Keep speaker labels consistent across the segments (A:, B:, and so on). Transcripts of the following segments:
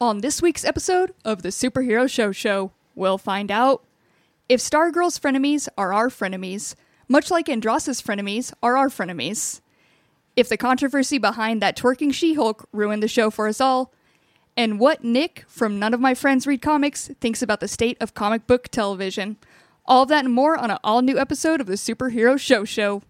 A: On this week's episode of the Superhero Show Show, we'll find out if Stargirl's frenemies are our frenemies, much like Andross's frenemies are our frenemies, if the controversy behind that twerking She Hulk ruined the show for us all, and what Nick from None of My Friends Read Comics thinks about the state of comic book television. All of that and more on an all new episode of the Superhero Show Show.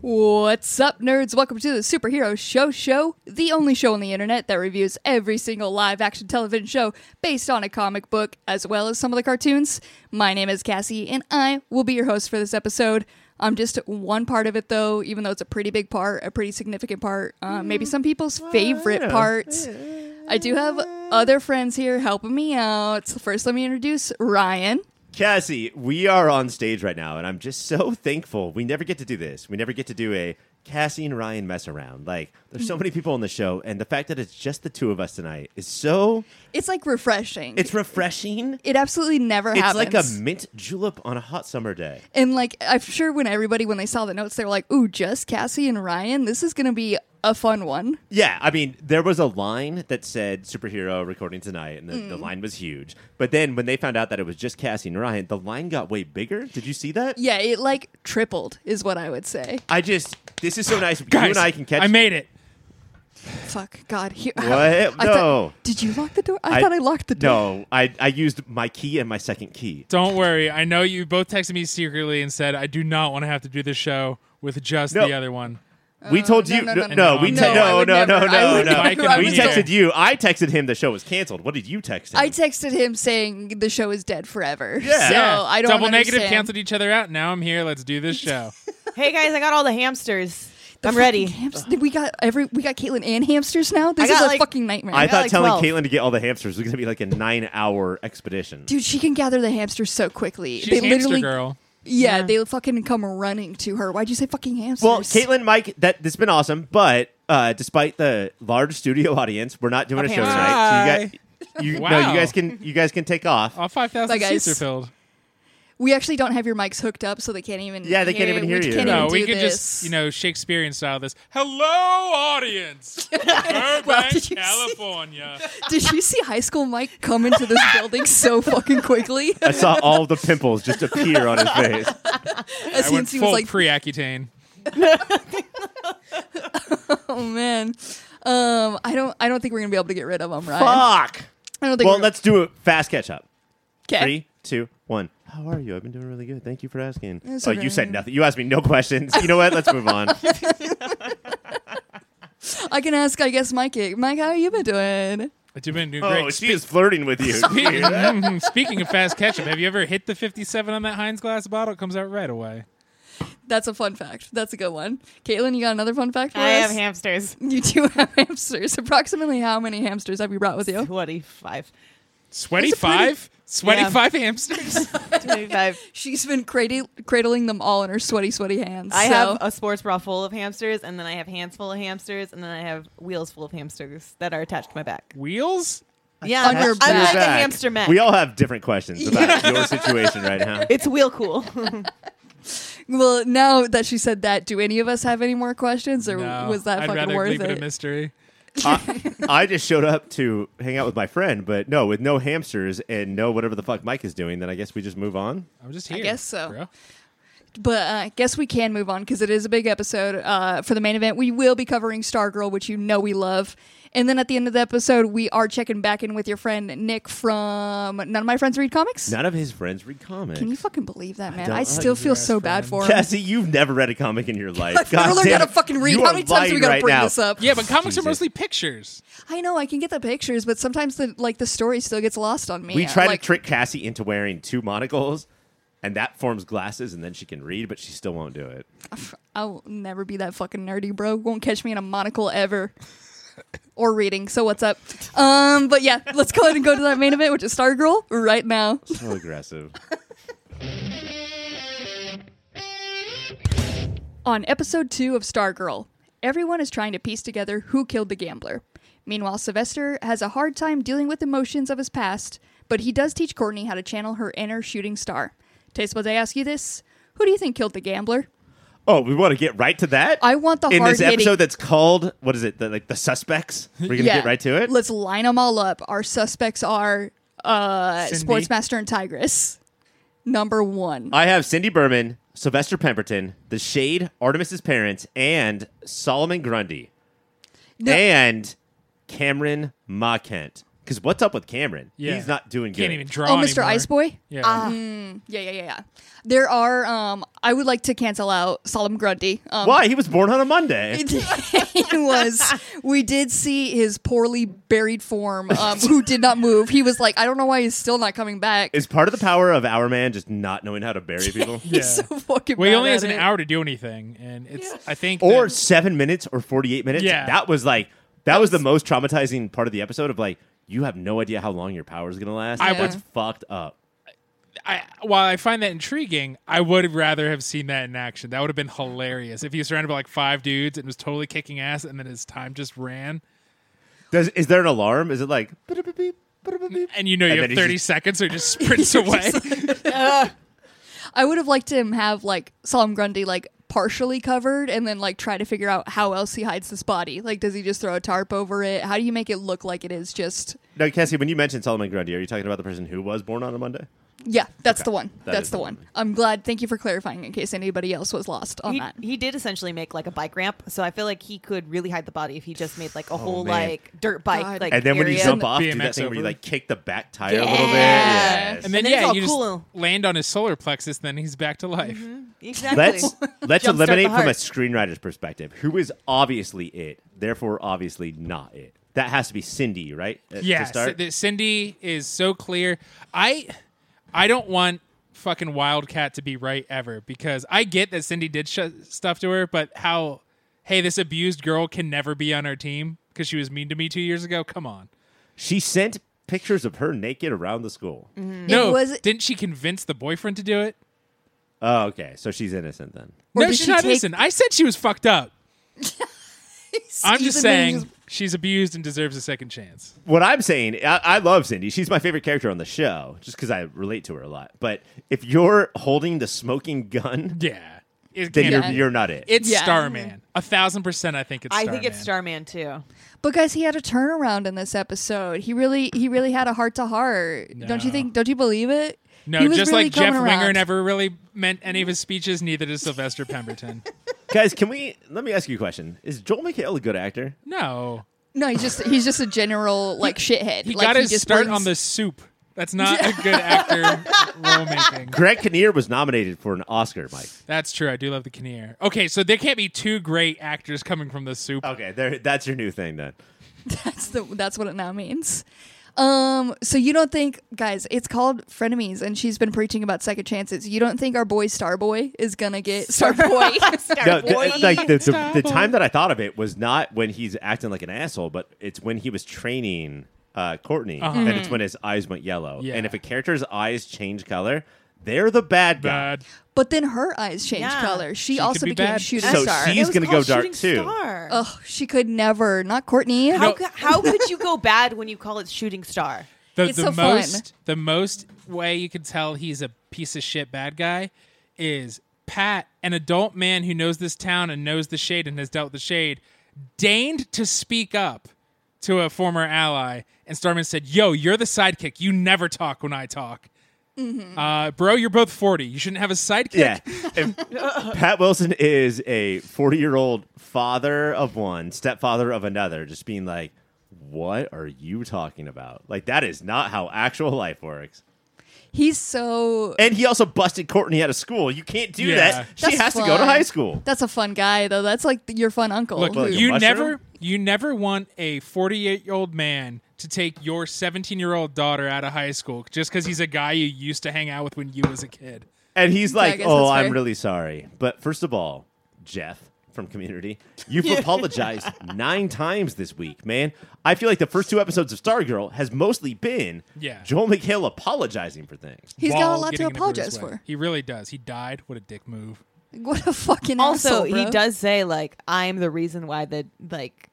A: What's up, nerds? Welcome to the Superhero Show Show, the only show on the internet that reviews every single live action television show based on a comic book, as well as some of the cartoons. My name is Cassie, and I will be your host for this episode. I'm just one part of it, though, even though it's a pretty big part, a pretty significant part, uh, maybe some people's
B: Mm,
A: favorite parts. I do have other friends here helping me out. First, let me introduce Ryan.
B: Cassie, we are on stage right now, and I'm just so thankful. We never get to do this. We never get to do a Cassie and Ryan mess around. Like, there's so many people on the show, and the fact that it's just the two of us tonight is so.
A: It's like refreshing.
B: It's refreshing.
A: it absolutely never
B: It's
A: happens.
B: like a mint julep on a hot summer day.
A: And like I'm sure when everybody when they saw the notes, they were like, "Ooh, just Cassie and Ryan. This is gonna be a fun one."
B: Yeah, I mean, there was a line that said superhero recording tonight, and the, the line was huge. But then when they found out that it was just Cassie and Ryan, the line got way bigger. Did you see that?
A: Yeah, it like tripled is what I would say.
B: I just. This is so nice. you
C: Guys,
B: and I can catch.
C: I made it.
A: Fuck God. Here,
B: What?
A: I
B: No.
A: thought, did you lock the door? I, thought I locked the door.
B: No, I, I used my key and my second key.
C: Don't worry. I know you both texted me secretly and said I do not want to have to do this show with just
B: No.
C: the other one.
B: we told
A: no,
B: you
A: no, no,
B: no, no,
C: no,
B: we
C: no,
B: te-
C: I
B: no,
A: would
B: no, no,
A: never, I
B: no,
A: would
B: no.
C: never, I
B: We
C: would
B: texted
C: never.
B: you. I texted him. The show was canceled. What did you text him?
A: I texted him saying the show is dead forever.
B: Yeah.
A: So
C: Yeah.
A: I don't
C: double negative
A: understand.
C: canceled each other out. Now I'm here. Let's do this show.
D: Hey guys, I got all the hamsters.
A: The
D: I'm
A: fucking
D: ready.
A: hamster- we got every we got Caitlin and hamsters now. This
D: I
A: is
D: got,
A: a
D: like-
A: fucking nightmare.
B: I
D: got
B: thought
D: like
B: telling
D: 12.
B: Caitlin to get all the hamsters was going to be like a nine-hour expedition.
A: Dude, she can gather the hamsters so quickly.
C: She's
A: they
C: hamster
A: literally
C: girl.
A: Yeah,
D: Yeah.
A: they fucking come running to her. Why'd you say fucking hamsters?
B: well, Caitlin, Mike, that this has been awesome, but uh, despite the large studio audience, we're not doing a
D: Okay,
B: show
D: I'm
B: tonight. So you guys, you, no,
C: Wow.
B: you guys can you guys can take off.
C: All five thousand
A: Bye, guys.
C: seats are filled.
A: We actually don't have your mics hooked up, so they can't even.
B: Yeah, they can't even hear
A: we
B: you.
A: Can't
C: No,
A: even
C: we
A: do
C: could
A: this.
C: just you know Shakespearean style this. Hello, audience. Burbank,
A: did you see-
C: California.
A: Did you see High School Mike come into this building so fucking quickly?
B: I saw all the pimples just appear on his face.
A: As
C: I went
A: Hansi was
C: full
A: like,
C: pre-Accutane.
A: "Oh man, um, I don't, I don't think we're gonna be able to get rid of him, right?
B: Fuck.
A: I don't think.
B: Well,
A: we're
B: let's do a fast catch up.
A: okay.
B: Three, two, one. How are you? I've been doing really good. Thank you for asking.
A: That's
B: oh,
A: okay.
B: you said nothing. You asked me no questions. You know what? Let's move on.
A: I can ask, I guess, Mike. Mike, how you been doing?
C: But you've been doing
B: oh,
C: great.
B: she is flirting with you.
C: Speaking, speaking of fast ketchup, have you ever hit the 57 on that Heinz glass bottle? It comes out right away.
A: That's a fun fact. That's a good one. Caitlin, you got another fun fact for
D: I
A: us?
D: have hamsters.
A: you do have hamsters. Approximately how many hamsters have you brought with you?
D: 25.
C: Sweaty
A: That's a pretty-
C: five, sweaty
D: Yeah.
C: five hamsters.
D: 25.
A: She's been cradle- cradling them all in her sweaty, sweaty hands.
D: I
A: so-
D: have a sports bra full of hamsters, and then I have hands full of hamsters, and then I have wheels full of hamsters that are attached to my back.
C: Wheels?
D: Yeah,
A: On your
D: I'm
A: back.
D: like
B: Back.
D: a hamster mech.
B: We all have different questions about your situation right now.
D: it's wheel cool.
A: Well, now that she said that, do any of us have any more questions, or
C: No,
A: was that
C: I'd
A: fucking
C: rather
A: worth
C: leave it? a
A: it?
C: mystery.
B: I, I just showed up to hang out with my friend, but no, with no hamsters and no whatever the fuck Mike is doing, then I guess we just move on.
C: I'm just here.
A: guess so.
C: bro.
A: but uh, I guess we can move on because it is a big episode. Uh, for the main event, we will be covering Stargirl, which you know we love. And then at the end of the episode, we are checking back in with your friend Nick from None of My Friends Read Comics.
B: None of his friends read comics.
A: Can you fucking believe that, man?
B: don't-
A: I,
B: I
A: still
B: think
A: feel so bad for him.
B: Cassie, you've never read a comic in your life.
A: I've never
B: God
A: learned
B: damn
A: how to
B: it.
A: fucking read.
B: You
A: How
B: are
A: many times are we
B: lying
A: gonna
B: right
A: bring
B: now.
A: this up?
C: Yeah, but comics
B: Jesus.
C: are mostly pictures.
A: I know I can get the pictures, but sometimes the like the story still gets lost on me.
B: We try
A: Like,
B: to trick Cassie into wearing two monocles, and that forms glasses, and then she can read, but she still won't do it.
A: I will never be that fucking nerdy, bro. Won't catch me in a monocle ever. or reading. So what's up? Um, but yeah, let's go ahead and go to that main event, which is Stargirl, right now.
B: So aggressive.
A: On episode two of Stargirl, everyone is trying to piece together who killed the gambler. Meanwhile, Sylvester has a hard time dealing with emotions of his past, but he does teach Courtney how to channel her inner shooting star. Tastebud, I ask you this who do you think killed the gambler?
B: Oh, we want to get right to that.
A: I want the
B: in this
A: hard-hitting-
B: episode that's called what is it? The, like the suspects. We're gonna
A: Yeah.
B: get right to it.
A: Let's line them all up. Our suspects are uh,
C: Cindy.
A: Sportsmaster and Tigress. Number one.
B: I have Cindy Berman, Sylvester Pemberton, The Shade, Artemis's parents, and Solomon Grundy,
A: No-
B: and Cameron Ma Kent. Because what's up with Cameron?
C: Yeah.
B: He's not doing good.
C: Can't even draw.
A: oh, Mr.
C: anymore.
A: Ice Boy?
C: Yeah.
A: Mm, Yeah, yeah, yeah, yeah. There are. Um, I would like to cancel out Solomon Grundy. Um,
B: Why? He was born on a Monday.
A: it was. We did see his poorly buried form, um, who did not move. He was like, I don't know why he's still not coming back.
B: Is part of the power of our man just not knowing how to bury people?
C: Yeah.
A: He's so fucking.
C: well, he
A: bad
C: only
A: at
C: has an
A: it.
C: hour to do anything, and it's I think
B: or
C: that-
B: seven minutes or 48 minutes.
C: Yeah.
B: That was like, that was the most traumatizing part of the episode of like, you have no idea how long your power is going to last.
C: I
A: Yeah.
B: That's
A: would-
B: fucked up.
C: I, while I find that intriguing, I would rather have seen that in action. That would have been hilarious if he was surrounded by like five dudes and was totally kicking ass, and then his time just ran,
B: Does, is there an alarm? Is it like, "Ba-da-ba-beep, ba-da-ba-beep"?
C: and you know
B: And
C: you
B: then
C: have
B: he's
C: thirty
B: just-
C: seconds, so he just sprints away.
A: I would have liked him have like Solomon Grundy like partially covered, and then like try to figure out how else he hides this body. Like, does he just throw a tarp over it? How do you make it look like it is just?
B: No, Cassie, when you mentioned Solomon Grundy, are you talking about the person who was born on a Monday?
A: Yeah, that's the one.
B: That
A: that's
B: is
A: the
B: the
A: one.
B: one.
A: I'm glad. Thank you for clarifying in case anybody else was lost on
D: He,
A: that.
D: he did essentially make like a bike ramp, so I feel like he could really hide the body if he just made like a whole
B: Oh, man.
D: like dirt bike.
A: God.
D: Like,
B: And then when you
D: area.
B: jump off, do that
C: BMX
B: thing where you
C: over.
B: like kick the back tire a little bit.
D: Yeah.
B: Yes.
C: And then
D: And then it's
C: yeah,
D: all
C: you
D: cool.
C: just land on his solar plexus, then he's back to life.
A: Mm-hmm.
D: exactly.
B: let's let's
D: Jumpstart the
B: eliminate from a
D: heart.
B: screenwriter's perspective who is obviously it, therefore obviously not it. That has to be Cindy, right? Uh,
C: Yeah,
B: To start?
C: C- that Cindy is so clear. I I don't want fucking Wildcat to be right ever because I get that Cindy did sh- stuff to her, but how hey, this abused girl can never be on our team because she was mean to me 2 years ago. Come on.
B: she sent pictures of her naked around the school.
D: Mm-hmm.
C: no,
A: Mm-hmm. was-
C: didn't she convince the boyfriend to do it?
B: Oh, okay. So she's innocent then.
A: Or
C: no,
A: did
C: she's
A: she
C: not
A: take-
C: innocent. I said she was fucked up. I'm
A: Even
C: just
A: though he
C: saying
A: was-
C: she's abused and deserves a second chance.
B: What I'm saying, I, I love Cindy. She's my favorite character on the show just because I relate to her a lot. But if you're holding the smoking gun,
C: Yeah. It
B: then
C: can't
B: you're,
C: be.
B: you're not it.
C: it's
A: Yeah.
C: Starman. A thousand percent I think it's
D: I
C: Starman.
D: think it's Starman too.
A: But guys, he had a turnaround in this episode. He really, he really had a heart to heart. Don't you
C: No.
A: think? Don't you believe it?
C: No,
A: He was
C: just
A: really
C: like Jeff
A: coming
C: Winger
A: around.
C: never really meant any of his speeches, neither does Sylvester Pemberton.
B: Guys, can we let me ask you a question? Is Joel McHale a good actor?
C: No.
A: No, he's just he's just a general like shithead.
C: He
A: like,
C: got his
A: just
C: start
A: brings-
C: on the soup. That's not a good actor role making.
B: Greg Kinnear was nominated for an Oscar, Mike.
C: That's true. I do love the Kinnear. Okay, so there can't be two great actors coming from the soup.
B: Okay, there, that's your new thing then.
A: That's the that's what it now means. Um, so you don't think, guys? It's called frenemies, and she's been preaching about second chances. You don't think our boy Starboy is gonna get Starboy?
B: No, th- it's like the, the,
C: Stop
B: the
C: him.
B: time that I thought of it was not when he's acting like an asshole, but it's when he was training uh, Courtney, and it's when his eyes went yellow.
C: Uh-huh. Yeah.
B: And if a character's eyes change color, they're the bad guy.
C: Bad.
A: but then her eyes change
D: Yeah.
A: color. She,
C: could
A: also
C: be
A: became
C: bad.
A: shooting
B: So
A: star.
B: she- He's
D: It was
B: gonna go
D: called
B: dark,
D: Shooting
B: too.
D: Star.
A: Oh, she could never. Not Courtney.
D: how, cou- how could you go bad when you call it Shooting Star?
C: The,
A: It's
C: the
A: so fun.
C: most the most way you can tell he's a piece of shit bad guy is Pat, an adult man who knows this town and knows the shade and has dealt with the shade, deigned to speak up to a former ally, and Starman said, "Yo, you're the sidekick. You never talk when I talk."
A: Mm-hmm.
C: Uh, bro, you're both 40. You shouldn't have a sidekick.
B: Yeah. If Pat Wilson is a 40 year old father of one, stepfather of another, just being like, what are you talking about? Like, that is not how actual life works.
A: He's so
B: And he also busted Courtney out of school. You can't do
C: Yeah.
B: that. She
A: That's
B: has to go to
A: fun.
B: high school.
A: That's a fun guy though. That's like th- your fun uncle.
C: Look,
A: who-
B: Like a
C: you
B: mushroom?
C: never you never want a 48 year old man to take your 17 year old daughter out of high school just because he's a guy you used to hang out with when you was a kid.
B: And he's
A: I
B: like,
A: guess
B: "Oh,
A: that's
B: I'm
A: fair.
B: really sorry, but first of all, Jeff, from Community. You've apologized nine times this week, man. I feel like the first two episodes of Stargirl has mostly been
C: Yeah.
B: Joel McHale apologizing for things.
A: He's got a
C: while
A: lot to
C: getting into Bruce
A: apologize
C: Wayne.
A: for.
C: He really does. He died. What a dick move.
A: What a fucking
D: Also,
A: asshole,
D: he
A: bro.
D: does say like I'm the reason why the like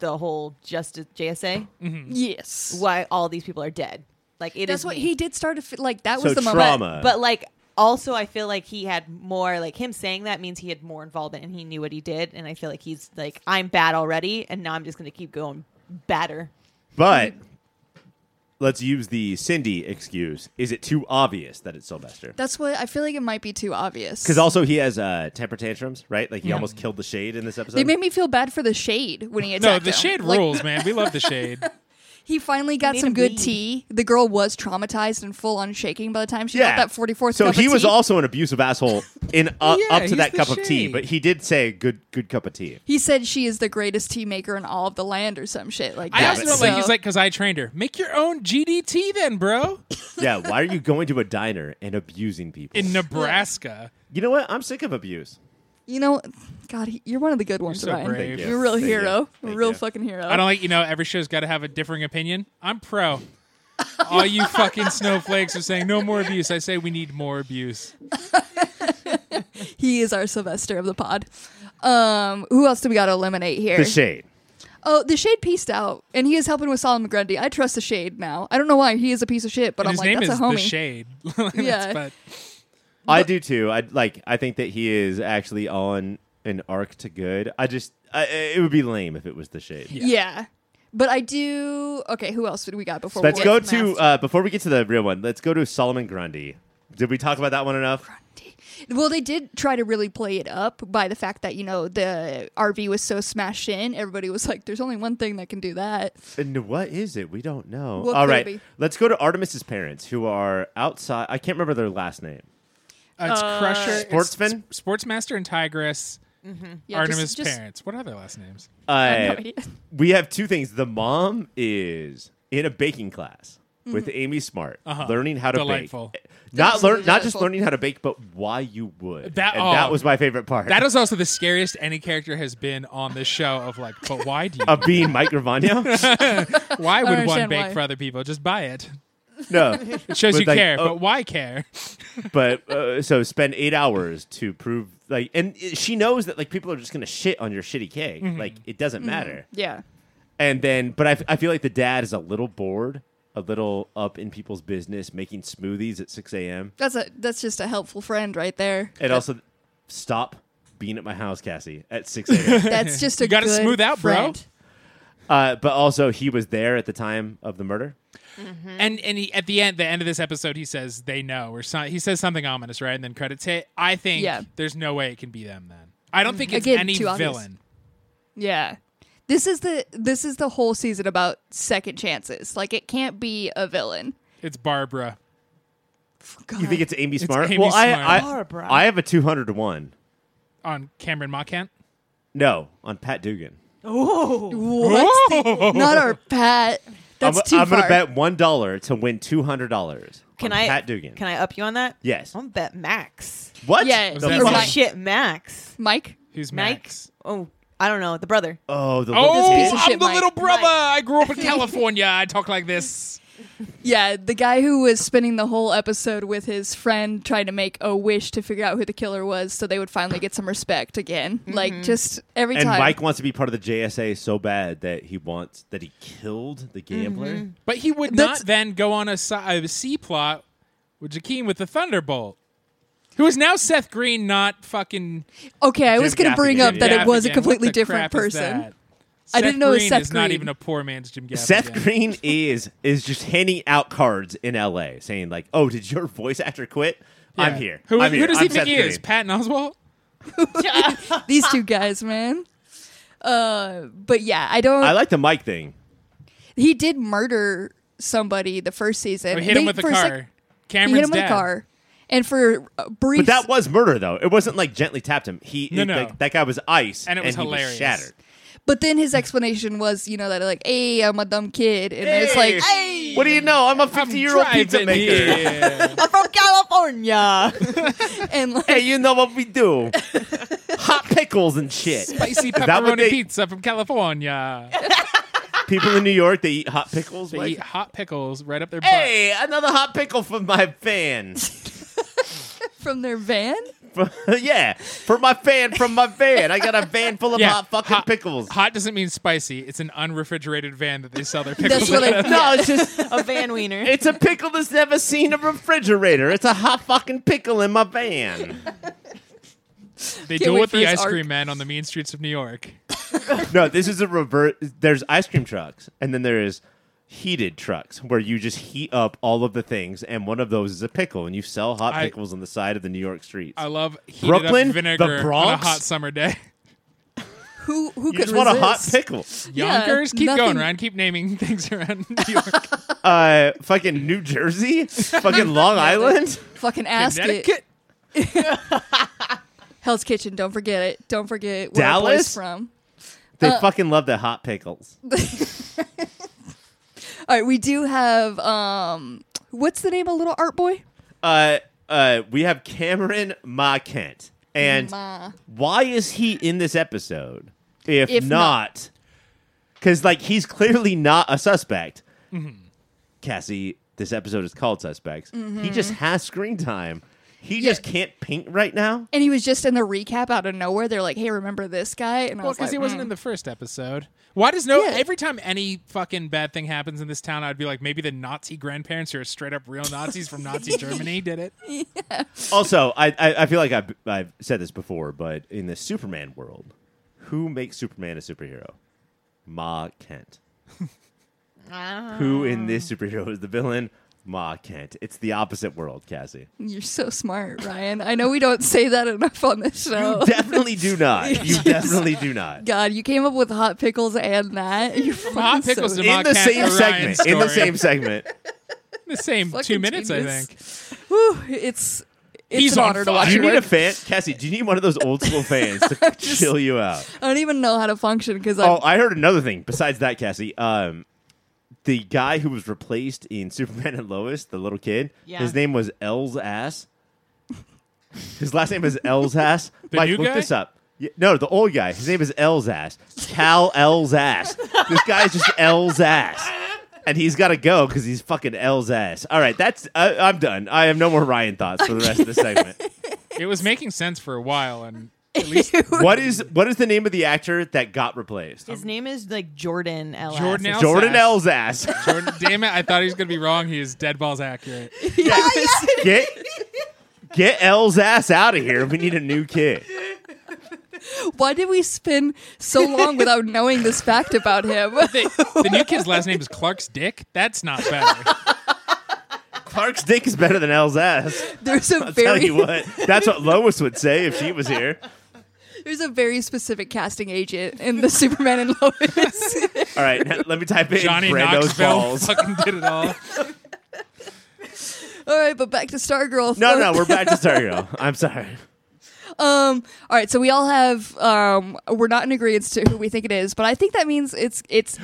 D: the whole justice JSA
A: Yes,
D: why all these people are dead. Like it is
A: Mm-hmm. that's what
D: me.
A: he did. Start to feel like that
B: so
A: was the
B: trauma.
A: moment.
D: But like also I feel like he had more like him saying that means he had more involvement and he knew what he did and I feel like he's like I'm bad already and now I'm just going to keep going badder.
B: But let's use the Cindy excuse. Is it too obvious that it's Sylvester?
A: That's what I feel like. It might be too obvious
B: Because also he has uh, temper tantrums, right? Like he almost killed the shade in this episode.
A: They made me feel bad for the shade when he
C: No,
A: attacked.
C: the
A: him.
C: shade
A: Like,
C: rules, man. We love the shade.
A: He finally got
D: made
A: some
D: him
A: good
D: bleed.
A: tea. The girl was traumatized and full on shaking by the time she
B: yeah,
A: got that forty fourth.
B: So
A: cup
B: he
A: of
B: was
A: tea.
B: also an abusive asshole in uh,
C: Yeah,
B: up to
C: he's
B: that
C: the
B: cup of tea,
C: shade.
B: but he did say good good cup of tea.
A: He said she is the greatest tea maker in all of the land, or some shit like
C: I
A: that.
C: also don't like. He's
A: So-
C: like, because I trained her. Make your own GDT, then, bro.
B: Yeah, why are you going to a diner and abusing people?
C: In Nebraska,
B: you know what? I'm sick of abuse.
A: you know, God, he- you're one of the good ones,
C: so
A: Ryan.
C: brave. Thank
A: You're
C: you.
A: a real
B: Thank you.
A: hero, a
B: Thank
A: real
B: you.
A: fucking hero.
C: I don't like. You know, every show's got to have a differing opinion. I'm pro. All you fucking snowflakes are saying no more abuse. I say we need more abuse.
A: he is our Sylvester of the pod. Um, who else do we got to eliminate here?
B: The shade.
A: oh, the shade pieced out, and he is helping with Solomon Grundy. I trust the shade now. I don't know why he is a piece of shit, but
C: And
A: I'm
C: his
A: like,
C: name
A: that's
C: is
A: a homie.
C: the Shade. That's-
A: Yeah.
C: but
B: I do too. I like. I think that he is actually on an arc to good. I just. I, it would be lame if it was the shade.
A: Yeah. But I do. Okay, who else did we got before?
B: Let's
A: we
B: go
A: get
B: to uh, before we get to the real one. Let's go to Solomon Grundy. Did we talk about that one enough?
A: Well, they did try to really play it up by the fact that you know the RV was so smashed in. Everybody was like, "There's only one thing that can do that."
B: And what is it? We don't know.
A: What
B: All
A: could it
B: right,
A: be?
B: let's go to Artemis's parents, who are outside. I can't remember their last name.
C: uh, it's Crusher, it's
B: Sportsman?
C: S- Sportsmaster, and Tigress.
A: Yeah, just-
C: Artemis
A: just-
C: parents. What are their last names?
B: Uh,
A: no idea.
B: we have two things. The mom is in a baking class with Amy Smart, learning how to
C: Mm-hmm. Uh-huh. Delightful.
B: bake. Not learn, not just
A: Delightful.
B: learning how to bake, but why you would.
C: That-
B: and that
C: oh.
B: was my favorite part.
C: That is also the scariest any character has been on this show. Of like, but why do you?
B: of being Mike Gravano.
C: why
A: I
C: would one
A: understand
C: bake
A: why.
C: for other people? Just buy it.
B: no,
C: It shows
B: But
C: you
B: like,
C: care,
B: oh-
C: but why care?
B: but uh, so spend eight hours to prove like, and she knows that like people are just gonna shit on your shitty cake.
C: Mm-hmm.
B: Like it doesn't matter.
A: yeah.
B: And then, but I, f- I feel like the dad is a little bored, a little up in people's business, making smoothies at six a.m.
A: That's a that's just a helpful friend right there.
C: Uh,
B: And also, stop being at my house, Cassie, at 6 a.m.
A: That's just a
C: You gotta
A: good
C: smooth out, bro.
A: friend.
B: uh, but also, he was there at the time of the murder.
A: Mm-hmm.
C: And and he, at the end, the end of this episode, he says they know or so, he says something ominous, right? And then credits hit. I think
A: Yeah. Mm.
C: there's no way it can be them. Then I don't think it's
A: Again,
C: any
A: too obvious.
C: villain.
A: Yeah. This is the this is the whole season about second chances. Like it can't be a villain.
C: It's Barbara.
A: God.
B: You think it's Amy Smart?
C: Amy
B: well, I,
C: Smart.
D: Barbara.
B: I, I have a 200 to 1.
C: on Cameron Mockhant.
B: No, on Pat Dugan.
A: what? The- not our Pat. That's
B: I'm,
A: too
B: I'm
A: far.
B: to bet $1 to win $200.
D: Can
B: on
D: I
B: Pat Dugan.
D: Can I up you on that?
B: Yes.
D: I'm gonna bet Max.
B: What?
A: Yeah,
C: Was
A: or
C: that
D: Piece of
C: Mike.
A: Mike.
D: shit, Max.
A: Mike.
C: Who's
D: Mike?
C: Max?
D: Oh, I don't know. The brother.
B: Oh, the
C: Oh,
A: piece of
C: I'm
A: shit,
C: the
A: Mike.
C: little brother. I grew up in California. I talk like this.
A: Yeah, the guy who was spending the whole episode with his friend trying to make a wish to figure out who the killer was, so they would finally get some respect again. Like just every
B: And
A: time.
B: Mike wants to be part of the JSA so bad that he wants that he killed the gambler.
A: Mm-hmm.
C: But he would
A: That's-
C: not then go on a, si- a C plot with Jakeem with the Thunderbolt, who is now Seth Green, not fucking.
A: okay, I was
B: Jim
A: going to bring
B: Gaffigan,
A: up that
B: yeah.
A: it was a
C: Gaffigan. What
A: completely
C: the
A: different
C: crap is
A: person.
C: that?
A: I
C: Seth
A: didn't know it was
C: Green
A: Seth
C: is not
A: Green.
C: even a poor man's Jim Gaffigan.
B: Seth Green is is just handing out cards in LA saying like, "Oh, did your voice actor quit? I'm
C: Yeah.
B: here.
C: Who,
B: I'm
C: who
B: here.
C: does
B: I'm
C: he think
B: Seth
C: he
B: Green.
C: is? Patton Oswalt?
A: These two guys, man. Uh, but yeah, I don't.
B: I like the mic thing.
A: he did murder somebody the first season.
C: Or hit
A: They-
C: him with a
A: for
C: car.
A: sec- he
C: Cameron's
A: hit him with
C: dad.
A: a car, and for uh, a brief.
B: But that was murder though. It wasn't like gently tapped him. He
C: No,
B: it-
C: no.
B: Like, that guy was ice
C: And it was
B: he
C: hilarious.
B: shattered.
A: but then his explanation was, you know, that like, "Hey, I'm a dumb kid," and it's like,
B: Hey! What do you know? I'm a 50 year old pizza
C: driving
B: maker.
C: here.
D: I'm from California.
A: and like,
B: Hey, you know what we do? Hot pickles and shit.
C: Spicy
B: that what
C: pepperoni
B: they-
C: pizza from California.
B: People in New York, they eat hot pickles.
C: They
B: like-
C: eat hot pickles right up their butt.
B: hey, another hot pickle for my fan.
A: from their van,
B: For- yeah, for my fan, from my van. I got a van full of
C: Yeah,
B: hot fucking
C: hot-
B: pickles.
C: Hot doesn't mean spicy. It's an unrefrigerated van that they sell their pickles
A: that's what
C: in.
A: I.
B: No, it's just
D: a Van Wiener.
B: it's a pickle that's never seen a refrigerator. It's a hot fucking pickle in my van.
C: They
A: Can't
C: do
A: wait
C: it with
A: for
C: the
A: his
C: ice
A: arc.
C: cream man on the mean streets of New York.
B: No, this is a revert. There's ice cream trucks, and then there is heated trucks where you just heat up all of the things, and one of those is a pickle, and you sell hot
C: I-
B: pickles on the side of the New York streets.
C: I love heated
B: Brooklyn,
C: up
B: the
C: vinegar on a
B: Bronx?
C: hot summer day.
A: Who who
B: you
A: could
B: just want a hot
A: resist?
B: pickle.
A: Yeah,
C: Yonkers, keep
A: nothing-
C: going, Ron. Keep naming things around New York.
B: Uh, fucking New Jersey, fucking Long Island.
A: Fucking ask it.
C: Connecticut.
A: Hell's Kitchen. Don't forget it. Don't forget where our boy's
B: Dallas?
A: from.
B: They fucking love the hot pickles.
A: All right, we do have um, what's the name of little art boy?
B: Uh, uh, we have Cameron Ma Kent, and
A: Ma.
B: why is he in this episode? If,
A: If
B: not, because like he's clearly not a suspect. Mm-hmm. Cassie, this episode is called Suspects. He just has screen time. He just can't paint right now.
A: And he was just in the recap out of nowhere. They're like, "Hey, remember this guy?" And I
C: Well,
A: was
C: because
A: like,
C: he wasn't
A: "Hmm."
C: in the first episode. Why does no?
A: Yeah.
C: Every time any fucking bad thing happens in this town, I'd be like, maybe the Nazi grandparents who are straight up real Nazis from Nazi Germany did it.
B: Also, I, I I feel like I've I've said this before, but in the Superman world, who makes Superman a superhero? Ma Kent.
C: Ah.
B: Who in this superhero is the villain? Ma Kent. It's the opposite world, Cassie.
A: "Mm, You're so smart, Ryan. I know we don't say that enough on this show.
B: definitely do not. You definitely do not.
A: God, you came up with hot pickles and that. You're fucking
C: hot pickles
A: so-
C: and- Ma
B: In the
C: Kent
B: same
C: or
B: segment.
C: Ryan's
B: In the
C: story.
B: same segment.
C: The same
A: Fucking
C: two minutes, I
A: genius.
C: think.
A: Whew, it's it's
C: He's
A: an
C: on
A: honor to
C: fire.
A: watch
B: Do
A: you
B: you need a
A: work.
B: fan? Cassie, do you need one of those old school fans to chill you out?
A: I don't even know how to function because
B: Oh,
A: I'm
B: I heard another thing besides that, Cassie. Um, the guy who was replaced in Superman and Lois, the little kid,
D: Yeah.
B: his name was Els Ass. His last name is Els Ass.
C: The
B: Mike,
C: new
B: look
C: guy?
B: this up. Y- No, the old guy. His name is Els Ass. Cal Els Ass. This guy's just Els Ass. And he's got to go because he's fucking Els Ass. All right, that's I I'm done. I have no more Ryan thoughts for the rest of the segment.
C: It was making sense for a while, and
B: what is what is the name of the actor that got replaced?
D: His name is like Jordan L.
C: Jordan L.
B: Jordan Els
C: Els
B: Ass.
C: Jordan, damn it, I thought he was gonna be wrong. He is dead balls accurate.
B: get get L's ass out of here. We need a new kid.
A: Why did we spend so long without knowing this fact about him?
C: The, the new kid's last name is Clark's Dick. That's not better.
B: Clark's dick is better than L's ass.
A: There's a
B: Tell
A: very
B: you what, that's what Lois would say if she was here.
A: there's a very specific casting agent in the Superman and Lois.
B: All right, now let me type in
C: Johnny
B: Brando's
C: Knoxville
B: balls.
C: fucking did it all.
A: All right, but back to Stargirl.
B: No, no, we're back to Stargirl. I'm sorry.
A: Um. All right, so we all have. Um. We're not in agreement to who we think it is, but I think that means it's it's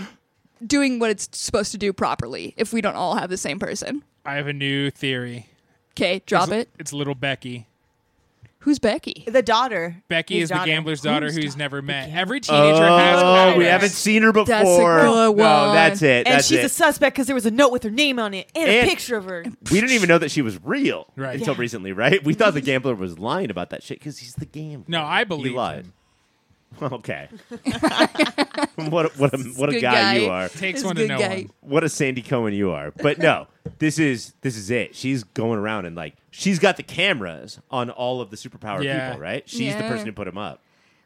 A: doing what it's supposed to do properly. If we don't all have the same person,
C: I have a new theory.
A: okay, drop
C: It's-
A: it.
C: It's little Becky.
A: Who's Becky?
D: The daughter.
C: Becky
D: His
C: is
D: daughter.
C: the gambler's daughter
A: Who's
C: who's,
A: da-
C: never met. Every teenager has
B: Oh,
C: powers.
B: we haven't seen her before.
A: That's a good
B: No,
A: one.
B: that's it.
D: And
B: That's
D: she's
B: it.
D: a suspect because there was a note with her name on it and,
B: And-
D: a picture of her.
B: we didn't even know that she was real
C: Right.
B: until
D: Yeah.
B: recently, right? We thought the gambler was lying about that shit because he's the gambler.
C: No, I believe
B: he lied.
C: him.
B: Okay. what a, what a, what a
A: Good
B: guy you
A: guy.
B: are.
C: Takes
A: This
C: one
A: good
C: to know
A: guy.
C: one.
B: what a Sandy Cohen you are. But no, this is this is it. She's going around and like she's got the cameras on all of the superpower
C: Yeah.
B: people, right? She's the
A: Yeah.
B: person who put them up.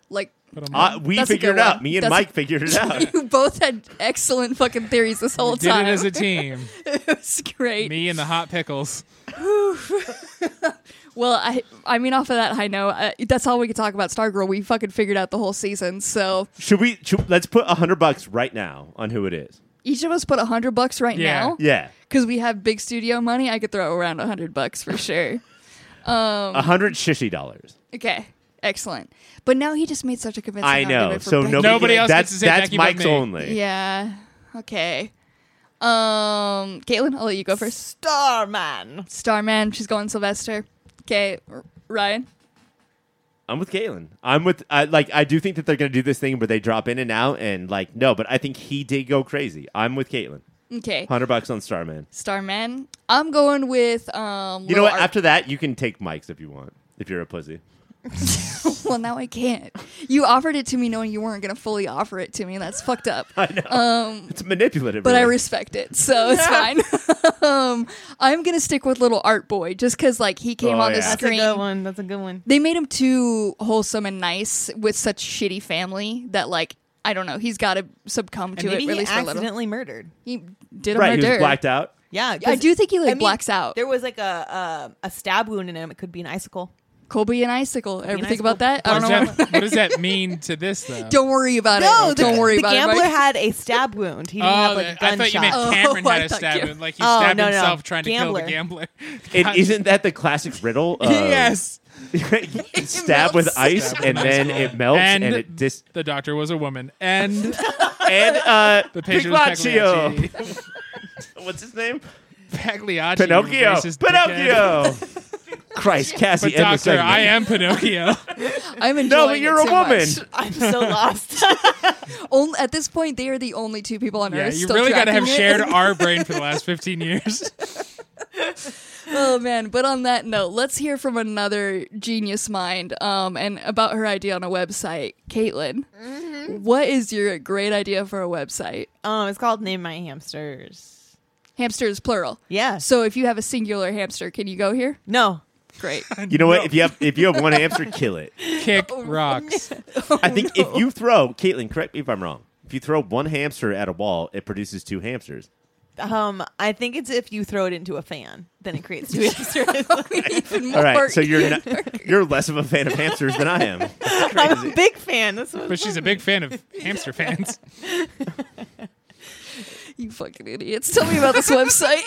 A: Like
C: But I'm
B: Uh,
C: like,
B: we
A: That's a
B: figured
A: good
B: it out.
A: one.
B: Me and
A: That's a-
B: Mike figured it out.
A: you both had excellent fucking theories this whole
C: did
A: time.
C: it as a team.
A: It was great.
C: Me and the hot pickles.
A: Well, I I mean, off of that high note, uh, that's all we could talk about Stargirl. We fucking figured out the whole season, so
B: should we? Should, let's put a hundred bucks right now on who it is.
A: each of us put a hundred bucks right
C: Yeah.
A: now
B: Yeah,
A: because we have big studio money. I could throw around a hundred bucks for sure.
B: a hundred shishy dollars.
A: Okay, excellent. But now he just made such a convincing
B: I know.
A: argument for
B: So
A: Becky.
B: nobody,
C: Nobody else
B: that's
C: gets to say
B: that's
C: Becky but
B: Mike's
C: me.
B: only.
A: Yeah. Okay. Um, Caitlin, I'll let you go first.
D: Starman.
A: Starman, she's going Sylvester. Okay, R- Ryan.
B: I'm with Galen. I'm with I like I do think that they're gonna do this thing where they drop in and out and like no, but I think he did go crazy. I'm with Caitlin.
A: Okay,
B: Hundred bucks on Starman.
A: Starman. I'm going with um.
B: You know
A: Little
B: what?
A: Ar-
B: After that, you can take Mike's if you want. If you're a pussy,
A: well, now I can't. You offered it to me knowing you weren't gonna fully offer it to me. and That's fucked up.
B: I know it's manipulative.
A: but I
B: really.
A: respect it, so it's fine. um, I'm gonna stick with little Art Boy just because like he came
B: Oh,
A: on the
B: yeah. That's
A: screen.
D: one. That's a good one.
A: They made him too wholesome and nice with such shitty family that like I don't know. He's got to succumb to
D: Maybe
A: it.
D: he
A: Release for a little.
D: accidentally murdered.
A: He did a
B: right. He
A: murder.
B: was blacked out.
D: Yeah,
A: I do think he like
D: I mean,
A: blacks out.
D: There was like a a, a stab wound in him. It could be an icicle.
A: Colby and Icicle. Ever
D: and
A: think about that?
D: Icicle.
A: I
C: What
A: don't know.
C: does that- what does that mean to this though?
A: Don't worry about it.
D: the,
A: don't worry
D: the
A: about
D: gambler
A: it. Mike.
D: had a stab wound. He
C: Oh,
D: didn't have like a
C: I thought you meant
D: gunshot.
A: Oh,
C: Cameron
A: I
C: had a
A: thought
C: stab
A: you-
C: wound, like he
D: Oh,
C: stabbed
D: no, no.
C: himself trying to kill the gambler.
D: Gambler.
B: It,
C: God.
B: isn't uh, that the classic riddle? Of
C: yes.
B: stab with
A: melts.
B: ice
C: Stab with
B: and
C: ice,
B: then
C: yeah.
B: it melts and,
C: And-
B: it dis
C: The doctor was a woman, and
B: and uh
C: the patient was
B: Piclaccio.
C: Pagliacci.
B: What's his name?
C: Pagliacci
B: Pinocchio.
C: embraces dickhead.
B: Pinocchio. Christ, Cassie.
C: But
B: end the
C: doctor,
B: segment.
C: I am Pinocchio.
A: I'm enjoying
B: No, but you're
A: it
B: a
A: so
B: woman.
A: much.
D: I'm so lost.
A: Only, at this point, they are the only two people on
C: yeah,
A: earth.
C: you
A: still
C: really got to
A: tracking
C: have
A: it.
C: shared our brain for the last 15 years.
A: oh man! But on that note, let's hear from another genius mind, um, and about her idea on a website, Caitlin.
D: Mm-hmm.
A: what is your great idea for a website?
D: um, it's called Name My Hamsters.
A: Hamsters plural.
D: Yeah.
A: So if you have a singular hamster, can you go here?
D: No.
A: Great.
B: You know what? If you have if you have one hamster, kill it.
C: Kick
A: Oh,
C: rocks.
B: I think if you throw Caitlin, correct me if I'm wrong. If you throw one hamster at a wall, it produces two hamsters.
D: Um, I think it's if you throw it into a fan, then it creates two hamsters.
A: Even more.
B: All right, so you're not, you're less of a fan of hamsters than I am. That's
D: I'm
B: crazy.
D: a big fan. That's what
C: But she's a big fan of hamster fans.
A: you fucking idiots. Tell me about this website.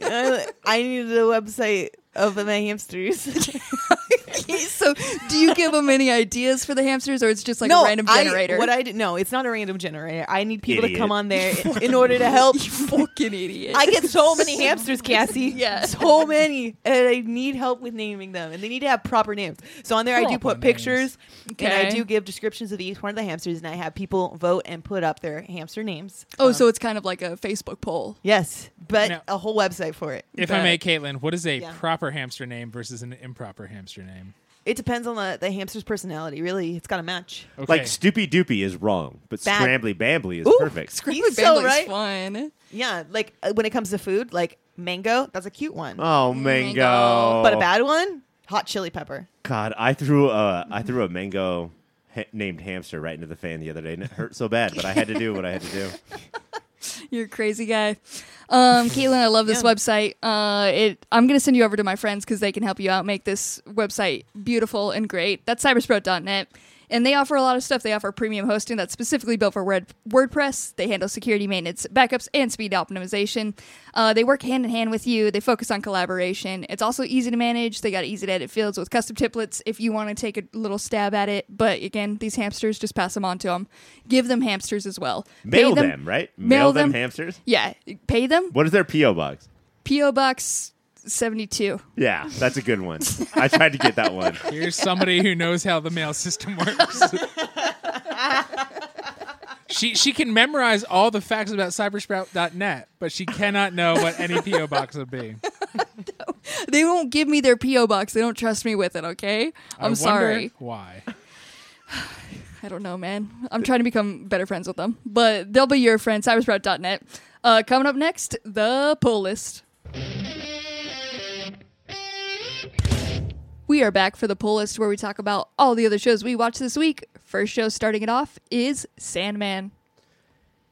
D: I, I needed a website of my hamsters.
A: so do you give them any ideas for the hamsters, or it's just like a random generator?
D: I, what I did, no, it's not a random generator. I need people
B: Idiot.
D: to come on there in- in order to help.
A: you fucking idiot.
D: I get so many hamsters, Cassie.
A: Yeah.
D: so many, and I need help with naming them, and they need to have proper names. So on there, I
C: Proper
D: do put
C: names.
D: pictures, and I
A: Okay.
D: do give descriptions of each one of the hamsters, and I have people vote and put up their hamster names.
A: oh,
D: Um,
A: so it's kind of like a Facebook poll.
D: yes, but
C: Now-
D: a whole website for it.
C: If
A: Bet.
C: I may, Caitlin, what is a
D: Yeah.
C: proper hamster name versus an improper hamster name?
D: It depends on the, the hamster's personality. Really, it's got to match.
C: Okay.
B: Like Stoopy Doopy is wrong, but
D: Bad.
B: Scrambly Bambly is
D: Ooh,
B: perfect.
A: Scrambled
D: He's so
A: Bamblee's
D: right.
A: fun.
D: Yeah, like uh, when it comes to food, like mango, that's a cute one.
B: Oh, mango.
D: But a bad one, hot chili pepper.
B: God, I threw a I threw a mango ha- named hamster right into the fan the other day, and it hurt so bad. But I had to do what I had to do.
A: You're a crazy guy. Um, Caitlin, I love this
D: Yeah.
A: website. Uh, it, I'm going to send you over to my friends because they can help you out make this website beautiful and great. That's cybersprout.net. And they offer a lot of stuff. They offer premium hosting that's specifically built for Word- WordPress. They handle security maintenance, backups, and speed optimization. Uh, they work hand in hand with you. They focus on collaboration. It's also easy to manage. They got easy to edit fields with custom templates if you want to take a little stab at it. But again, these hamsters, just pass them on to them. Give them hamsters as well. Pay
B: Mail them, right?
A: mail
B: them,
A: them.
B: hamsters.
A: yeah, pay them.
B: What is their PO box?
A: PO Box 72.
B: Yeah, that's a good one. I tried to get that one.
C: Here's somebody who knows how the mail system works. she she can memorize all the facts about cybersprout.net, but she cannot know what any PO box would be.
A: They won't give me their PO Box. They don't trust me with it, okay?
C: I
A: I'm
C: wonder
A: sorry.
C: Why?
A: I don't know, man. I'm trying to become better friends with them. But they'll be your friend, cybersprout.net. Uh, coming up next, the poll list. We are back for the poll list where we talk about all the other shows we watched this week. First show starting it off is Sandman.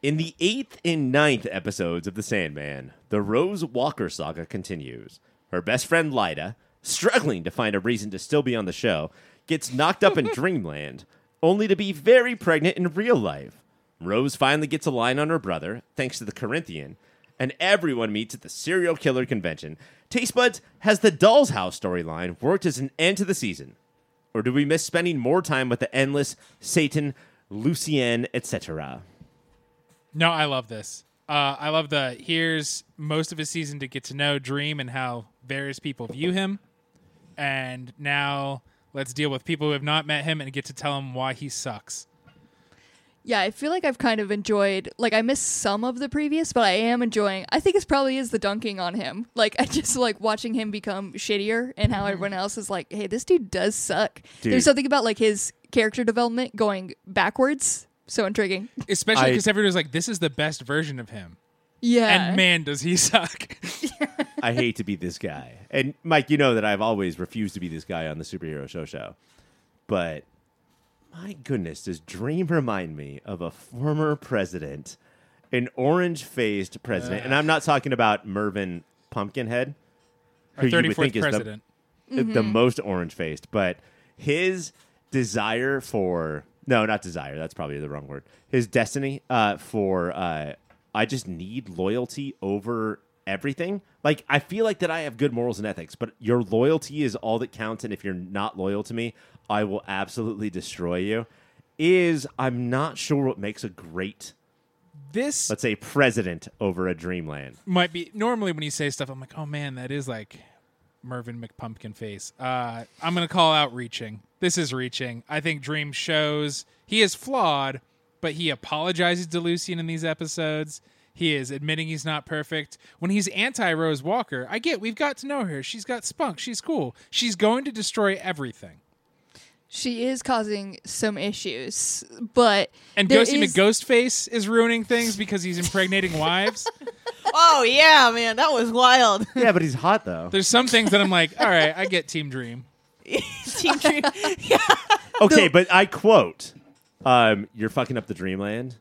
B: In the eighth and ninth episodes of The Sandman, the Rose Walker saga continues. Her best friend Lyda, struggling to find a reason to still be on the show, gets knocked up in Dreamland, only to be very pregnant in real life. Rose finally gets a line on her brother, thanks to the Corinthian, and everyone meets at the serial killer convention. Taste Buds has the Doll's House storyline worked as an end to the season. Or do we miss spending more time with the endless Satan, Lucien, etc.?
C: No, I love this. Uh, Uh, I love the here's most of his season to get to know Dream and how various people view him, and now let's deal with people who have not met him and get to tell him why he sucks.
A: Yeah, I feel like I've kind of enjoyed like I missed some of the previous, but I am enjoying. I think it's probably is the dunking on him. Like I just like watching him become shittier and
C: Mm-hmm.
A: how everyone else is like, "Hey, this dude does suck."
B: Dude.
A: There's something about like his character development going backwards. So intriguing.
C: Especially
B: I-
C: because everybody's like, this is the best version of him,
A: Yeah.
C: and man, does he suck.
B: I hate to be this guy. And Mike, you know that I've always refused to be this guy on the superhero show show. But my goodness, does Dream remind me of a former president, an orange faced president? And I'm not talking about Mervyn Pumpkinhead,
C: Our
B: you would
C: thirty fourth
B: think is the-
C: president.
B: the most orange faced, but his desire for no, not desire. That's probably the wrong word. His destiny uh, for uh, I just need loyalty over everything. Like I feel like that I have good morals and ethics, but your loyalty is all that counts. And if you're not loyal to me, I will absolutely destroy you. Is I'm not sure what makes a great,
C: This
B: let's say, president over a dreamland.
C: might be normally when you say stuff, I'm like, oh man, that is like Mervyn McPumpkin face. Uh, I'm gonna call out reaching. This is reaching. I think Dream shows he is flawed, but he apologizes to Lucian in these episodes. He is admitting he's not perfect. When he's anti Rose Walker, I get we've got to know her. She's got spunk. She's cool. She's going to destroy everything.
A: She is causing some issues, but
C: And
A: there
C: Ghosty
A: is-
C: McGhostface is ruining things because he's impregnating wives.
D: oh yeah, man, that was wild.
B: Yeah, but he's hot though.
C: There's some things that I'm like, all right, I get Team Dream.
D: Team Dream-
B: Okay, but I quote, um, "You're fucking up the dreamland.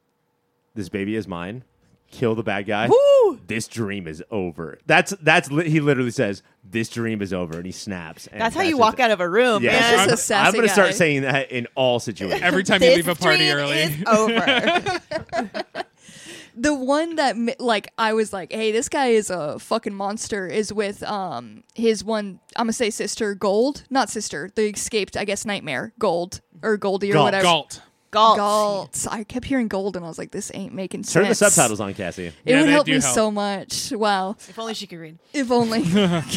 B: This baby is mine. Kill the bad guy.
D: Woo!
B: This dream is over." That's that's li- he literally says, "This dream is over," and he snaps. And
D: That's how you walk out of a room,
B: Yeah,
D: man.
A: That's
B: I'm,
A: just a sassy
B: I'm gonna start
A: guy.
B: saying that in all situations.
C: Every time you
D: This
C: leave a party
D: dream
C: early.
D: is over.
A: the one that ma- like I was like, hey, this guy is a fucking monster. Is with um his one I'm gonna say sister Gold, not sister, the escaped I guess nightmare Gold or Goldie or
B: Galt.
A: whatever.
C: Galt.
D: Galt.
A: Galt. I kept hearing Gold and I was like, this ain't making
B: Turn the
A: sense.
B: subtitles on, Cassie.
A: It
C: Yeah,
A: would
C: they
A: help
C: do
A: me
C: help.
A: so much. Wow.
D: If only she could read.
A: If only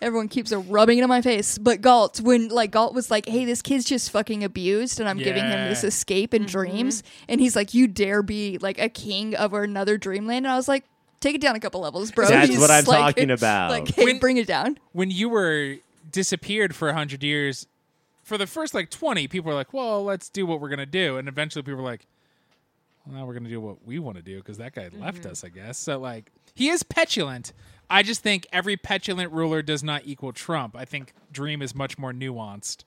A: everyone keeps a rubbing it in my face. But Galt, when like Galt was like, "Hey, this kid's just fucking abused, and I'm giving him this
C: Yeah.
A: escape and dreams," and he's like, "You dare be like a king of another dreamland?" And I was like, "Take it down a couple levels, bro."
B: That's
A: He's
B: what I'm
A: like-
B: talking about.
A: Like, hey,
C: When-
A: bring it down.
C: when you were disappeared for 100 years for the first like 20 people were like well let's do what we're going to do and eventually people were like well, now we're going to do what we want to do because that guy left us i guess so like he is petulant i just think every petulant ruler does not equal trump i think dream is much more nuanced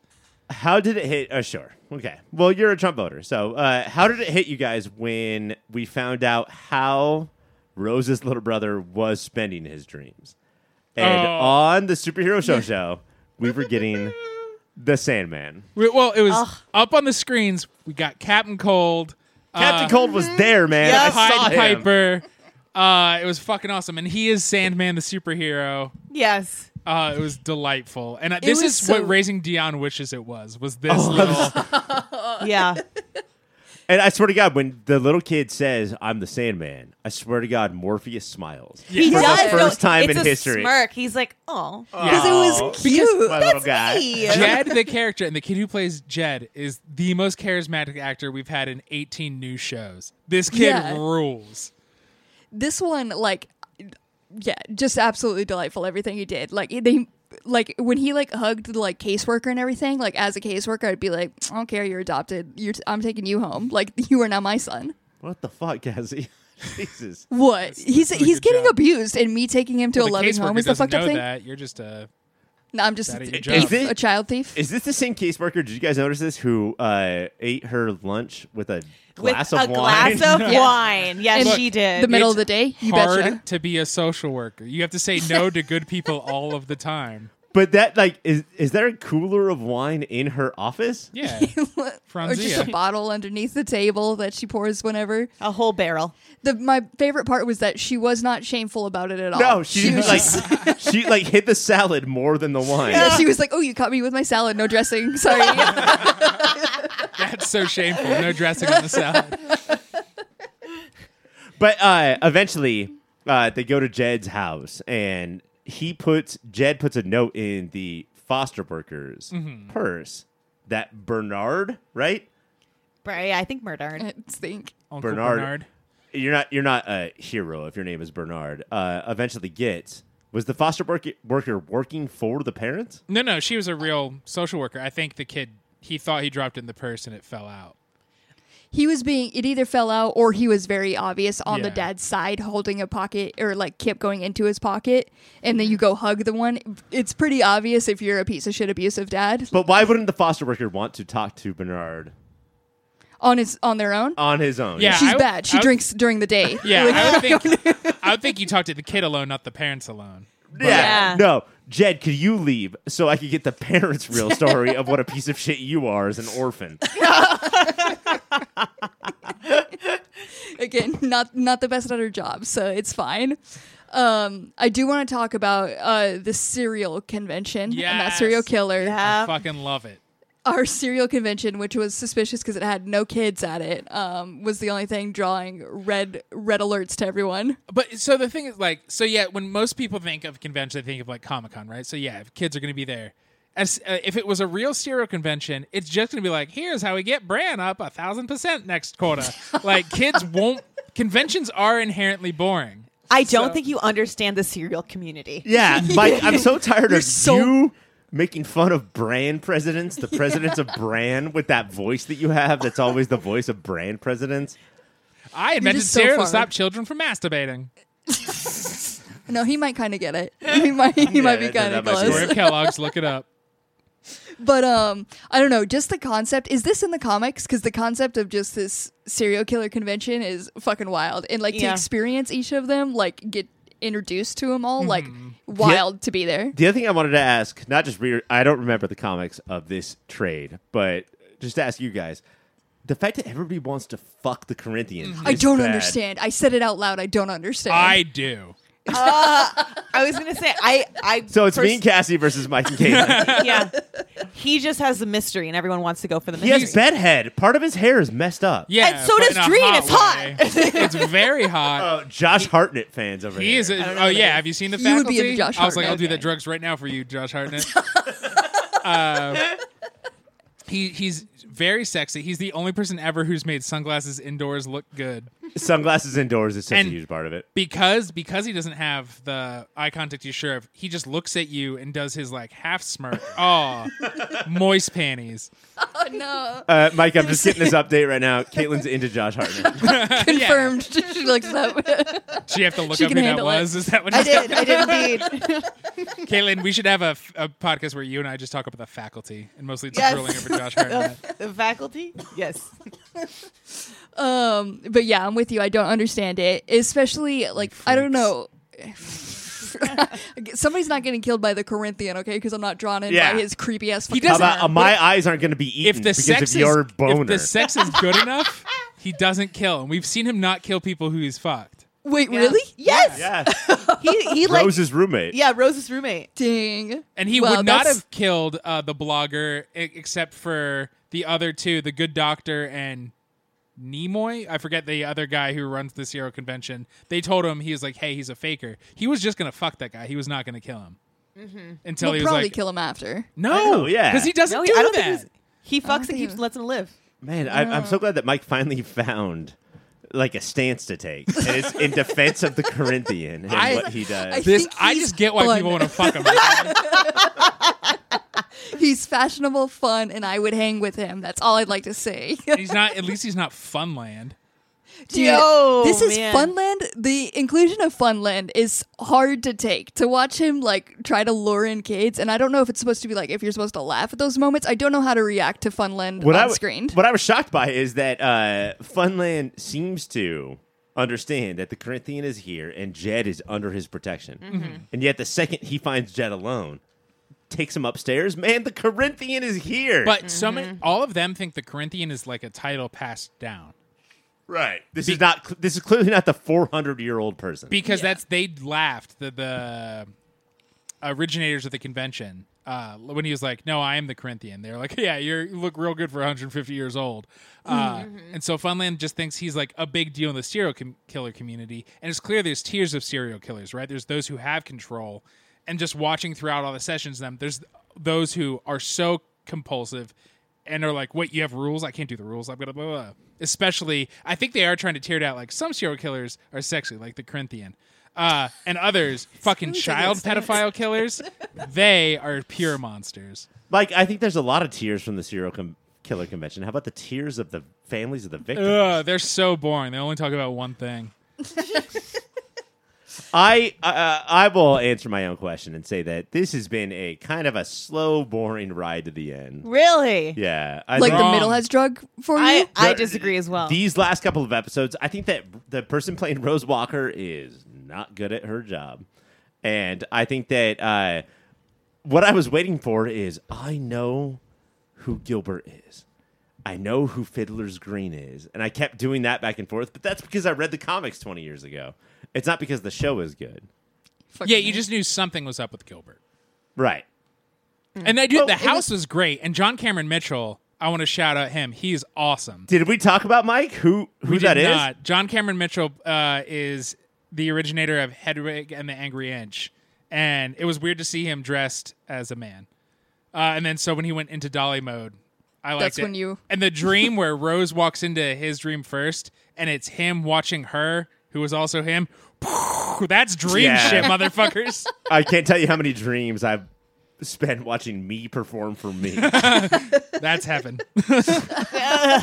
B: How did it hit? Uh, sure. Okay. Well, you're a Trump voter, so uh, how did it hit you guys when we found out how Rose's little brother was spending his dreams? And
C: Oh.
B: on the superhero show show, we were getting the Sandman.
C: We- well it was
D: Ugh.
C: up on the screens we got captain cold
B: Captain
C: uh,
B: Cold was there, man.
D: Yes.
B: I saw
C: Pied
B: him.
C: Piper. Uh, it was fucking awesome, and he is Sandman the superhero.
D: Yes.
C: Uh, it was delightful, and uh, this is
A: was so-
C: what raising Dion wishes it was. Was this
B: Oh, I'm
C: little?
D: Yeah.
B: And I swear to God, when the little kid says, "I'm the Sandman," I swear to God, Morpheus smiles.
C: He
B: For
D: does.
B: the first
D: No,
B: time
D: it's
B: in
D: a
B: history.
D: Smirk. He's like, oh,
A: Because it
B: Oh,
A: was cute.
B: my little guy.
D: me.
C: Jed, the character, and the kid who plays Jed is the most charismatic actor we've had in 18 new shows. This kid
A: Yeah.
C: rules.
A: this one like yeah just absolutely delightful everything he did like they like when he like hugged the like caseworker and everything like as a caseworker i'd be like i don't care you're adopted you're t- i'm taking you home like you are now my son
B: What the fuck, Cassie? Jesus.
A: what he's
C: that's a
A: he's
C: good
A: getting
C: job.
A: abused and me taking him to a
C: Well,
A: loving
C: caseworker
A: home is the
C: doesn't
A: fucked up
C: know
A: thing
C: That. You're just a
A: no i'm just
C: That ain't
A: a,
C: your job.
B: Is it-
A: a child thief
B: Is this the same caseworker? Did you guys notice this? Who uh, ate her lunch with a
D: With
B: glass
D: a
B: of wine?
D: glass of
A: Yeah.
D: wine. Yes,
A: And
D: she did.
A: the middle of
C: It's
A: the day you
C: hard
A: betcha
C: to be a social worker. You have to say no to good people all of the time.
B: but that, like, is is there a cooler of wine in her office?
C: Yeah,
A: or just a
C: Franzia.
A: bottle underneath the table that she pours whenever
D: a whole barrel.
A: the my favorite part was that she was not shameful about it at all
B: No, she,
A: was
B: like she like hit the salad more than the wine.
A: Yeah, she was like, "Oh, you caught me with my salad, no dressing. Sorry."
C: that's so shameful. No dressing on the salad.
B: But uh, eventually, uh, they go to Jed's house, and he puts Jed puts a note in the foster worker's purse that Bernard, right?
D: Right, I think Murdard.
A: I think.
C: Uncle
B: Bernard.
C: Bernard.
B: You're not you're not a hero if your name is Bernard. Uh, eventually gets was the foster worker worker working for the parents?
C: No, no, she was a real social worker. I think the kid he thought he dropped it in the purse and it fell out.
A: He was being, it either fell out or he was very obvious on the
C: Yeah.
A: dad's side holding a pocket or like kept going into his pocket. And then you go hug the one. It's pretty obvious if you're a piece of shit abusive dad
B: But why wouldn't the foster worker want to talk to Bernard
A: on his, on their own.
B: on his own?
C: Yeah.
A: She's
C: Oh, I would-
A: bad. She
C: I would-
A: drinks during the day.
C: Yeah,
A: Like,
C: I would think I would think you talked to the kid alone, not the parents alone.
B: Yeah.
D: Yeah.
B: No, Jed, could you leave so I could get the parents' real story of what a piece of shit you are as an orphan?
A: again not not the best at her job so it's fine um i do want to talk about uh the serial convention and that
C: Yes.
A: serial killer
C: I
D: Yeah.
C: fucking love it.
A: our serial convention which was suspicious because it had no kids at it um was the only thing drawing red red alerts to everyone
C: But so the thing is, like, so yeah, when most people think of convention, they think of like Comic Con, right? So yeah, if kids are going to be there. As, uh, if it was a real serial convention, it's just going to be like, here's how we get Bran up a thousand percent next quarter. like, kids won't. Conventions are inherently boring.
D: I don't
C: So-
D: think you understand the serial community.
B: Yeah, Mike, I'm so tired of
A: so-
B: you making fun of brand presidents, the presidents of brand, with that voice that you have that's always the voice of brand presidents.
C: I invented
A: just so
C: cereal
A: far.
C: to stop children from masturbating.
A: no he might kind of get it he might he might be
B: that-
A: kind of
B: that might be
A: close
C: Story of Kellogg's, look it up.
A: But um, I don't know. Just the concept is this in the comics? Because the concept of just this serial killer convention is fucking wild, and like to
D: Yeah.
A: experience each of them, like get introduced to them all, like
B: Mm-hmm.
A: wild to be there.
B: The other thing I wanted to ask, not just re- I don't remember the comics of this trade, but just to ask you guys, the fact that everybody wants to fuck the Corinthians.
A: I
B: is
A: don't
B: bad.
A: understand. I said it out loud. I don't understand.
C: I do.
D: I was gonna say I I
B: So it's me and
D: pers-
B: Cassie versus Mike and Caitlin.
D: yeah. He just has the mystery, and everyone wants to go for the
B: he
D: mystery.
B: has bedhead. Part of his hair is messed up.
C: Yeah.
D: And so
C: but
D: does
C: in a
D: Dream. It's
C: way. it's very hot.
B: Oh, Josh Hartnett fans over
C: he
B: here.
C: is. A,
D: don't know
C: oh
D: who that
C: yeah.
D: is.
C: Have you seen the
A: You would
C: faculty?
A: be into Josh
C: I was like,
A: Hartnett.
C: I'll do the
A: Okay.
C: drugs right now for you, Josh Hartnett. uh, he he's very sexy. He's the only person ever who's made sunglasses indoors look good
B: Sunglasses indoors is such
C: And-
B: a huge part of it.
C: because because he doesn't have the eye contact you sure of. He just looks at you and does his like half smirk. Oh, moist panties.
A: oh, no
B: Uh, Mike, I'm just getting this update right now. Caitlin's into Josh Hartnett.
A: confirmed. she looks up.
C: Do you have to look
A: She
C: up
A: can
C: who that
A: handle it.
C: was? Is that what
D: I
C: you said?
D: did. I did indeed.
C: Caitlin, we should have a, a podcast where you and I just talk about the faculty and mostly it's
D: Yes.
C: rolling over Josh Hartnett.
D: the faculty? Yes.
A: Um, but yeah, I'm with you. I don't understand it, especially like I don't know. Somebody's not getting killed by the Corinthian, okay? Because I'm not drawn in
B: Yeah.
A: by his creepy ass.
C: He
A: fucking
B: How
C: doesn't-
B: about uh, my eyes aren't going to be eaten
C: if the
B: because
C: sex
B: of your
C: is
B: boner?
C: if the sex is good enough, he doesn't kill, and we've seen him not kill people who he's fucked.
A: Wait, really?
D: Yes.
B: yeah,
D: He he like
B: Rose's roommate.
D: yeah Rose's roommate.
A: Ding.
C: And he
A: Well,
C: would not
A: that's-
C: have killed uh, the blogger e- except for the other two, the good doctor and Nimoy. I forget the other guy who runs the Zero convention. They told him he was like, "Hey, he's a faker." He was just gonna fuck that guy. He was not gonna kill him until
A: We'll
C: he was
A: Mm-hmm. probably
C: like,
A: kill him after.
C: "No,
B: know, Oh, yeah.
C: because he doesn't
D: No, he,
C: do
D: I don't
C: that."
D: think he's, he fucks
A: think
D: and
A: he
D: keeps
A: was-
D: lets him live.
B: man, I, I'm so glad that Mike finally found like a stance to take, and it's in defense of the Corinthian and
C: I-
B: what he does.
A: I-
C: This
A: think
C: I
A: he's
C: just get why
A: fun.
C: people want to fuck him. Right?
A: He's fashionable, fun, and I would hang with him. That's all I'd like to say.
C: he's not. At least he's not Funland.
A: Dude,
D: Yo,
A: this is
D: man.
A: Funland. The inclusion of Funland is hard to take. To watch him like try to lure in kids, and I don't know if it's supposed to be like if you're supposed to laugh at those moments. I don't know how to react to Funland
B: what
A: on
B: I w-
A: screen.
B: What I was shocked by is that uh, Funland seems to understand that the Corinthian is here and Jed is under his protection,
C: Mm-hmm.
B: and yet the second he finds Jed alone, takes him upstairs. Man, the Corinthian is here.
C: But so many, all of them think the Corinthian is like a title passed down
B: right, this is not. cl- This is clearly not the 400 year old person.
C: because
A: Yeah.
C: that's they laughed the the originators of the convention uh, when he was like, "No, I am the Corinthian." They're like, "Yeah, you're, you look real good for 150 years old." Uh, And so Funland just thinks he's like a big deal in the serial com- killer community, and it's clear there's tiers of serial killers, right? There's those who have control, and just watching throughout all the sessions, them there's those who are so compulsive and are like, "Wait, you have rules? I can't do the rules." I'm gonna blah blah. blah." Especially, I think they are trying to tear it out. Like some serial killers are sexy, like the Corinthian, uh, and others fucking
A: Who's
C: child
A: against that?
C: pedophile killers. They are pure monsters.
B: Mike, I think there's a lot of tears from the serial com- killer convention. How about the tears of the families of the victims?
C: Ugh, they're so boring. They only talk about one thing.
B: I uh, I will answer my own question and say that this has been a kind of a slow, boring ride to the end.
D: Really?
B: Yeah, I
A: like
B: think-
C: Wrong.
A: the middle has drug for you.
D: I, I
B: There-
D: disagree as well.
B: These last couple of episodes, I think that the person playing Rose Walker is not good at her job, and I think that uh, what I was waiting for is I know who Gilbert is. I know who Fiddler's Green is, and I kept doing that back and forth. But that's because I read the comics twenty years ago. It's not because the show is good,
A: Fucking
C: Yeah, you
A: hell.
C: just knew something was up with Gilbert.
B: right?
C: And I do.
B: Well,
C: the
B: it
C: house was great, and John Cameron Mitchell. I want to shout out him. He's awesome.
B: Did we talk about Mike? Who who
C: We
B: that
C: did
B: is?
C: not. John Cameron Mitchell uh, is the originator of Hedwig and the Angry Inch, and it was weird to see him dressed as a man. Uh, and then so when he went into Dolly mode, I liked
A: That's
C: it.
A: when you-
C: and the dream where Rose walks into his dream first, and it's him watching her, who was also him. That's dream
B: Yeah.
C: shit, motherfuckers.
B: I can't tell you how many dreams I've spent watching me perform for me.
C: That's heaven.
B: Uh,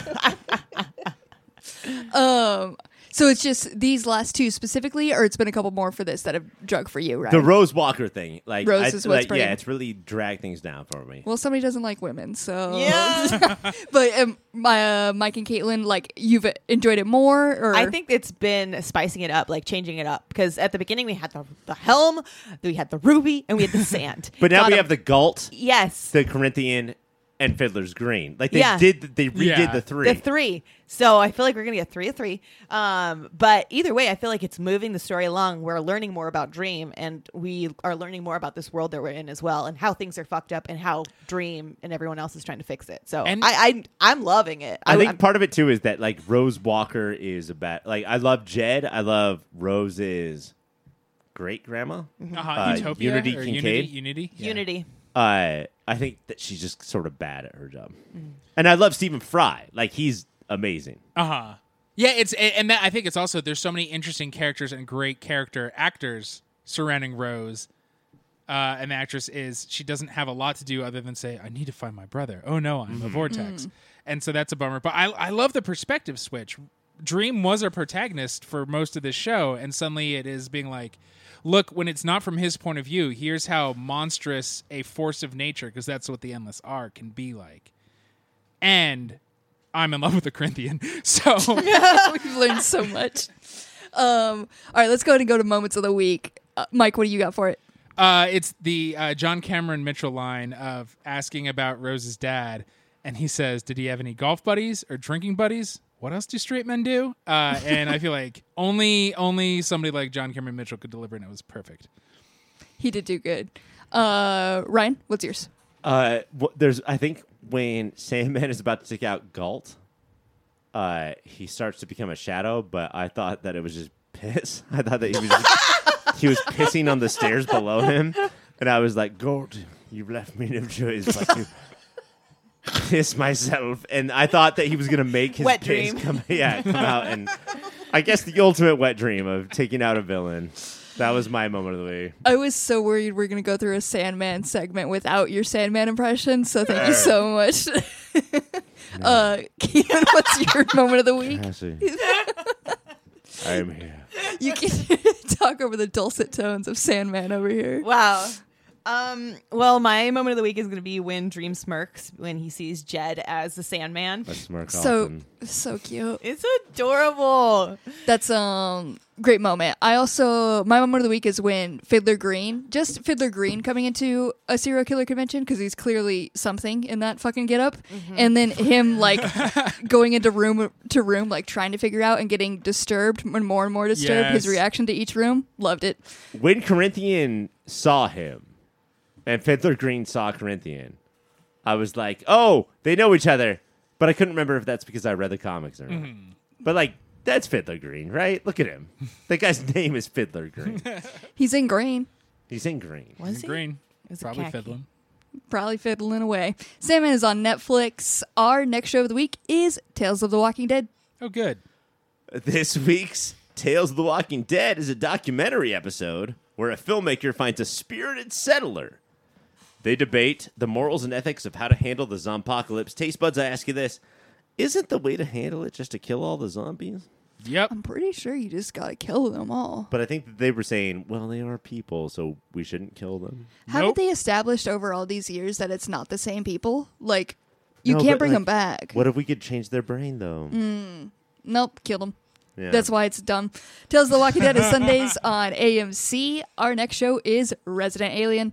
A: So it's just these last two specifically, or it's been a couple more for this that have drug for you, right?
B: the Rose Walker thing, like
A: Rose
B: I-
A: is what's
B: like, yeah,
A: burning.
B: it's really dragged things down for me.
A: well, somebody doesn't like women, so
D: yeah.
A: But um, my uh, Mike and Caitlin, like you've enjoyed it more, or
D: I think it's been spicing it up, like changing it up. Because at the beginning we had the, the helm, we had the ruby, and we had the sand.
B: but now
D: Got
B: we
D: a-
B: have the Galt,
D: yes,
B: the Corinthian, and Fiddler's Green. Like they
D: Yeah.
B: did, they redid
C: Yeah.
B: the
C: The
B: three.
D: The three. So I feel like we're gonna get three of three. Um, but either way, I feel like it's moving the story along. We're learning more about Dream, and we are learning more about this world that we're in as well, and how things are fucked up, and how Dream and everyone else is trying to fix it. So
C: And-
D: I, I I'm loving it.
B: I think
D: I'm-
B: part of it too is that like Rose Walker is about like I love Jed, I love Rose's great grandma.
C: Uh-huh,
B: Uh,
C: Utopia
B: Unity
C: or Unity.
B: Kincaid?
C: Unity. Yeah.
D: Unity.
B: uh, I think that she's just sort of bad at her job. And I love Stephen Fry. Like he's amazing.
C: Uh huh. Yeah, it's a- and that I think it's also there's so many interesting characters and great character actors surrounding Rose. Uh, and the actress is she doesn't have a lot to do other than say I need to find my brother. Oh no, I'm a vortex, and so that's a bummer. But I I love the perspective switch. Dream was our protagonist for most of this show, and suddenly it is being like, look, when it's not from his point of view, here's how monstrous a force of nature, because that's what the endless are can be like. And I'm in love with the Corinthian, so
A: we've learned so much. Um, all right, let's go ahead and go to moments of the week. Uh, Mike, what do you got for it?
C: Uh, it's the uh, John Cameron Mitchell line of asking about Rose's dad, and he says, "Did he have any golf buddies or drinking buddies? What else do straight men do?" Uh, and I feel like only only somebody like John Cameron Mitchell could deliver, and it was perfect.
A: He did do good. Uh, Ryan, what's yours?
B: Uh, wh- there's I think when Sandman is about to take out Galt, uh, he starts to become a shadow. But I thought that it was just piss. I thought that he was just, he was pissing on the stairs below him, and I was like, Galt, you've left me no choice but to piss myself. And I thought that he was gonna make his
D: Wet
B: piss
D: dream.
B: come, yeah, come out. And I guess the ultimate wet dream of taking out a villain. That was my moment of the week.
A: I was so worried we're gonna go through a Sandman segment without your Sandman impression. So thank you so much. uh, Keelan, what's your moment of the week?
B: Cassie, I am here.
A: You can talk over the dulcet tones of Sandman over here.
D: Wow. Um, well, my moment of the week is going to be when Dream smirks when he sees Jed as the Sandman.
B: smirk
A: So so cute.
D: It's adorable.
A: That's um great moment. I also my moment of the week is when Fiddler Green, just Fiddler Green coming into a serial killer convention because he's clearly something in that fucking getup, and then him like going into room to room like trying to figure out and getting disturbed and more and more disturbed. His
C: Yes.
A: reaction to each room, loved it.
B: when Corinthian saw him and Fiddler Green saw Corinthian, I was like, oh, they know each other. But I couldn't remember if that's because I read the comics or not. But like, that's Fiddler Green, right? Look at him. that guy's name is Fiddler Green.
A: He's in green,
B: He's in green.
D: Was he?
C: Green.
D: Is it
C: Probably
D: khaki?
C: fiddling.
A: probably fiddling away. Sandman is on Netflix. Our next show of the week is Tales of the Walking Dead.
C: Oh, good.
B: This week's Tales of the Walking Dead is a documentary episode where a filmmaker finds a spirited settler. They debate the morals and ethics of how to handle the zompocalypse. Taste buds, I ask you this. Isn't the way to handle it just to kill all the zombies?
C: Yep.
A: I'm pretty sure you just gotta kill them all.
B: But I think that they were saying, well, they are people, so we shouldn't kill them.
A: How
C: Nope.
A: did they establish over all these years that it's not the same people? Like, you
B: No,
A: can't
B: but,
A: bring
B: like,
A: them back.
B: What if we could change their brain, though?
A: Nope, kill them.
B: Yeah.
A: Mm, That's why it's dumb. Tales of the Walking Dead is Sundays on AMC. Our next show is Resident Alien.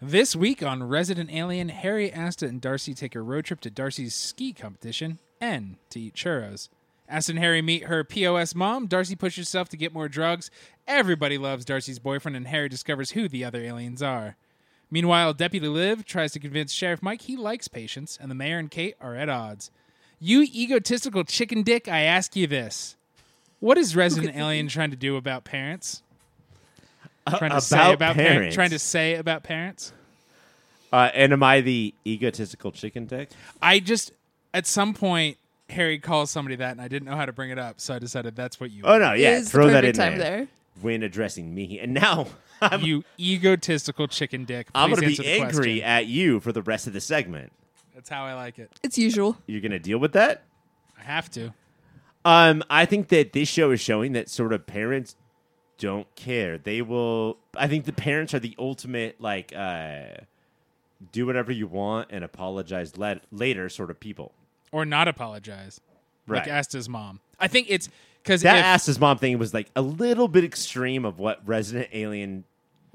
C: This week on Resident Alien, Harry, Asta, and Darcy take a road trip to Darcy's ski competition and to eat churros. Asta and Harry meet her POS mom. Darcy pushes herself to get more drugs. Everybody loves Darcy's boyfriend, and Harry discovers who the other aliens are. Meanwhile, Deputy Liv tries to convince Sheriff Mike he likes patients, and the mayor and Kate are at odds. You egotistical chicken dick, I ask you this. What is Resident Alien trying to do about parents? Trying to say
B: about
C: about parents.
B: parents.
C: Trying to say about parents?
B: Uh, and am I the egotistical chicken dick?
C: I just at some point Harry calls somebody that, and I didn't know how to bring it up, so I decided that's what you.
B: Oh, no, yeah.
A: Is the
B: throw that in
A: perfect time
B: there.
A: there.
B: When addressing me. And now I'm,
C: you egotistical chicken dick.
B: I'm
C: Please
B: going to be
C: answer the
B: angry
C: question.
B: at you for the rest of the segment.
C: That's how I like it.
A: It's usual.
B: You're going to deal with that?
C: I have to.
B: Um, I think that this show is showing that sort of parents don't care. They will. I think the parents are the ultimate like uh, do whatever you want and apologize le- later sort of people.
C: Or not apologize.
B: Right.
C: Like asked his mom. I think it's because
B: that
C: if,
B: asked his mom thing was like a little bit extreme of what Resident Alien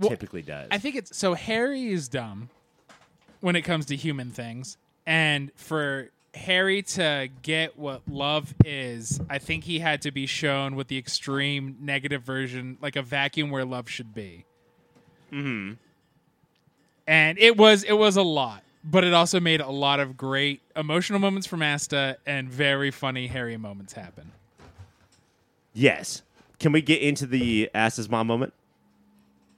B: typically does.
C: I think it's so Harry is dumb when it comes to human things, and for Harry to get what love is, I think he had to be shown with the extreme negative version, like a vacuum where love should be.
B: Mm-hmm.
C: Hmm. And it was it was a lot, but it also made a lot of great emotional moments from Asta and very funny Harry moments happen.
B: yes. Can we get into the asked his mom moment?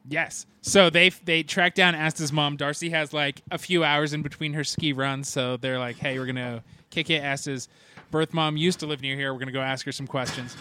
C: Yes. So they they track down Asta's mom. Darcy has like a few hours in between her ski runs, so they're like, "Hey, we're gonna kick it." Asta's birth mom used to live near here. We're gonna go ask her some questions,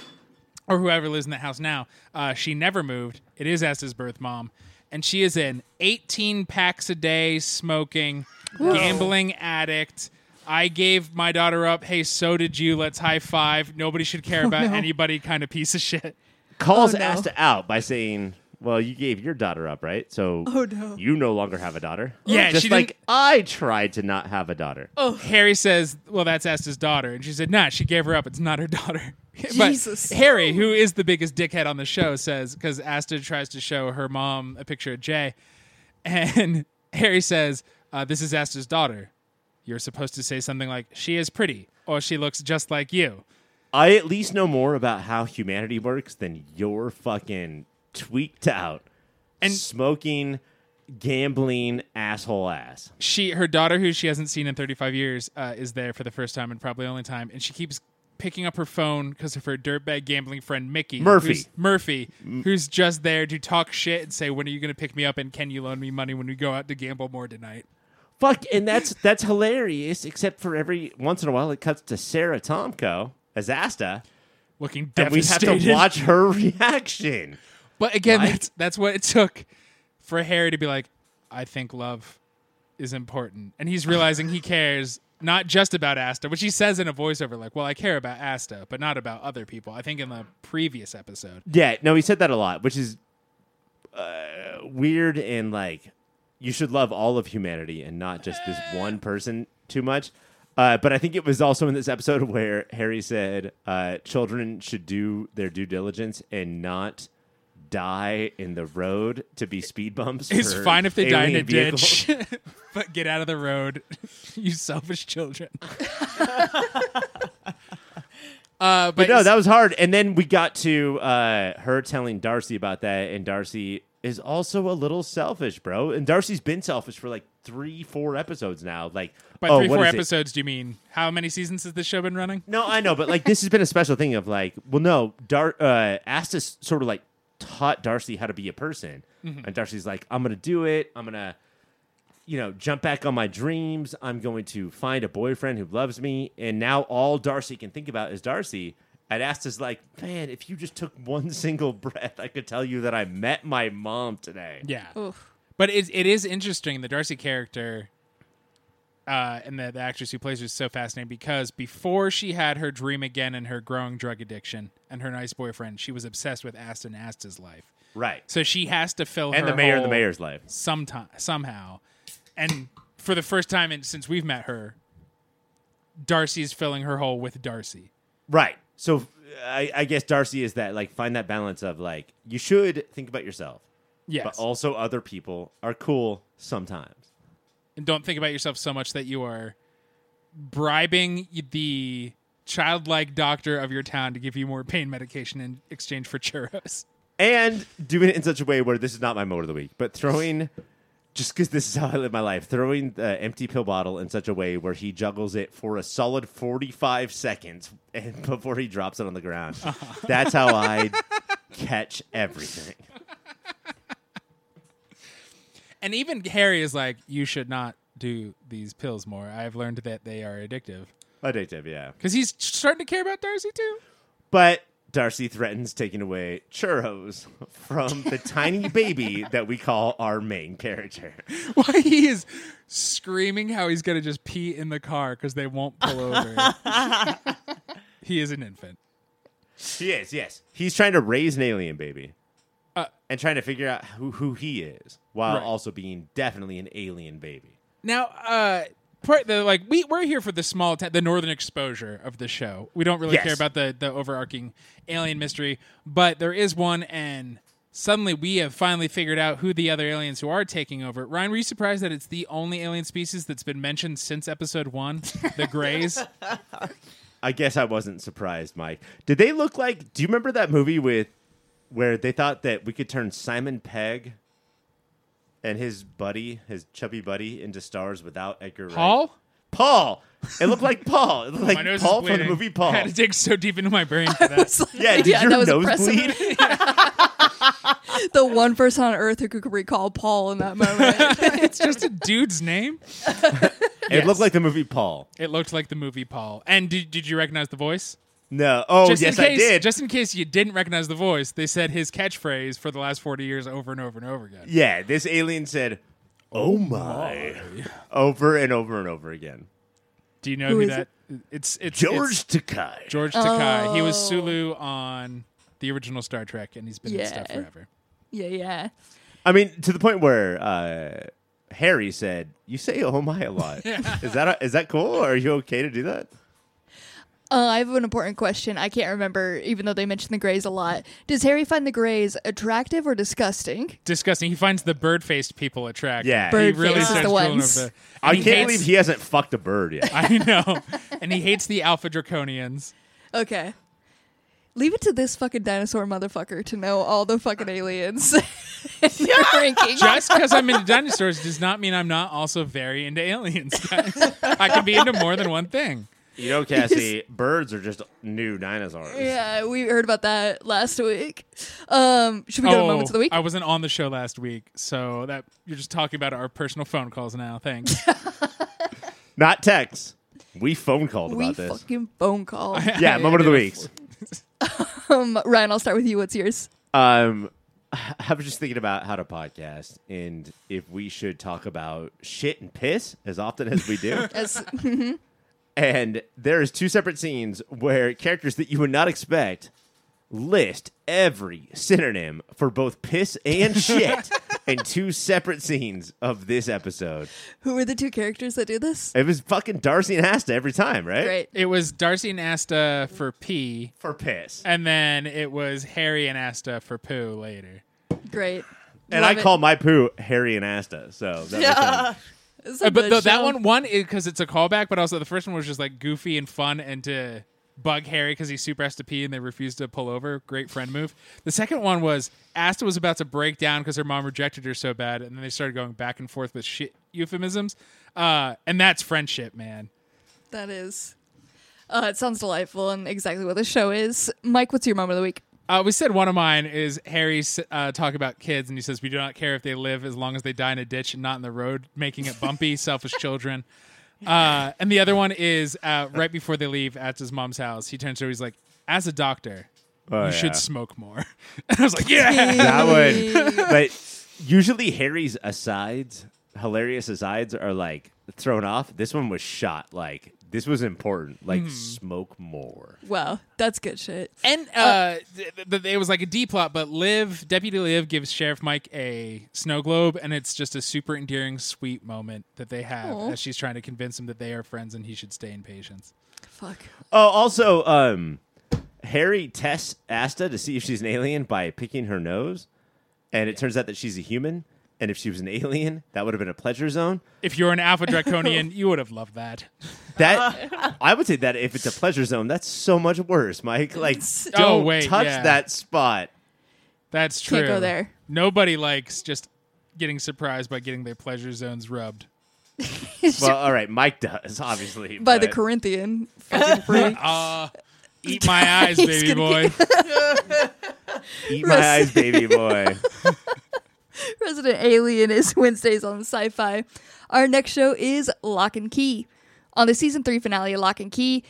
C: or whoever lives in that house now. Uh, she never moved. It is Asta's birth mom, and she is an 18 packs a day smoking, gambling addict. I gave my daughter up. Hey, so did you. Let's high five. Nobody should care about anybody. Kind of piece of shit.
B: Calls
A: Oh, no.
B: Asta out by saying, "Well, you gave your daughter up, right? So
A: Oh, no.
B: you no longer have a daughter."
C: Yeah,
B: just
C: she didn't-
B: like I tried to not have a daughter.
C: Harry says, "Well, that's Asta's daughter," and she said, "Nah, she gave her up. It's not her daughter." but
A: Jesus.
C: Harry, who is the biggest dickhead on the show, says because Asta tries to show her mom a picture of Jay, and Harry says, uh, "This is Asta's daughter. You're supposed to say something like, she is pretty, or she looks just like you.'"
B: I at least know more about how humanity works than your fucking tweaked out and smoking, gambling asshole ass.
C: she her daughter who she hasn't seen in 35 years uh, is there for the first time and probably only time and she keeps picking up her phone because of her dirtbag gambling friend mickey
B: Murphy.
C: who's, murphy who's just there to talk shit and say when are you going to pick me up and can you loan me money when we go out to gamble more tonight
B: Fuck, and that's that's hilarious. Except for every once in a while, it cuts to Sarah Tomko as Asta,
C: looking
B: and we have
C: devastated
B: to watch her reaction.
C: but again
B: Right?
C: that's that's what it took for harry to be like i think love is important and he's realizing he cares not just about asta which he says in a voiceover like well i care about asta but not about other people i think in the previous episode
B: Yeah, no, he said that a lot, which is uh, weird and like you should love all of humanity and not just this one person too much. Uh, but I think it was also in this episode where Harry said uh, children should do their due diligence and not die in the road to be speed bumps.
C: It's
B: for
C: fine if they die in a
B: alien vehicles.
C: ditch, but get out of the road, you selfish children. uh, but
B: But no, that was hard. And then we got to uh, her telling Darcy about that, and Darcy is also a little selfish, bro. And Darcy's been selfish for like three, four episodes now. Like,
C: By
B: oh,
C: three,
B: what
C: four
B: is it?
C: episodes, do you mean how many seasons has this show been running?
B: No, I know, but like this has been a special thing of like, well, no, Dar uh, Astis sort of like taught Darcy how to be a person, and Darcy's like, I'm gonna do it. I'm gonna, you know, jump back on my dreams. I'm going to find a boyfriend who loves me, and now all Darcy can think about is Darcy. And Astis like, man, if you just took one single breath, I could tell you that I met my mom today.
C: Yeah.
A: Oof.
C: But it, it is interesting. The Darcy character uh, and the, the actress who plays her is so fascinating because before she had her dream again and her growing drug addiction and her nice boyfriend, she was obsessed with Aston Asta's life.
B: Right.
C: So she has to fill
B: and
C: her
B: the mayor and the
C: hole
B: mayor's life.
C: sometime somehow. And for the first time in, since we've met her, Darcy's filling her hole with Darcy.
B: Right. So I, I guess Darcy is that like find that balance of like you should think about yourself,
C: Yes.
B: but also other people are cool sometimes.
C: and don't think about yourself so much that you are bribing the childlike doctor of your town to give you more pain medication in exchange for churros.
B: And doing it in such a way where this is not my mode of the week, but throwing just because this is how I live my life, throwing the empty pill bottle in such a way where he juggles it for a solid 45 seconds and before he drops it on the ground. That's how I catch everything.
C: And even Harry is like, you should not do these pills more. I've learned that they are addictive.
B: Addictive, yeah.
C: Because he's starting to care about Darcy too.
B: But Darcy threatens taking away churros from the tiny baby that we call our main character.
C: Why he is screaming how he's going to just pee in the car because they won't pull over. he is an infant.
B: Yes, yes. He's trying to raise an alien baby
C: Uh,
B: and trying to figure out who, who he is while
C: Right.
B: also being definitely an alien baby.
C: Now, uh, part the like we we're here for the small ta- the northern exposure of the show. We don't really
B: Yes.
C: care about the the overarching alien mystery, but there is one, and suddenly we have finally figured out who the other aliens who are taking over. Ryan, were you surprised that it's the only alien species that's been mentioned since episode one, the Greys?
B: I guess I wasn't surprised, Mike. Did they look like do you remember that movie with where they thought that we could turn Simon Pegg and his buddy, his chubby buddy, into stars without Edgar Wright?
C: Paul.
B: Paul. It looked like Paul. It looked
C: My
B: like
C: nose
B: Paul
C: is
B: from
C: bleeding.
B: the movie Paul.
C: I had to dig so deep into my brain for that.
B: Yeah, did your
A: that was
B: nose
A: impressive.
B: bleed?
A: the one person on earth who could recall Paul in that moment.
C: it's just a dude's name.
B: It looked like the movie Paul.
C: It looked like the movie Paul. And did, did you recognize the voice?
B: No. Oh,
C: just
B: yes,
C: in case,
B: I did.
C: Just in case you didn't recognize the voice, they said his catchphrase for the last 40 years over and over and over again.
B: yeah, this alien said, "Oh my," over and over and over again.
C: Do you know
A: Who
C: who
A: is
C: that? It's it's it's
B: Takai.
C: George Takai. He
A: Oh.
C: was Sulu on the original Star Trek, and he's been in stuff
A: Yeah.
C: forever.
A: yeah, yeah.
B: I mean, to the point where uh, Harry said, "You say oh my a lot. Is that is that cool? Or are you okay to do that?"
A: Uh, I have an important question. I can't remember, even though they mentioned the Greys a lot. Does Harry find the Greys attractive or disgusting?
C: Disgusting. He finds the bird-faced people attractive.
B: Yeah.
C: he
A: Bird-faced
C: really
A: is
C: starts
A: the
C: drooling
A: ones.
C: over the-
B: I
C: and
B: can't
C: he hates-
B: believe he hasn't fucked a bird yet.
C: I know, and he hates the Alpha Draconians.
A: Okay. Leave it to this fucking dinosaur motherfucker to know all the fucking aliens. and their ranking.
C: Just because I'm into dinosaurs does not mean I'm not also very into aliens. Guys. I can be into more than one thing.
B: You know, Cassie, birds are just new dinosaurs.
A: Yeah, we heard about that last week. Um, should we
B: Oh,
A: go to moments of the week?
C: Oh, I wasn't on the show last week, so that you're just talking about our personal phone calls now. Thanks.
B: Not texts. We phone called
A: we
B: about this.
A: fucking phone call.
B: Yeah, moment of the week.
A: um, Ryan, I'll start with you. What's yours?
B: Um, I was just thinking about how to podcast and if we should talk about shit and piss as often as we do.
A: As mm-hmm.
B: and there is two separate scenes where characters that you would not expect list every synonym for both piss and shit in two separate scenes of this episode.
A: who are the two characters that do this?
B: It was fucking Darcy and Asta every time, right?
A: Great.
C: It was Darcy and Asta for P,
B: For piss.
C: and then it was Harry and Asta for poo later.
A: Great.
B: And
A: Love
B: I
A: it.
B: call my poo Harry and Asta, so that makes sense.
A: This is a
C: Uh, but
B: Eh,
A: good
C: th- that
A: show.
C: one, one, because it's a callback, but also the first one was just like goofy and fun and to bug Harry because he's super has to pee and they refuse to pull over. Great friend move. The second one was Asta was about to break down because her mom rejected her so bad, and then they started going back and forth with shit euphemisms. Uh, and that's friendship, man.
A: That is. Uh, it sounds delightful and exactly what the show is. Mike, what's your moment of the week?
C: Uh, we said one of mine is Harry's uh, talk about kids, and he says we do not care if they live as long as they die in a ditch and not in the road, making it bumpy, selfish children. Uh, and the other one is uh, right before they leave at his mom's house, he turns to her, he's like, "As a doctor,
B: Oh,
C: you
B: yeah.
C: should smoke more." And I was like, "Yeah."
B: that one. But usually Harry's asides, hilarious asides, are like thrown off. This one was shot. Like this was important. Like smoke more.
A: Wow, that's good shit.
C: And uh, th- th- it was like a D plot, but Liv, Deputy Liv, gives Sheriff Mike a snow globe, and it's just a super endearing, sweet moment that they have
A: Aw.
C: as she's trying to convince him that they are friends and he should stay in patience.
A: Fuck.
B: Oh, also, um, Harry tests Asta to see if she's an alien by picking her nose, and it turns out that she's a human. And if she was an alien, that would have been a pleasure zone.
C: If you're an Alpha Draconian, you would have loved that.
B: That I would say that if it's a pleasure zone, that's so much worse, Mike. Like, don't
C: Oh, wait,
B: touch
C: yeah.
B: that spot.
C: That's true.
A: Can't go there.
C: Nobody likes just getting surprised by getting their pleasure zones rubbed.
B: Well, all right, Mike does obviously.
A: By the
B: but-
A: Corinthian fucking freak.
C: Uh, eat my eyes,
A: He's
C: baby
A: gonna
C: boy.
B: Eat my eyes, baby boy.
A: Resident Alien is Wednesdays on Sci Fi. Our next show is Lock and Key. On the season three finale of Lock and Key,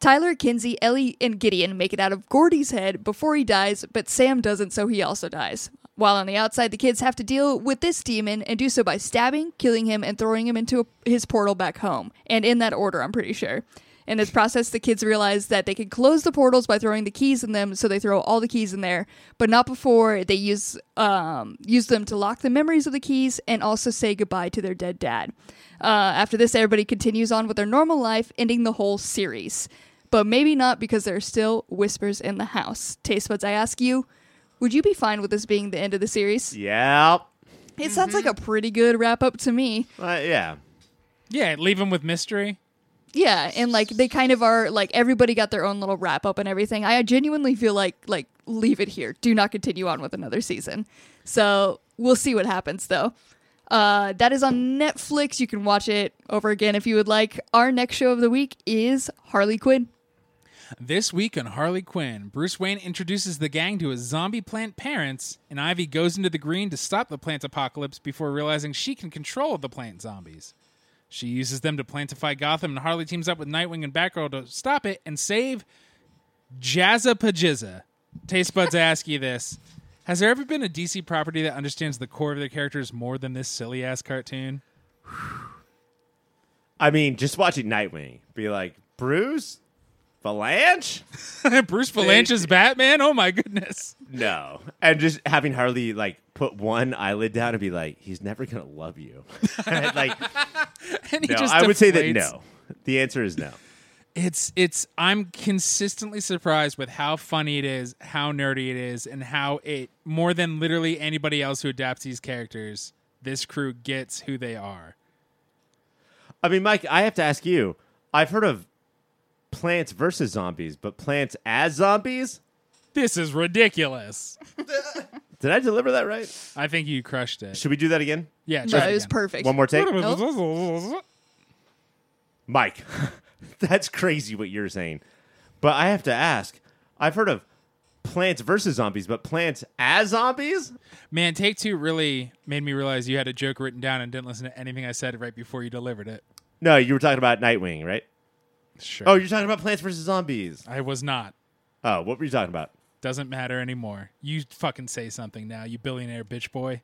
A: Tyler, Kinsey, Ellie, and Gideon make it out of Gordy's head before he dies, but Sam doesn't, so he also dies. While on the outside, the kids have to deal with this demon and do so by stabbing, killing him, and throwing him into a, his portal back home. And in that order, I'm pretty sure. In this process, the kids realize that they can close the portals by throwing the keys in them, so they throw all the keys in there, but not before they use um, use them to lock the memories of the keys and also say goodbye to their dead dad. Uh, after this, everybody continues on with their normal life, ending the whole series. But maybe not because there are still whispers in the house. Taste buds, I ask you, would you be fine with this being the end of the series?
B: Yeah.
A: It sounds like a pretty good wrap up to me.
B: Uh, yeah.
C: yeah, leave him with mystery.
A: Yeah, and like they kind of are like everybody got their own little wrap up and everything. I genuinely feel like like leave it here. Do not continue on with another season. So we'll see what happens though. Uh, that is on Netflix. You can watch it over again if you would like. Our next show of the week is Harley Quinn.
C: This week on Harley Quinn, Bruce Wayne introduces the gang to his zombie plant parents, and Ivy goes into the green to stop the plant apocalypse before realizing she can control the plant zombies. She uses them to plantify Gotham, and Harley teams up with Nightwing and Batgirl to stop it and save Jazza Pajizza. Taste buds, I ask you this. Has there ever been a DC property that understands the core of their characters more than this silly ass cartoon?
B: I mean, just watching Nightwing be like, Bruce? Valanche?
C: Bruce Valanche's Batman? Oh my goodness.
B: No. And just having Harley like put one eyelid down and be like, he's never going to love you. And, like,
C: And he
B: no,
C: just
B: I would say that
C: deflates.
B: no. The answer is no.
C: it's it's i'm consistently surprised with how funny it is how nerdy it is and how it more than literally anybody else who adapts these characters this crew gets who they are
B: I mean, Mike, I have to ask you. I've heard of plants versus zombies, but plants as zombies?
C: this is ridiculous
B: Did I deliver that right?
C: i think you crushed it
B: Should we do that again?
C: yeah
A: No,
C: try
A: it was
C: again.
A: perfect.
B: One more take?
A: Nope.
B: Mike, that's crazy what you're saying. But I have to ask, I've heard of plants versus zombies, but plants as zombies?
C: man take two really made me realize you had a joke written down and didn't listen to anything i said right before you delivered it
B: No, you were talking about Nightwing, right?
C: sure
B: Oh, you're talking about plants versus zombies.
C: i was not
B: Oh, what were you talking about?
C: doesn't matter anymore you fucking say something now you billionaire bitch boy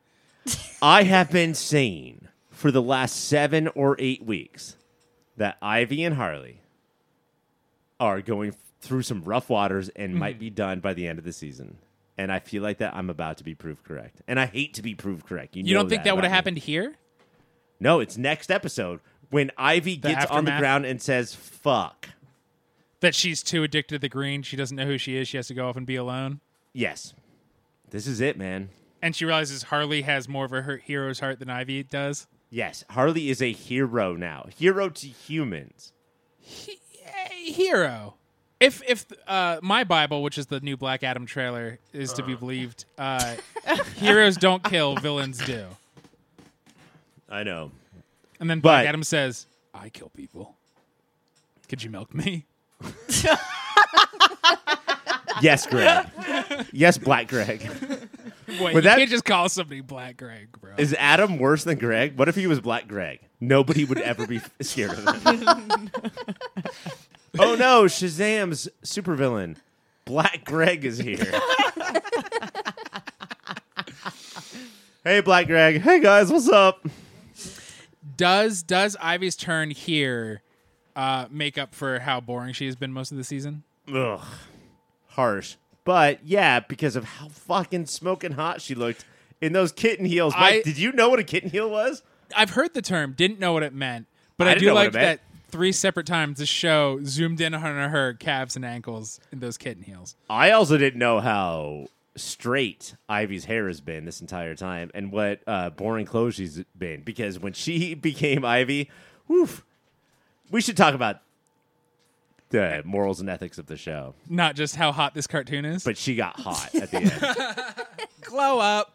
B: I have been saying for the last seven or eight weeks that Ivy and Harley are going f- through some rough waters and
C: Mm-hmm.
B: might be done by the end of the season. And I feel like that I'm about to be proved correct. And I hate to be proved correct. You,
C: you
B: know
C: don't think that
B: about
C: would have
B: me.
C: happened here
B: No, it's next episode when Ivy
C: The
B: gets on the
C: aftermath?
B: ground and says, fuck.
C: that she's too addicted to the green. She doesn't know who she is. She has to go off and be alone.
B: Yes. This is it, man.
C: And she realizes Harley has more of a her- hero's heart than Ivy does.
B: Yes. Harley is a hero now. Hero to humans.
C: A hero. if if uh, my Bible, which is the new Black Adam trailer, is to be believed, uh, heroes don't kill, villains do.
B: I know.
C: And then Black
B: But-
C: Adam says, "I kill people. Could you milk me?"
B: Yes, Greg. yes, Black Greg.
C: Wait, you
B: Would that-
C: can't just call somebody Black Greg, bro.
B: Is Adam worse than Greg? What if he was Black Greg? Nobody would ever be scared of him. oh no, Shazam's supervillain. Black Greg is here. hey, Black Greg. Hey, guys, what's up?
C: does does Ivy's turn here uh, make up for how boring she has been most of the season?
B: Ugh, harsh. But yeah, because of how fucking smoking hot she looked in those kitten heels. Mike,
C: I-
B: did you know what a kitten heel was?
C: I've heard the term, didn't know what it meant, but
B: I
C: I,
B: didn't
C: do
B: know what
C: like
B: it meant.
C: that three separate times the show zoomed in on her calves and ankles in those kitten heels.
B: I also didn't know how straight Ivy's hair has been this entire time and what uh, boring clothes she's been because when she became Ivy, woof, we should talk about the morals and ethics of the show.
C: Not just how hot this cartoon is,
B: But she got hot at the end.
C: glow up.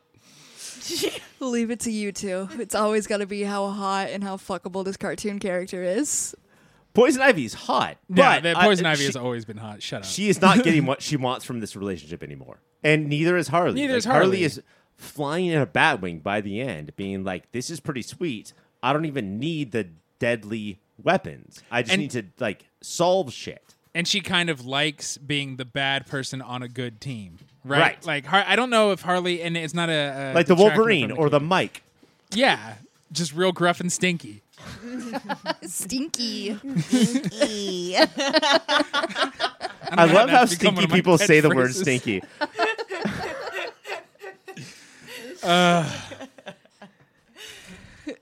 A: Leave it to you two. It's always got to be how hot and how fuckable this cartoon character is.
B: Poison Ivy's hot.
C: Yeah,
B: but
C: that
B: I-
C: poison ivy has
B: she-
C: always been hot. Shut up.
B: she is not getting what she wants from this relationship anymore. And neither is Harley.
C: Neither
B: Like,
C: is Harley.
B: is flying in a batwing by the end, being like, "This is pretty sweet. I don't even need the deadly weapons. I just
C: And-
B: need to like solve shit."
C: and she kind of likes being the bad person on a good team, right?
B: Right.
C: Like Har- I don't know if Harley and it's not a, a
B: Like the
C: detractment
B: Wolverine
C: from
B: or the Mike.
C: yeah, just real gruff and stinky.
A: Stinky.
B: I
C: know,
B: love how
C: that's become one
B: stinky
C: of my
B: people say the word
C: catchphrases.
B: stinky.
C: Uh,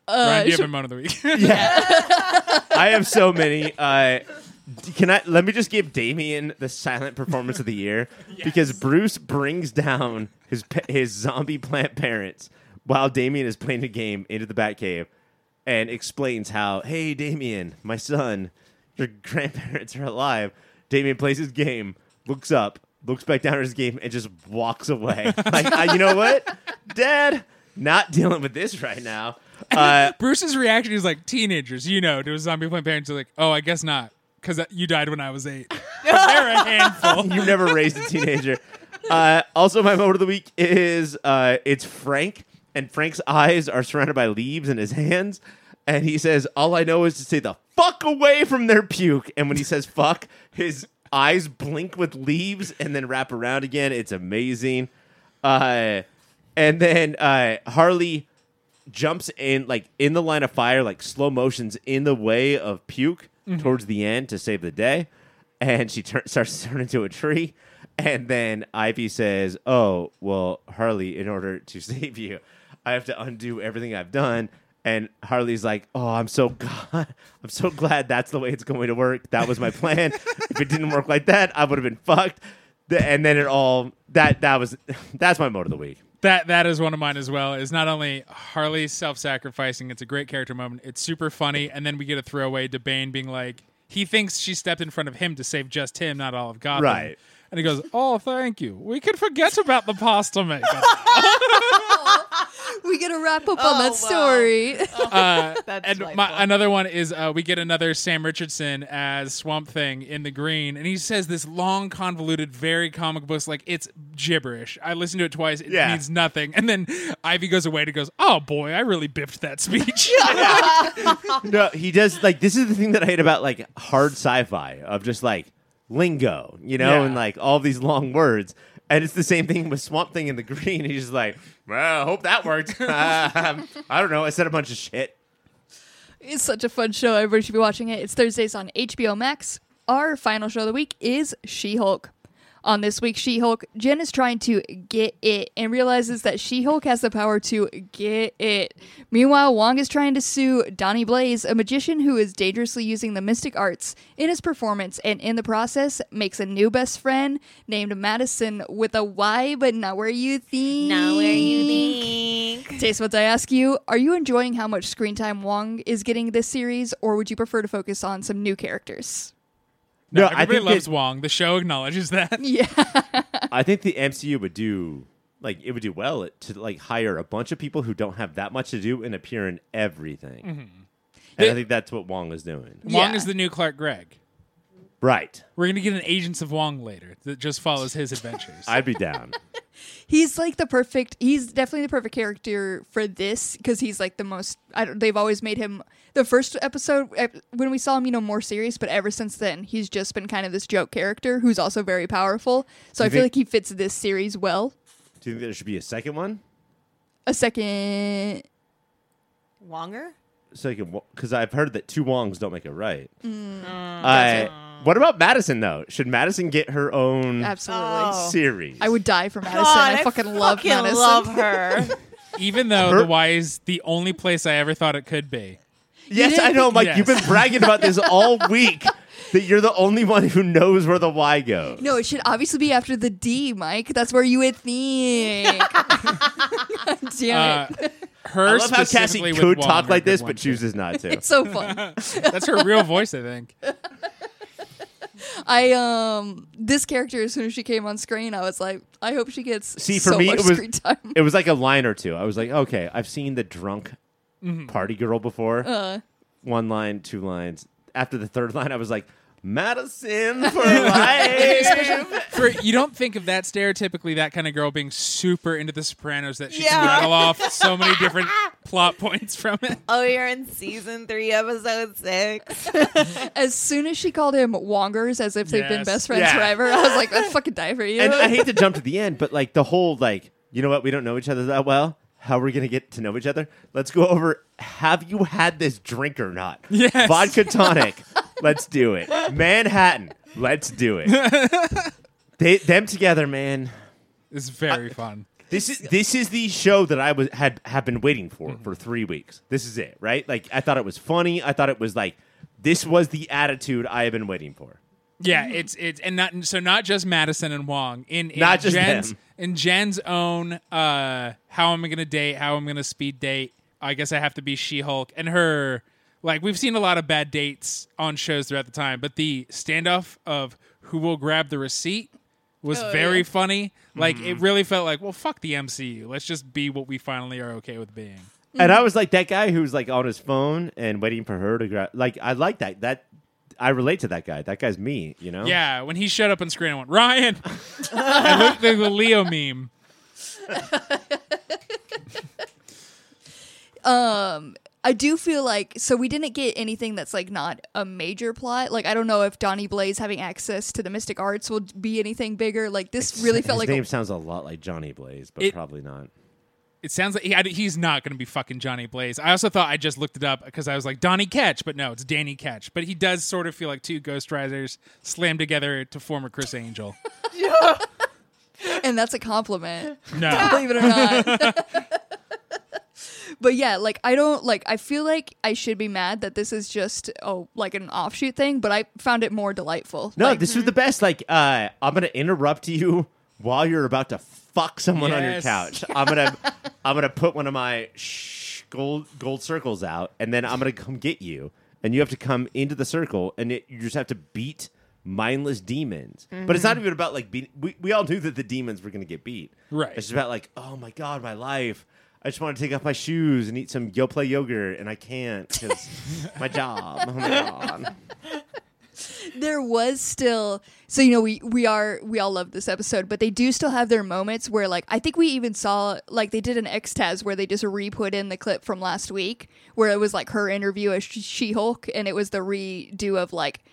C: Ryan, do you have a moment of the week?
B: I have so many. Uh, d- can I let me just give Damien the silent performance of the year because Bruce brings down his pa- his zombie plant parents while Damien is playing a game into the Batcave and explains how, "Hey Damien, my son, your grandparents are alive." Damien plays his game, looks up, looks back down at his game and just walks away. like, I, you know what? Dad, not dealing with this right now. Uh,
C: Bruce's reaction is like teenagers, you know, to a zombie plant parents are like, oh, I guess not, because you died when I was eight. They're a handful.
B: You've never raised a teenager. Uh, also, my moment of the week is uh, it's Frank, and Frank's eyes are surrounded by leaves in his hands, and he says, "All I know is to stay the fuck away from their puke." And when he says "fuck," his eyes blink with leaves and then wrap around again. It's amazing. Uh, and then uh, Harley jumps in like in the line of fire, like slow motions in the way of puke towards the end to save the day, and she tur- starts to turn into a tree. And then Ivy says, "Oh well, Harley, in order to save you, I have to undo everything I've done." And Harley's like, "Oh, I'm so glad. I'm so glad that's the way it's going to work. That was my plan. if it didn't work like that, I would have been fucked." The- and then it all that that was that's my mode of the week.
C: That that is one of mine as well. Is not only Harley self-sacrificing; it's a great character moment. It's super funny, and then we get a throwaway to Bane being like, he thinks she stepped in front of him to save just him, not all of Gotham.
B: Right.
C: And he goes, "Oh, thank you. We could forget about the pasta maker."
A: We gotta wrap up
D: Oh,
A: on that
D: wow.
A: story.
C: Uh,
D: That's
C: and
D: delightful.
C: my, another one is uh, we get another Sam Richardson as Swamp Thing in the green, and he says this long, convoluted, very comic book like it's gibberish. I listened to it twice; it
B: Yeah.
C: means nothing. And then Ivy goes away and goes, "Oh boy, I really biffed that speech."
B: No, he does like this is the thing that I hate about like hard sci-fi of just like lingo, you know,
C: Yeah.
B: and like all these long words. And it's the same thing with Swamp Thing in the Green. He's just like, well, I hope that worked. Um, I don't know. I said a bunch of shit.
A: It's such a fun show. Everybody should be watching it. It's Thursdays on HBO Max. Our final show of the week is She Hulk. On this week's She Hulk, Jen is trying to get it and realizes that She Hulk has the power to get it. Meanwhile, Wong is trying to sue Donnie Blaze, a magician who is dangerously using the mystic arts in his performance and in the process makes a new best friend named Madison with a Y, but not where you think.
D: think?
A: Taste what I ask you. Are you enjoying how much screen time Wong is getting this series, or would you prefer to focus on some new characters?
B: No, I
C: everybody
B: think
C: loves
B: that-
C: Wong. The show acknowledges that.
A: Yeah.
B: I think the MCU would do like it would do well to like hire a bunch of people who don't have that much to do and appear in everything. And
C: They-
B: I think that's what Wong is doing.
C: Wong
A: Yeah.
C: is the new Clark Gregg.
B: Right.
C: We're gonna get an Agents of Wong later that just follows his adventures.
B: I'd be down.
A: he's like the perfect he's definitely the perfect character for this because he's like the most I don't, they've always made him the first episode ep- when we saw him you know more serious but ever since then he's just been kind of this joke character who's also very powerful so i
B: You
A: feel like
B: think-
A: he fits this series well
B: do you think there should be a second one?
A: a second
D: Wonger?
B: Second, because I've heard that two Wongs don't make it right.
A: Mm.
C: Mm.
B: I- what about Madison though? Should Madison get her own
A: absolutely
D: Oh.
B: series?
A: i would die for madison
D: God,
A: i fucking love
D: fucking
A: madison
D: love her.
C: Even though
B: Her-
C: the Y is the only place I ever thought it could be.
B: Yes,
A: didn't
B: I know,
A: think-
B: Mike.
C: Yes.
B: You've been bragging about this all week. That you're the only one who knows where the Y goes.
A: no, it should obviously be after the D, Mike. That's where you would think. God Damn
C: Uh,
A: it.
C: her
B: I love how Cassie
C: specifically with
B: could
C: Wong
B: talk
C: are
B: like
C: good
B: this, but
C: ones.
B: chooses not to.
A: It's so fun.
C: That's her real voice, I think.
A: I um this character as soon as she came on screen, I was like, I hope she gets
B: See, for
A: so
B: me,
A: much
B: it was
A: screen time.
B: it was like a line or two. I was like, okay, I've seen the drunk
C: Mm-hmm.
B: party girl before.
A: Uh.
B: One line, two lines. After the third line, I was like, Madison for life.
C: For you don't think of that stereotypically that kind of girl being super into the Sopranos that she
D: Yeah.
C: can rattle off so many different plot points from it.
D: oh, you're in season three, episode six.
A: As soon as she called him Wongers, as if they've been
C: Yes.
A: best friends
B: Yeah.
A: forever, I was like, I'd fucking die for you.
B: and I hate to jump to the end, but like the whole like, you know what? We don't know each other that well. How we're gonna get to know each other? Let's go over. Have you had this drink or not?
C: Yes.
B: Vodka tonic. let's do it. Manhattan. Let's do it. they, them together, man.
C: It's very fun.
B: This is this is the show that I was had have been waiting for for three weeks. This is it, right? Like I thought it was funny. I thought it was like this was the attitude I have been waiting for.
C: Yeah, it's it's and not so not just Madison and Wong in, in
B: Not just
C: Jen's
B: them.
C: in Jen's own uh how am I gonna date, how I'm gonna speed date. I guess I have to be She Hulk and her like we've seen a lot of bad dates on shows throughout the time, but the standoff of who will grab the receipt was
A: Oh,
C: very
A: yeah.
C: funny. Like
B: Mm-hmm.
C: it really felt like, well, fuck the MCU. Let's just be what we finally are okay with being.
B: And
A: Mm-hmm.
B: I was like that guy who's like on his phone and waiting for her to grab. Like I like that. That I relate to that guy. That guy's me. You know.
C: Yeah, when he showed up on screen, I went Ryan. I looked at the Leo meme.
A: I do feel like so we didn't get anything that's like not a major plot. Like I don't know if Donnie Blaze having access to the mystic arts will be anything bigger. Like this really
B: His
A: felt like
B: name sounds a lot like Johnny Blaze, but
C: It-
B: probably not.
C: It sounds like he, I, he's not going to be fucking Johnny Blaze. I also thought I just looked it up because I was like Donnie Ketch, but no, it's Danny Ketch. But he does sort of feel like two Ghost Riders slammed together to form a Chris Angel.
A: and that's a compliment.
C: No,
A: believe it or not. but yeah, like I don't like I feel like I should be mad that this is just oh like an offshoot thing, but I found it more delightful.
B: No,
A: Like,
B: this
C: hmm?
B: was the best. Like, uh, I'm gonna interrupt you while you're about to fuck someone on your
C: Yes.
B: couch. I'm gonna, I'm gonna put one of my sh- gold gold circles out, and then I'm gonna come get you, and you have to come into the circle, and it, you just have to beat mindless demons. But it's
C: Mm-hmm.
B: not even about like beating. We we all knew that the demons were gonna get beat.
C: Right.
B: It's just about like, oh my god, my life. I just want to take off my shoes and eat some Yo Play yogurt, and I can't because my job. Oh my god.
A: there was still so you know we we are we all love this episode, but they do still have their moments where like I think we even saw like they did an X Taz where they just re put in the clip from last week where it was like her interview as She Hulk and it was the redo of like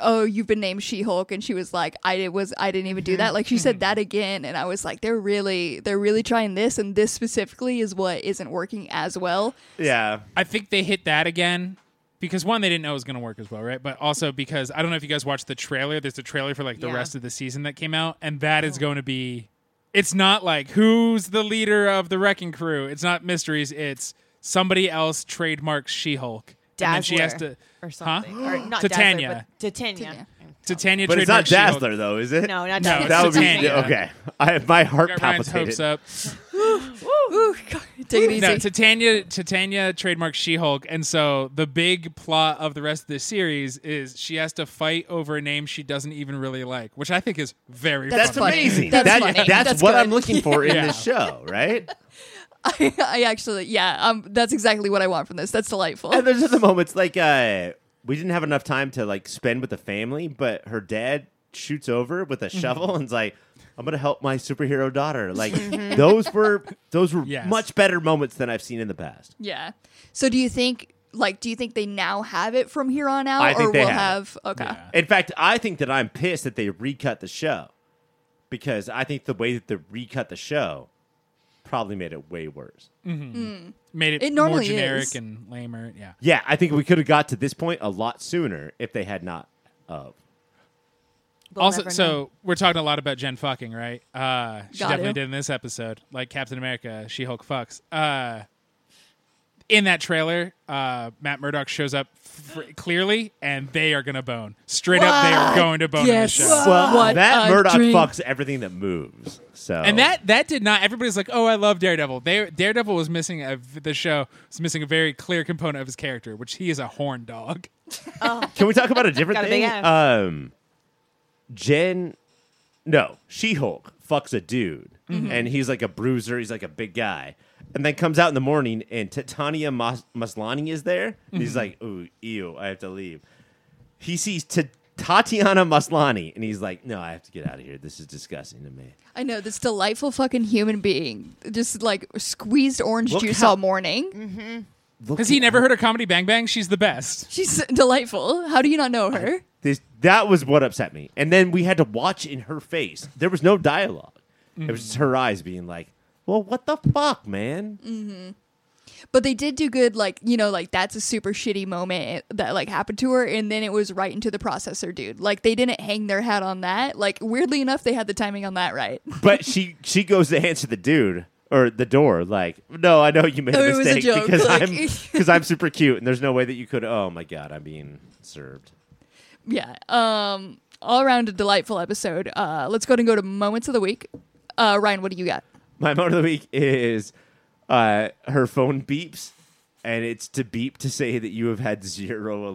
A: oh you've been named she-hulk and she was like i it was i didn't even do that like she said that again and i was like they're really they're really trying this and this specifically is what isn't working as well
B: Yeah.
C: I think they hit that again because one, they didn't know it was going to work as well, right? But also because I don't know if you guys watched the trailer. There's a trailer for like the
D: Yeah. Oh.
C: rest of the season that came out, and that is going to be. It's not like who's the leader of the wrecking crew. It's not mysteries. It's somebody else trademarks She Hulk. And then she has
D: Dazzler
C: to
D: or
C: huh?
D: something. Or not
C: Titania.
D: Dazzler, but Titania.
A: Titania.
C: Titania
B: But it's not
C: trademarks She-Hulk.
B: Dazzler, though, is it?
D: No, not
C: No,
D: Titania.
C: it's
B: that would be
C: Titania.
B: okay. I my heart
C: Got Ryan's hopes uh,
B: palpitated.
C: up.
A: Ooh, God, take it easy.
C: No, Titania, Titania trademarked She Hulk, and so the big plot of the rest of this series is she has to fight over a name she doesn't even really like, which I think is very.
A: That's
B: That's
C: funny.
A: funny.
B: amazing.
A: That's
B: That-
A: funny. That's
B: what
A: good.
B: I'm looking for in
C: Yeah.
B: this show, right?
A: I, I actually, yeah, um, that's exactly what I want from this. That's delightful.
B: And there's other moments like uh, we didn't have enough time to like spend with the family, but her dad shoots over with a
C: Mm-hmm.
B: shovel and's like, "I'm gonna help my superhero daughter." Like
A: Mm-hmm.
B: those were those were
C: Yes.
B: much better moments than I've seen in the past.
A: Yeah. So do you think, like, do you think they now have it from here on out,
B: I think
A: or
B: they
A: will
B: have
A: have? Okay.
B: In fact, I think that I'm pissed that they recut the show because I think the way that they recut the show probably made it way worse.
C: made it,
A: It
C: more
A: normally
C: generic
A: is.
C: and lamer. Yeah.
B: Yeah, I think we could have got to this point a lot sooner if they had not. Uh,
D: We'll
C: also,
D: never know.
C: so we're talking a lot about Jen fucking, right? Uh, she
A: Got
C: definitely
A: to.
C: did in this episode, like Captain America, She Hulk fucks. Uh, in that trailer, uh, Matt Murdock shows up fr- clearly, and they are gonna bone straight up. They are going to bone
A: Yes.
C: in the show.
B: well,
A: What
B: Matt
A: a
B: Murdock
A: dream.
B: fucks everything that moves. So
C: And that that did not. Everybody's like, "Oh, I love Daredevil." They, Daredevil was missing a, the show was missing a very clear component of his character, which he is a horn dog.
B: Can we talk about a different
D: Got a big
B: thing?
D: ass.
B: um, Jen, no, She Hulk fucks a dude,
C: Mm-hmm.
B: and he's like a bruiser. He's like a big guy, and then comes out in the morning, and Titania Mas- Maslani is there. And
C: Mm-hmm.
B: He's like, "Ooh, ew, I have to leave." He sees T- Tatiana Maslani, and he's like, "No, I have to get out of here. This is disgusting to me."
A: I know this delightful fucking human being, just like squeezed orange
B: Look
A: juice
B: how- Mm.
A: all morning.
C: Has he never heard of comedy Bang Bang? She's the best.
A: She's delightful. How do you not know her?
B: This that was what upset me, and then we had to watch in her face. There was no dialogue. It
C: Mm.
B: was just her eyes being like, "Well, what the fuck, man."
A: But they did do good, like you know, like that's a super shitty moment that like happened to her, and then it was right into the processor, dude. Like they didn't hang their hat on that. Like weirdly enough, they had the timing on that right.
B: but she she goes to answer the dude or the door like no i know you made
A: Oh, it
B: a
A: was a
B: mistake
A: joke,
B: because
A: like-
B: i'm because i'm super cute and there's no way that you could oh my god i'm being served
A: yeah. Um, all around a delightful episode. Uh, let's go ahead and go to moments of the week. Uh, Ryan, what do you got?
B: my moment of the week is uh her phone beeps and it's to beep to say that you have had zero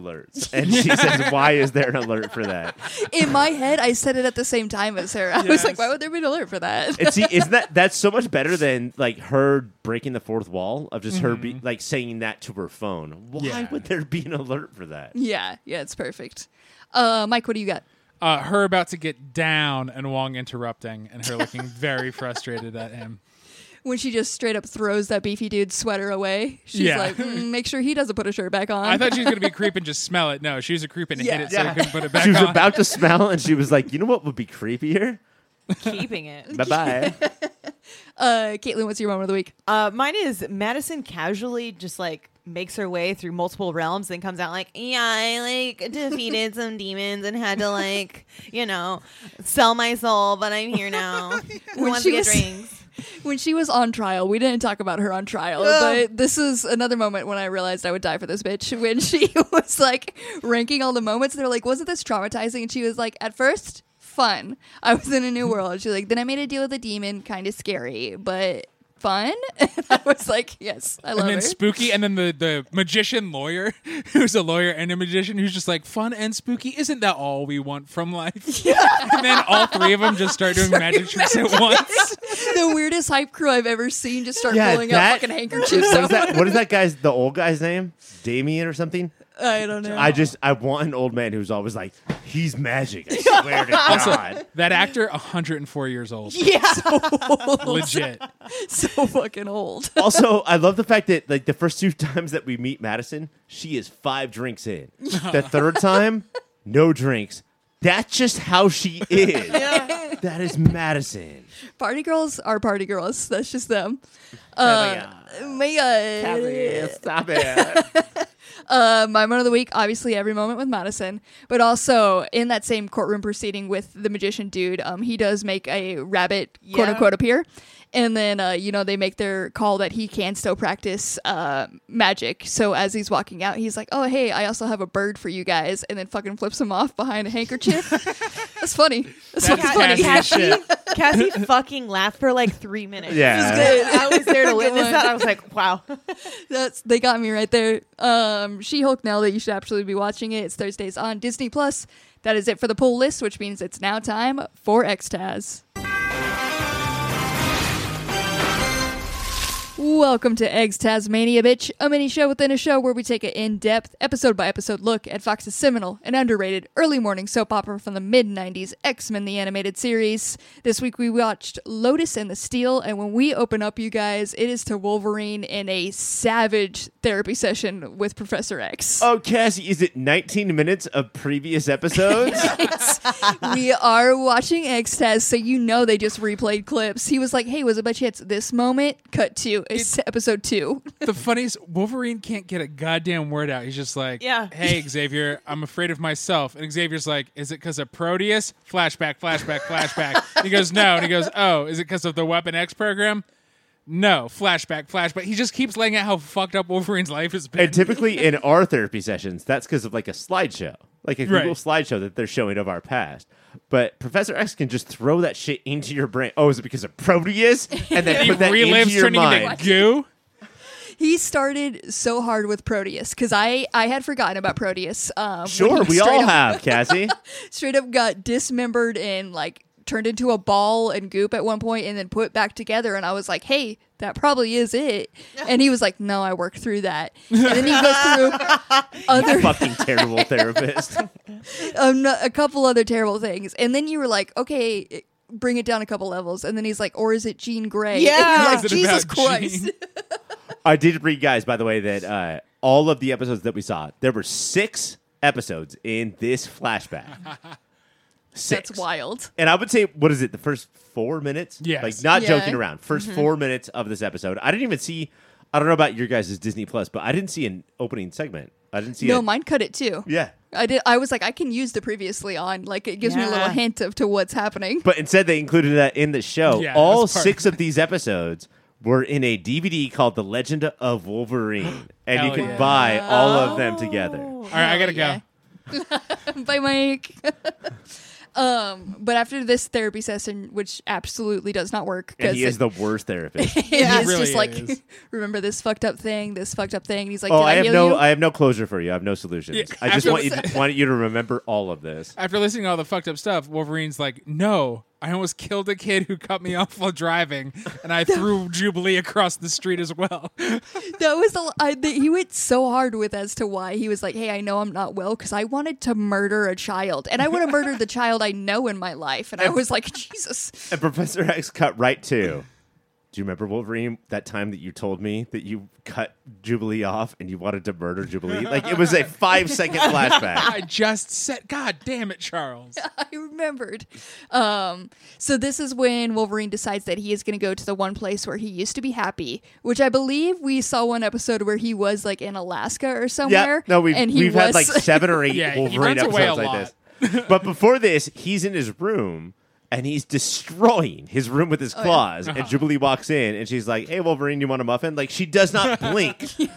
B: alerts and she says why is there an alert for that
A: In my head, I said it at the same time as her. I was like,
C: Yes.
A: why would there be an alert for that?
B: and see isn't that that's so much better than like her breaking the fourth wall of just her
A: Mm-hmm.
B: be, like saying that to her phone why
C: Yeah.
B: would there be an alert for that
A: yeah, yeah, it's perfect. Uh, Mike, what do you got?
C: Uh, her about to get down and Wong interrupting, and her looking very frustrated at him.
A: When she just straight up throws that beefy dude's sweater away, she's
C: Yeah.
A: like, mm, make sure he doesn't put a shirt back on.
C: I thought she was gonna be a creep and just smell it. No, she was a creep and
A: Yeah.
C: hit it so
B: Yeah.
C: he couldn't put it back
B: she was
C: on.
B: about to smell and she was like, you know what would be creepier?
D: keeping it.
B: Bye bye.
A: uh, Caitlin, what's your moment of the week?
D: Uh, mine is Madison casually just like makes her way through multiple realms, then comes out like, yeah, I like defeated some demons and had to like, you know, sell my soul, but I'm here now. Who
A: When
D: wants
A: she
D: to get
A: was-
D: drinks?
A: When she was on trial, we didn't talk about her on trial,
D: Ugh.
A: but this is another moment when I realized I would die for this bitch. When she was like ranking all the moments, they're like, wasn't this traumatizing? And she was like, at first, fun. I was in a new world. She's like, then I made a deal with a demon, kind of scary, but fun. And I was like, yes, I love
C: and then
A: her.
C: spooky, and then the, the magician lawyer, who's a lawyer and a magician, who's just like fun and spooky. Isn't that all we want from life? and then all three of them just start doing magic tricks at once.
A: the weirdest hype crew I've ever seen just start pulling out fucking handkerchiefs.
B: what, is
A: out.
B: that, what is that guy's, the old guy's name? Damien or something?
A: I don't know.
B: I just, I want an old man who's always like, he's magic. I swear to God.
C: That actor, 104 years old,
A: yeah, so old,
C: legit.
A: so fucking old.
B: Also, I love the fact that like the first two times that we meet Madison, she is five drinks in. The third time, no drinks. That's just how she is. That is Madison.
A: Party girls are party girls. That's just them. Uh, Mia.
B: Oh Stop it.
A: Uh, my moment of the week, obviously, every moment with Madison, but also in that same courtroom proceeding with the magician dude. Um, he does make a rabbit, quote
D: Yeah.
A: unquote, appear, And then, uh, you know, they make their call that he can still practice uh, magic. So as he's walking out, he's like, oh, hey, I also have a bird for you guys. And then fucking flips him off behind a handkerchief. That's funny. That's,
C: That's
A: fucking funny.
C: Cassie.
D: Cassie,
C: shit.
D: Cassie fucking laughed for like three minutes.
B: Yeah.
D: It was good. I was there to witness
A: one.
D: that. I was like, wow.
A: That's they got me right there. Um, She Hulk. Now that you should absolutely be watching it. It's Thursdays on Disney Plus. That is it for the poll list, which means it's now time for Xtaz. Welcome to Eggs Tasmania, bitch, a mini show within a show where we take an in depth, episode by episode look at Fox's seminal and underrated early morning soap opera from the mid 90s, X Men the Animated Series. This week we watched Lotus and the Steel, and when we open up, you guys, it is to Wolverine in a savage therapy session with Professor X.
B: Oh, Cassie, is it 19 minutes of previous episodes?
A: we are watching X Test, so you know they just replayed clips. He was like, "Hey, was it by chance this moment?" Cut to it's episode two.
C: the funniest Wolverine can't get a goddamn word out. He's just like,
D: Yeah.
C: hey Xavier, I'm afraid of myself." And Xavier's like, "Is it because of Proteus?" Flashback, flashback, flashback. he goes, "No," and he goes, "Oh, is it because of the Weapon X program?" No, flashback, flashback. He just keeps laying out how fucked up Wolverine's life has been.
B: and typically in our therapy sessions, that's because of like a slideshow, like a
C: Right.
B: Google slideshow that they're showing of our past. But Professor X can just throw that shit into your brain. Oh, is it because of Proteus? And then
C: he
B: put that into
C: relives
B: your
C: turning
B: mind.
C: into goo.
A: He started so hard with Proteus because I I had forgotten about Proteus. Um, when
B: Sure,
A: he
B: we
A: straight
B: all
A: up-
B: have, Cassie.
A: straight up got dismembered and like turned into a ball and goop at one point and then put back together and I was like, "Hey, that probably is it." And he was like, "No, I worked through that." And then he goes through other
B: Fucking terrible therapist.
A: um, no- a couple other terrible things. And then you were like, okay, it- bring it down a couple levels. And then he's like, or is it Jean Grey?
D: Yeah.
A: And you're
D: Or
A: like,
D: is
C: it
A: Oh, Jesus
C: about
A: Christ.
C: Jean?
B: I did read, guys, by the way, that uh, all of the episodes that we saw, there were six episodes in this flashback. Six.
A: That's wild.
B: And I would say, what is it? The first four minutes?
C: Yes.
B: Like, not
A: Yeah. Mm-hmm.
B: joking around. 1st four minutes of this episode. I didn't even see. I don't know about your guys' Disney Plus, but I didn't see an opening segment. I didn't see.
A: No,
B: a-
A: mine cut it too.
B: Yeah.
A: I did. I was like, I can use the previously on. Like, it gives me a little
D: Yeah.
A: hint of to what's happening.
B: But instead, they included that in the show.
C: Yeah,
B: All
C: that's part-
B: six of these episodes were in a DVD called "The Legend of Wolverine," and you
C: Hell
B: can
C: yeah.
B: buy all of them
A: Oh.
B: together.
C: All right, I gotta
A: Yeah.
C: go.
A: Bye, Mike. um, but after this therapy session, which absolutely does not work,
B: And he
A: it-
B: is the worst therapist.
A: it is
C: He really
A: just like,
C: is.
A: remember this fucked up thing, this fucked up thing. And he's like,
B: Oh,
A: Did I,
B: I have
A: heal
B: no,
A: you?
B: I have no closure for you. I have no solutions.
C: Yeah,
B: I just
C: after
B: want you, want you to remember all of this.
C: After listening to all the fucked up stuff, Wolverine's like, "No, I almost killed a kid who cut me off while driving, and I threw Jubilee across the street as well."
A: That was the, I, the he went so hard with as to why he was like, "Hey, I know I'm not well because I wanted to murder a child, and I would have murdered the child I know in my life." And I was like, "Jesus,
B: And Professor X cut right to. Do you remember Wolverine? That time that you told me that you cut Jubilee off and you wanted to murder Jubilee? Like it was a five second flashback.
C: I just said, "God damn it, Charles!"
A: I remembered." Um, so this is when Wolverine decides that he is going to go to the one place where he used to be happy, which I believe we saw one episode where he was like in Alaska or
B: Yeah,
A: somewhere.
B: no, we've
A: and he
B: we've
A: was
B: had like seven or eight
C: Yeah, he
B: Wolverine
C: runs away
B: episodes
C: a
B: like this. But before this, he's in his room and he's destroying his room with his
C: Oh,
B: claws.
C: Uh-huh.
B: And Jubilee walks in and she's like, "Hey, Wolverine, you want a muffin?" Like she does not blink
C: Look,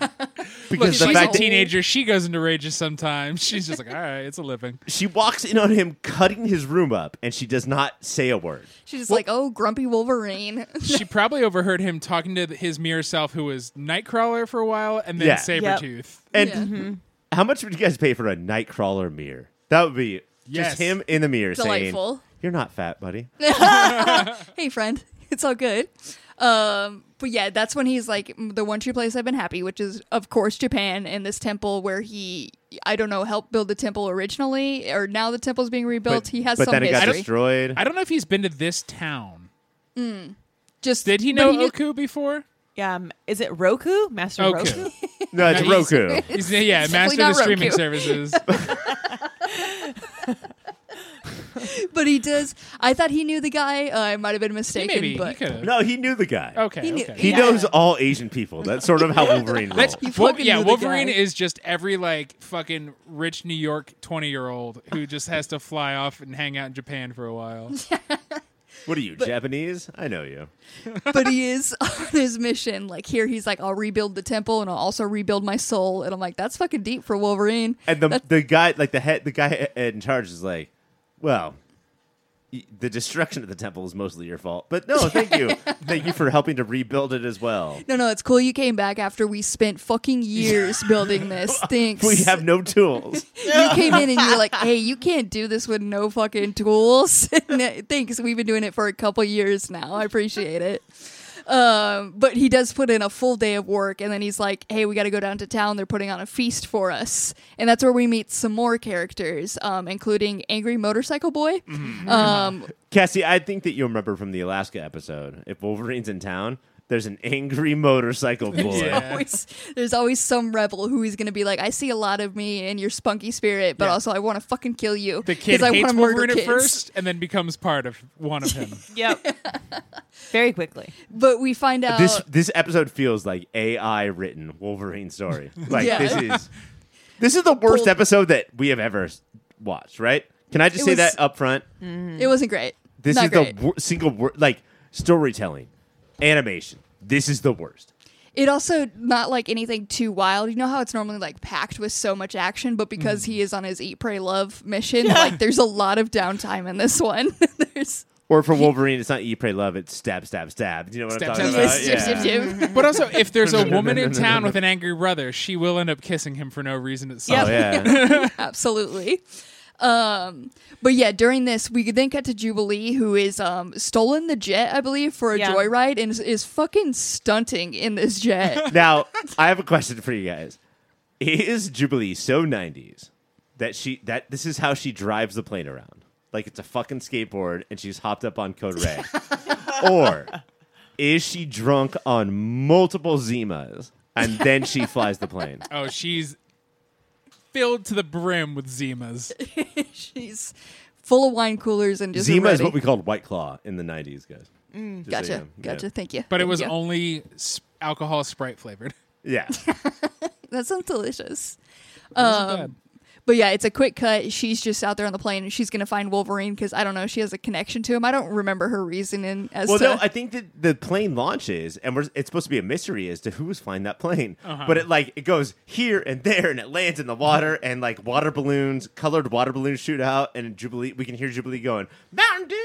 B: because the
C: she's a
B: fact that
C: teenager. She goes into rages sometimes. She's just like, "All right, it's a living."
B: she walks in on him cutting his room up and she does not say a word.
A: she's just like, "Oh, grumpy Wolverine."
C: She probably overheard him talking to his mirror self, who was Nightcrawler for a while, and then
B: Yeah.
C: Sabretooth.
B: And
A: Yeah.
B: how much would you guys pay for a Nightcrawler mirror? That would be
C: Yes.
B: just him in the mirror
A: Delightful.
B: saying, "You're not fat, buddy."
A: hey friend it's all good um but yeah that's when he's like "Mm, the one true place i've been happy which is of course japan and this temple where he i don't know helped build the temple originally or now the temple's being rebuilt he has
B: but
A: some
B: then it got
A: history
B: destroyed.
C: I don't know if he's been to this town.
A: just
C: Did he
A: but
C: know
A: knew-
C: Oku before?
D: Um, is it Roku? Master
C: Oku.
D: Roku?
B: no, it's
C: No, he's-
B: Roku.
C: He's- yeah,
A: it's
C: master
A: definitely
C: of
A: not
C: the streaming
A: Roku.
C: services.
A: but he does i thought he knew the guy uh, i might have been mistaken
C: Maybe he
A: but
C: could have.
B: No, he knew the guy.
C: Okay,
A: He knew-
C: okay.
B: He
A: Yeah.
B: knows all Asian people. That's sort of how Wolverine rolls.
C: That's
A: You
C: Wol-
A: fucking
C: yeah.
A: knew the
C: Wolverine
A: guy.
C: is just every like fucking rich New York twenty year old who just has to fly off and hang out in Japan for a while.
B: What are you, Japanese? I know you.
A: but he is on his mission. Like here, he's like, I'll rebuild the temple and I'll also rebuild my soul. And I'm like, that's fucking deep for Wolverine.
B: And the the guy, like the head, the guy in charge is like, well. y- The destruction of the temple is mostly your fault, but no, thank you, thank you for helping to rebuild it as well.
A: No, no, it's cool. You came back after we spent fucking years building this. Thanks.
B: We have no tools.
A: you came in and you're like, hey, you can't do this with no fucking tools. And uh, Thanks. We've been doing it for a couple years now. I appreciate it. Um, but he does put in a full day of work, and then he's like, "Hey, we got to go down to town. They're putting on a feast for us," and that's where we meet some more characters, um, including Angry Motorcycle Boy.
C: Mm-hmm.
A: Um,
B: Cassie, I think that you remember from the Alaska episode. If Wolverine's in town, there's an angry motorcycle boy.
C: Yeah.
A: always- there's always some rebel who is going to be like, "I see a lot of me in your spunky spirit, but
C: Yeah.
A: also I want to fucking kill you."
C: The kid
A: 'cause I
C: hates
A: wanna murder
C: Wolverine at
A: kids."
C: first and then becomes part of one of him.
D: Yep. Very quickly.
A: But we find out
B: This this episode feels like AI written Wolverine story. Like
A: Yeah.
B: this is this is the worst
A: Pulled-
B: episode that we have ever s- watched. Right? Can I just
A: It
B: say
A: was-
B: that up front?
C: Mm.
A: it wasn't great.
B: This
A: Not
B: is
A: great.
B: the wor- single wor- like storytelling, animation. This is the worst.
A: It also not like anything too wild. You know how it's normally like packed with so much action, but
B: Mm.
A: because he is on his eat, pray, love mission, like there's a lot of downtime in this one. there's
B: Or for Wolverine, it's not eat, pray, love. It's stab, stab, stab. Do you know what
C: Stab,
B: I'm
C: stab,
B: talking
C: stab,
B: about?
C: stab,
A: Jib, jib, jib.
C: But also, if there's a woman in town with an angry brother, she will end up kissing him for no reason at some
D: Yep.
B: Oh yeah.
A: Absolutely. Um, but yeah, during this, we then cut to Jubilee, who is um stolen the jet, I believe, for a
D: Yeah.
A: joyride, and is, is fucking stunting in this jet.
B: now, I have a question for you guys. Is Jubilee so 90s that she that this is how she drives the plane around? Like it's a fucking skateboard and she's hopped up on code red. or is she drunk on multiple Zimas and then she flies the plane?
C: Oh, she's filled to the brim with Zimas.
A: She's full of wine coolers and just
B: Zima is
A: ready.
B: what we called White Claw in the 90s, guys. Just so you
A: Mm, Gotcha,
B: know.
A: gotcha. Thank you.
C: But it
A: Thank
C: was
A: you.
C: only sp- alcohol Sprite flavored.
B: Yeah. yeah.
A: that sounds delicious.
C: Wasn't
A: Um,
C: bad.
A: But yeah, it's a quick cut. She's just out there on the plane, and she's gonna find Wolverine because I don't know. She has a connection to him. I don't remember her reasoning as
B: Well,
A: to.
B: no, I think that the plane launches, and we're, it's supposed to be a mystery as to who was flying that plane. But it like it goes here and there, and it lands in the water, and like water balloons, colored water balloons shoot out, and Jubilee. We can hear Jubilee going Mountain Dew.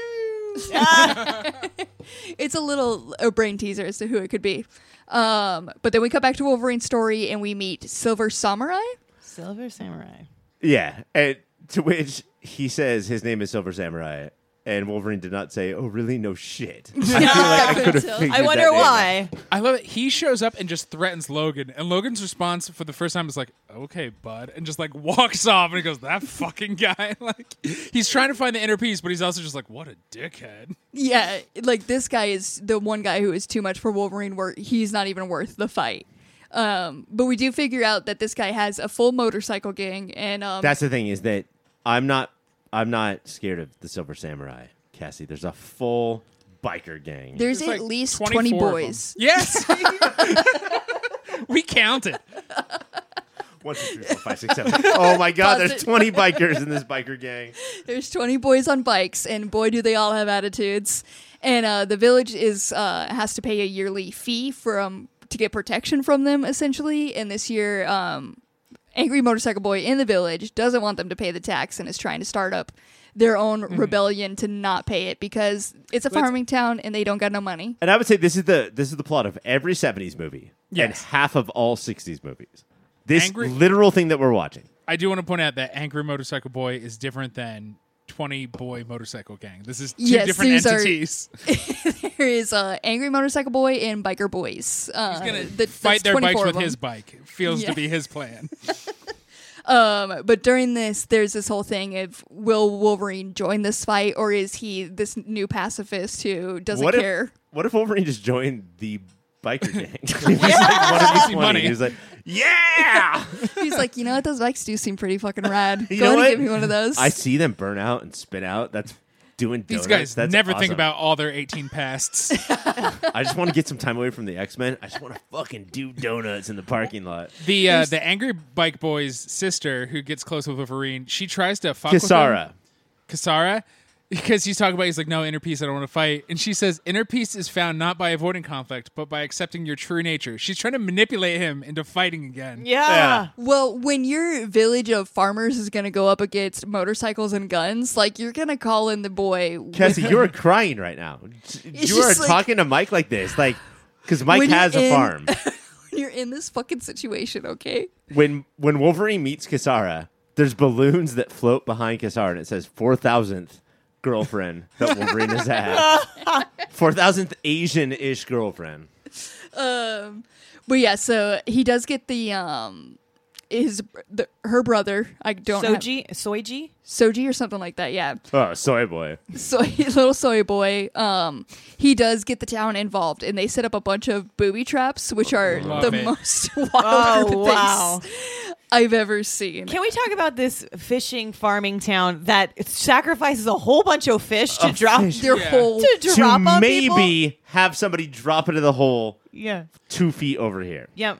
A: it's a little a brain teaser as to who it could be. Um, but then we cut back to Wolverine's story, and we meet Silver Samurai.
D: Silver Samurai.
B: yeah, and to which he says his name is Silver Samurai, and Wolverine did not say, "Oh, really? No shit." I feel like I
A: couldn't
B: could have.
A: tell.
B: figured
D: I
B: that
D: wonder
B: name out.
D: why.
C: I love it. He shows up and just threatens Logan, and Logan's response for the first time is like, "Okay, bud," and just like walks off, and he goes, "That fucking guy!" Like he's trying to find the inner peace, but he's also just like, "What a dickhead!"
A: Yeah, like this guy is the one guy who is too much for Wolverine, where he's not even worth the fight. Um, but we do figure out that this guy has a full motorcycle gang, and um,
B: That's the thing is that I'm not I'm not scared of the Silver Samurai, Cassie. There's a full biker gang.
A: there's
C: It's
A: at
C: like
A: least
C: 24
A: twenty
C: of them.
A: boys.
C: Yes, we counted.
B: One, two, three, four, five, six, seven. Oh my God!
A: Pause
B: There's
A: it.
B: 20 bikers in this biker gang.
A: There's 20 boys on bikes, and boy, do they all have attitudes. And uh, the village is uh, has to pay a yearly fee from to get protection from them, essentially. And this year, um, angry motorcycle boy in the village doesn't want them to pay the tax and is trying to start up their own rebellion to not pay it because it's a
C: Mm-hmm. Well, it's-
A: farming town and they don't got no money.
B: And I would say this is the this is the plot of every 70s movie and
C: Yes.
B: half of all 60s movies. This
C: Angry-
B: literal thing that we're watching.
C: I do want to point out that angry motorcycle boy is different than twenty boy motorcycle gang. This is two
A: Yes,
C: different
A: these are-
C: entities.
A: there is uh, angry motorcycle boy and biker boys. Uh,
C: He's gonna
A: that- that's
C: fight their
A: 24
C: bikes
A: of
C: with
A: them.
C: his bike. Feels
A: Yeah.
C: to be his plan.
A: Um, but during this, there's this whole thing of will Wolverine join this fight or is he this new pacifist who doesn't
B: What
A: care?
B: if what if Wolverine just joined the biker gang? He's like one of these 20.
C: Money.
B: He's like, yeah.
A: He's like, you know what? Those bikes do seem pretty fucking rad. Go ahead
B: You know
A: and
B: what?
A: give me one of those.
B: I see them burn out and spin out. That's doing
C: These
B: donuts.
C: guys
B: That's
C: never think
B: awesome.
C: about all their eighteen pasts.
B: I just want to get some time away from the X Men. I just want to fucking do donuts in the parking lot.
C: The uh, the angry bike boy's sister who gets close with Wolverine, she tries to fuck with him.
B: Kisara.
C: Kisara, because he's talking about he's like no inner peace i don't want to fight and she says inner peace is found not by avoiding conflict but by accepting your true nature she's trying to manipulate him into fighting again
D: Yeah.
A: Well, when your village of farmers is going to go up against motorcycles and guns, like you're going to call in the boy.
B: Cassie, you are crying right now.
A: It's
B: you are
A: just like-
B: talking to Mike like this, like because Mike
A: When you're
B: has a
A: in-
B: farm.
A: You're in this fucking situation, okay?
B: when when Wolverine meets Kisara, there's balloons that float behind Kisara, and it says four thousandth girlfriend that Wolverine has had, four thousandth Asian ish girlfriend.
A: Um, but yeah, so he does get the um, his the, her brother. I don't have-
D: Soji, Soji.
A: Soji or something like that. Yeah,
B: Oh, soy boy.
A: soy little soy boy. Um, he does get the town involved, and they set up a bunch of booby traps, which are
C: Love
A: the
C: it.
A: most
D: Oh,
A: wild
D: wow.
A: things I've ever seen.
D: Can we talk about this fishing farming town that sacrifices a whole bunch of fish to drop
B: fish.
A: Their
C: Yeah.
A: whole
D: to
B: To
D: drop on
B: maybe
D: people?
B: have somebody drop into the hole
D: Yeah.
B: two feet over here.
D: Yeah.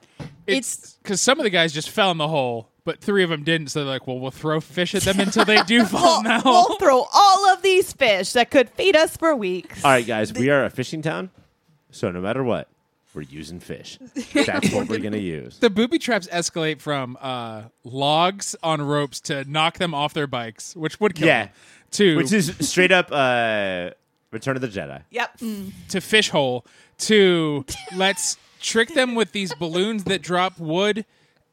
A: it's
C: because some of the guys just fell in the hole but three of them didn't so they're like well we'll throw fish at them until they do fall
D: We'll,
C: in the
D: we'll
C: hole
D: throw all of these fish that could feed us for weeks.
B: All right, guys, we are a fishing town, so no matter what, we're using fish. That's what we're gonna use.
C: the booby traps escalate from uh, logs on ropes to knock them off their bikes which would kill
B: Yeah.
C: them to
B: Which is straight up uh, Return of the Jedi.
D: Yep.
C: to fish hole to let's trick them with these balloons that drop wood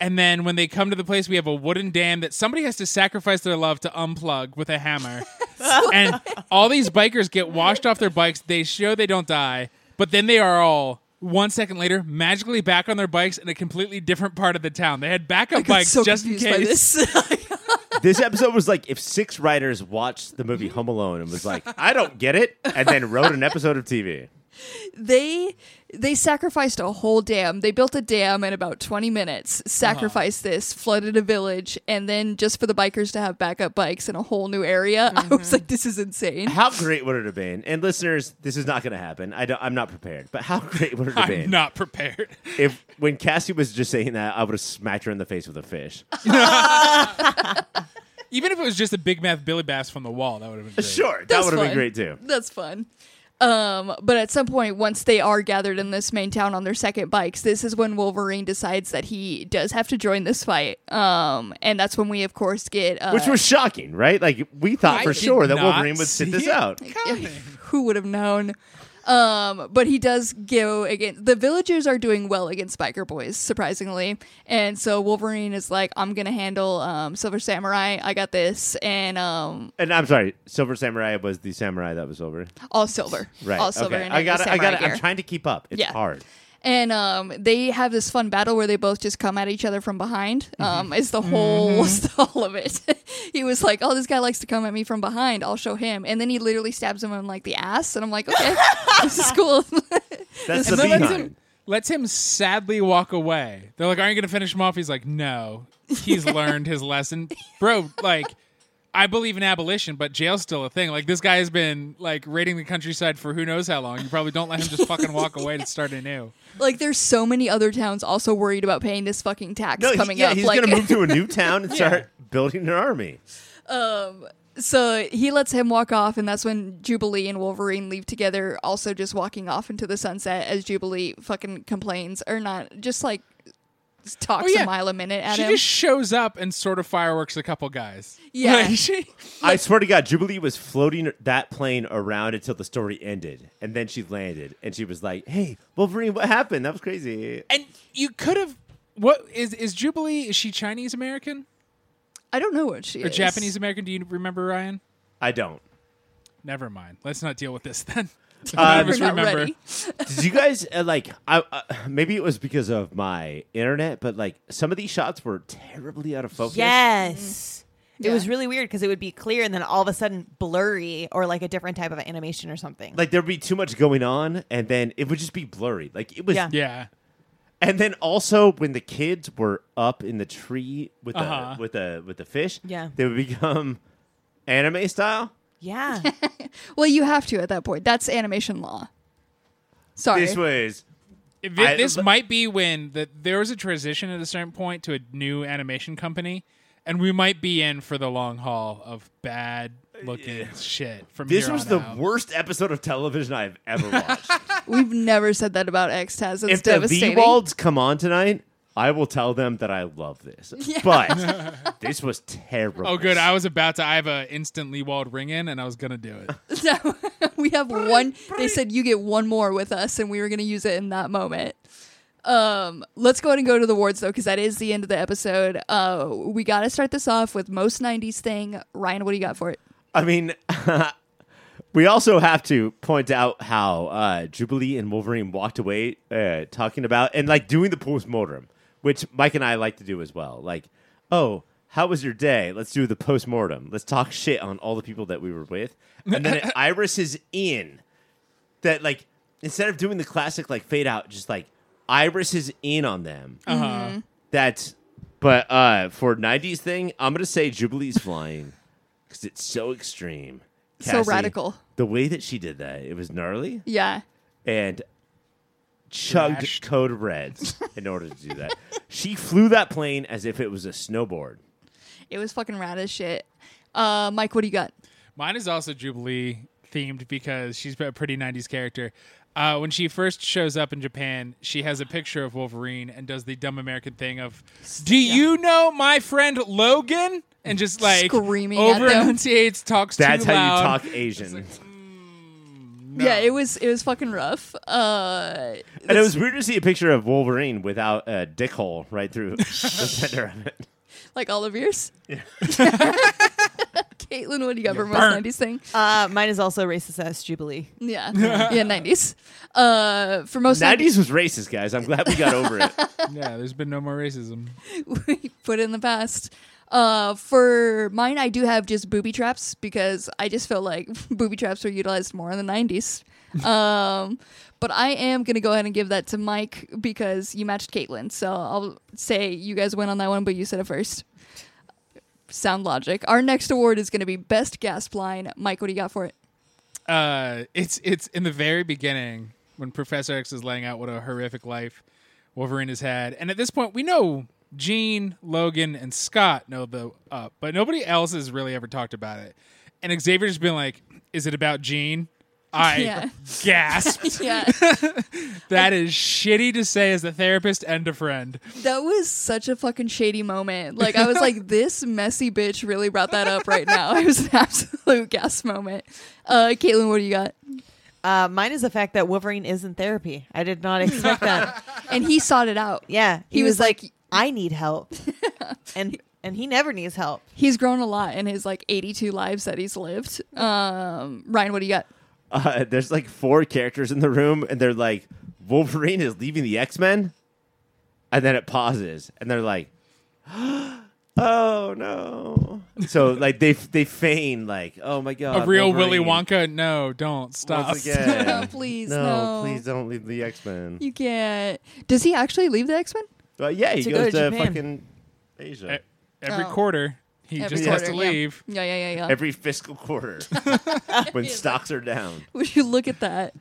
C: and then when they come to the place we have a wooden dam that somebody has to sacrifice their love to unplug with a hammer
A: Oh,
C: and all these bikers get washed off their bikes they show they don't die but then they are all one second later magically back on their bikes in a completely different part of the town they had backup
A: I'm
C: bikes
A: so
C: just in
A: confused by
C: case
A: this.
B: This episode was like if six writers watched the movie Home Alone and was like, I don't get it, and then wrote an episode of TV.
A: they they sacrificed a whole dam. They built a dam in about 20 minutes,
C: Uh-huh.
A: sacrificed this, flooded a village, and then just for the bikers to have backup bikes in a whole new area. I
D: Mm-hmm.
A: was like, this is insane.
B: How great would it have been? And listeners, this is not going to happen. I don't, I'm not prepared. But how great would it have
C: i'm
B: been
C: not prepared
B: if when Cassie was just saying that, I would have smacked her in the face with a fish.
C: even if it was just a big mouth billy bass from the wall that would have been great.
B: Sure, that
A: That's
B: would have been
A: fun.
B: great too.
A: That's fun. Um, but at some point, once they are gathered in this main town on their second bikes, this is when Wolverine decides that he does have to join this fight. Um, and that's when we, of course, get uh,
B: Which was shocking, right? Like we thought
C: I
B: Uh, for
C: did
B: sure that
C: not
B: Wolverine would sit
C: see
B: this
C: it
B: out.
C: coming.
A: who would have known? Um, but he does go against the villagers are doing well against biker boys, surprisingly. And so Wolverine is like, I'm gonna handle um, Silver Samurai, I got this, and um,
B: And I'm sorry, Silver Samurai was the samurai that was over.
A: all silver,
B: Right.
A: All silver.
B: okay.
A: and
B: I got it.
A: every
B: I got
A: samurai
B: it. I'm
A: gear.
B: trying to keep up. It's
A: Yeah.
B: hard.
A: and um, they have this fun battle where they both just come at each other from behind.
B: Mm-hmm.
A: Um, is the whole all of it. he was like, "Oh, this guy likes to come at me from behind. I'll show him." And then he literally stabs him in like the ass, and I'm like, "Okay, this is cool."
B: That's
C: And
B: the
C: then lets
B: beehive.
C: him, lets him sadly walk away. They're like, "Are you going to finish him off?" He's like, "No, he's learned his lesson, bro." Like, I believe in abolition, but jail's still a thing. Like, this guy has been like raiding the countryside for who knows how long. You probably don't let him just fucking walk away to start anew.
A: Like, there's so many other towns also worried about paying this fucking tax
B: No, he-
A: coming
B: yeah,
A: up.
B: he's
A: like,
B: gonna move to a new town and start building an army.
A: so he lets him walk off, and that's when Jubilee and Wolverine leave together, also just walking off into the sunset as Jubilee fucking complains or not, just like talks
C: Oh, yeah.
A: a mile a minute at
C: she
A: him.
C: just shows up and sort of fireworks a couple guys.
A: Yeah.
C: Like, she-
B: I swear to God, Jubilee was floating that plane around until the story ended, and then she landed, and she was like, "Hey, Wolverine, what happened? That was crazy."
C: and you could have. What is is Jubilee? Is she Chinese American
A: I don't know what she
C: or
A: is.
C: Japanese American? Do you remember Ryan?
B: I don't.
C: Never mind. Let's not deal with this then.
A: We're
C: None of us
A: not
C: remember.
A: ready.
B: Did you guys uh, like? I, uh, maybe it was because of my internet, but like some of these shots were terribly out of focus.
D: Yes. It
A: Mm-hmm. Yeah.
D: was really weird because it would be clear and then all of a sudden blurry or like a different type of animation or something.
B: Like there'd be too much going on, and then it would just be blurry. Like it was,
D: Yeah.
C: Yeah.
B: and then also when the kids were up in the tree with
C: Uh-huh.
B: the with the with the fish,
D: Yeah.
B: they would become anime style.
D: yeah.
A: Well, you have to at that point. That's animation law. Sorry.
B: This was
C: If
B: I-
C: it- this
B: but-
C: might be when the, there was a transition at a certain point to a new animation company, and we might be in for the long haul of bad looking shit from
B: This
C: here
B: was
C: on
B: the
C: out.
B: worst episode of television I've ever watched.
A: We've never said that about X Taz. It's
B: if the
A: devastating.
B: Walds come on tonight, I will tell them that I love this. But this was terrible.
C: Oh, good. I was about to. I have a instant Leewald ring in, and I was gonna do it.
A: No, we have one. They said you get one more with us, and we were going to use it in that moment. Um, let's go ahead and go to the awards though, because that is the end of the episode. Uh, we got to start this off with most '90s thing. Ryan, what do you got for it?
B: I mean, we also have to point out how uh, Jubilee and Wolverine walked away uh, talking about and like doing the post mortem, which Mike and I like to do as well. Like, oh, how was your day? Let's do the post mortem. Let's talk shit on all the people that we were with. And then Iris is in that, like, instead of doing the classic like fade out, just like Iris is in on them.
C: Uh-huh.
B: That's but uh for nineties thing, I'm gonna say Jubilee's flying because it's so extreme.
A: So
B: Cassie,
A: radical.
B: The way that she did that, it was gnarly
A: Yeah,
B: and chugged
C: Thrashed.
B: code reds in order to do that. she flew that plane as if it was a snowboard.
A: it was fucking rad as shit. Uh, Mike, what do you got?
C: Mine is also Jubilee themed because she's a pretty 90s character. Uh, when she first shows up in Japan, she has a picture of Wolverine and does the dumb American thing of, Do you know my friend Logan? And just like
A: Screaming at
C: over
A: them.
C: enunciates, talks
B: That's
C: too
B: how
C: loud. Mm,
B: you talk Asian.
A: Yeah, it was it was fucking rough. Uh,
B: and it was weird to see a picture of Wolverine without a dick hole right through the center of it.
A: like all of yours. Yeah. Caitlin, what do you got for most
C: burnt.
A: '90s thing?
D: Uh, mine is also racist ass Jubilee.
A: Yeah, yeah, '90s. Uh, for most 90s
B: Nineties was racist, guys. I'm glad we got over it.
C: Yeah, there's been no more racism.
A: we put in the past. Uh, for mine, I do have just booby traps because I just felt like booby traps were utilized more in the 90s. Um, but I am going to go ahead and give that to Mike because you matched Caitlin. So I'll say you guys went on that one, but you said it first. Sound logic. Our next award is going to be Best Gasp Line. Mike, what do you got for it?
C: uh, it's it's in the very beginning when Professor X is laying out what a horrific life Wolverine has had, and at this point we know Jean, Logan, and Scott know the up, but nobody else has really ever talked about it. And Xavier's just been like, "Is it about Jean?" I
A: Yeah.
C: gasped.
A: Yeah.
C: That is shitty to say as a therapist and a friend.
A: That was such a fucking shady moment. Like I was like, this messy bitch really brought that up right now. It was an absolute gas moment. Uh Caitlin, what do you got?
D: Uh, mine is the fact that Wolverine is in therapy. I did not expect that.
A: And he sought it out.
D: Yeah, he,
A: He
D: was,
A: was
D: like,
A: like-
D: "I need help," and and he never needs help.
A: He's grown a lot in his like 82 lives that he's lived. Um Ryan, what do you got?
B: uh, there's like four characters in the room, and they're like, Wolverine is leaving the X Men, and then it pauses, and they're like, Oh no! So like they they feign like, Oh my god,
C: a real
B: Wolverine,
C: Willy Wonka? No, don't stop.
B: Once again.
A: No, please, no.
B: no, please don't leave the X Men.
A: You can't. Does he actually leave the X-Men?
B: But yeah, he
D: To go
B: goes
D: to
B: to,
D: Japan.
B: fucking Asia
C: E- Every
A: Oh.
C: quarter, he
A: Every
C: just has
A: quarter,
C: to
A: yeah.
C: leave.
A: Yeah, yeah, yeah, yeah.
B: every fiscal quarter when stocks are down.
A: Would you look at that?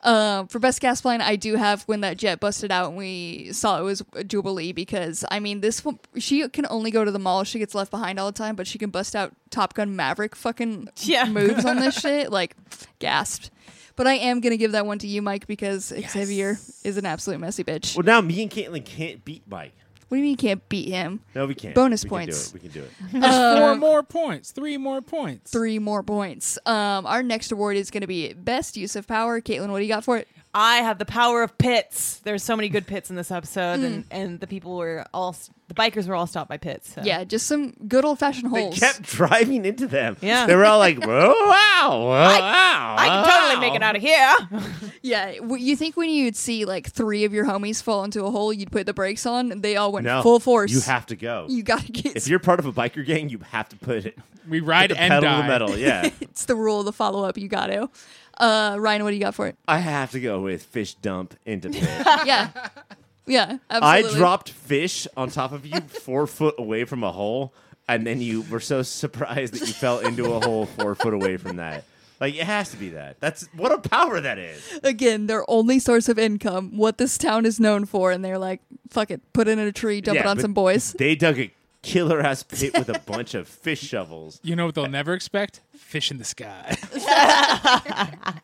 A: Um, for best gas line, I do have when that jet busted out and we saw it was Jubilee because I mean this one, she can only go to the mall. She gets left behind all the time, but she can bust out Top Gun Maverick fucking
D: Yeah.
A: moves on this shit. Like gasped. But I am gonna give that one to you, Mike, because Xavier is an absolute messy bitch.
B: Well, now me and Caitlin can't beat Mike.
A: What do you mean you can't beat him?
B: No, we can't.
A: Bonus
B: We
A: points.
B: Can do it. We can do it.
C: There's
A: Uh,
C: four more points, three more points.
A: Three more points. Um, our next award is gonna be best use of power. Caitlin, what do you got for it?
D: I have the power of pits. There's so many good pits in this episode, and
A: Mm.
D: and the people were all the bikers were all stopped by pits. so.
A: Yeah, just some good old fashioned
B: They
A: holes.
B: kept driving into them.
D: Yeah.
B: They were all like, whoa, wow, whoa, wow.
D: I can totally
B: Oh.
D: make it out of here.
A: Yeah, w- you think when you'd see like three of your homies fall into a hole, you'd put the brakes on, and they all went
B: No,
A: full force.
B: You have to go.
A: you gotta get.
B: if you're part of a biker gang, you have to put it.
C: We
B: Put
C: ride
B: the
C: and
B: pedal to
C: die.
B: the metal. Yeah.
A: it's the rule of the follow up. You got to. Uh, Ryan, what do you got for it?
B: I have to go with fish dump into pit.
A: Yeah, yeah,
B: I
A: absolutely.
B: dropped fish on top of you four foot away from a hole, and then you were so surprised that you fell into a hole four foot away from that. Like it has to be that. That's what a power that is.
A: again their only source of income, what this town is known for, and they're like, "Fuck it, put it in a tree, dump
B: Yeah,
A: it on
B: but
A: some boys."
B: They dug a killer ass pit with a bunch of fish shovels.
C: You know what they'll never expect? Fish in the sky.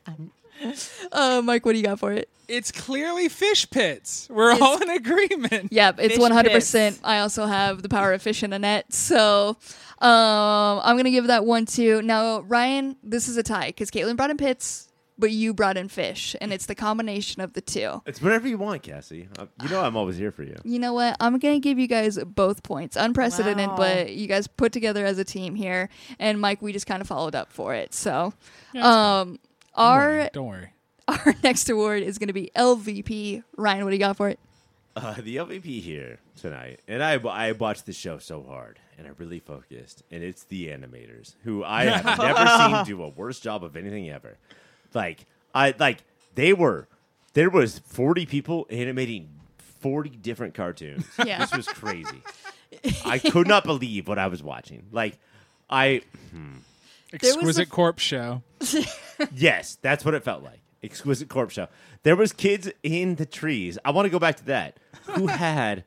A: Uh, Mike, what do you got for it?
C: it's clearly fish pits. We're all in agreement.
A: Yep, it's
D: Fish
A: one hundred percent.
D: piss.
A: I also have the power of fish in a net, so um, I'm gonna give that one to now Ryan. This is a tie because Caitlin brought in pits, but you brought in fish, and it's the combination of the two.
B: It's whatever you want, Cassie. Uh, You know I'm always here for you.
A: You know what? I'm gonna give you guys both points, unprecedented,
D: Wow.
A: but you guys put together as a team here, and Mike, we just kind of followed up for it. So, um, our
C: Don't worry.
A: our next award is gonna be LVP. Ryan, what do you got for it?
B: Uh, the LVP here tonight, and I I watched the show so hard, and I really focused, and it's the animators who I have never seen do a worse job of anything ever. Like I like they were there was forty people animating forty different cartoons.
A: Yeah.
B: this was crazy. I could not believe what I was watching. Like I
A: There was
C: Exquisite
A: a-
C: Corpse Show.
B: Yes, that's what it felt like. Exquisite corpse show. There was kids in the trees. I want to go back to that. Who had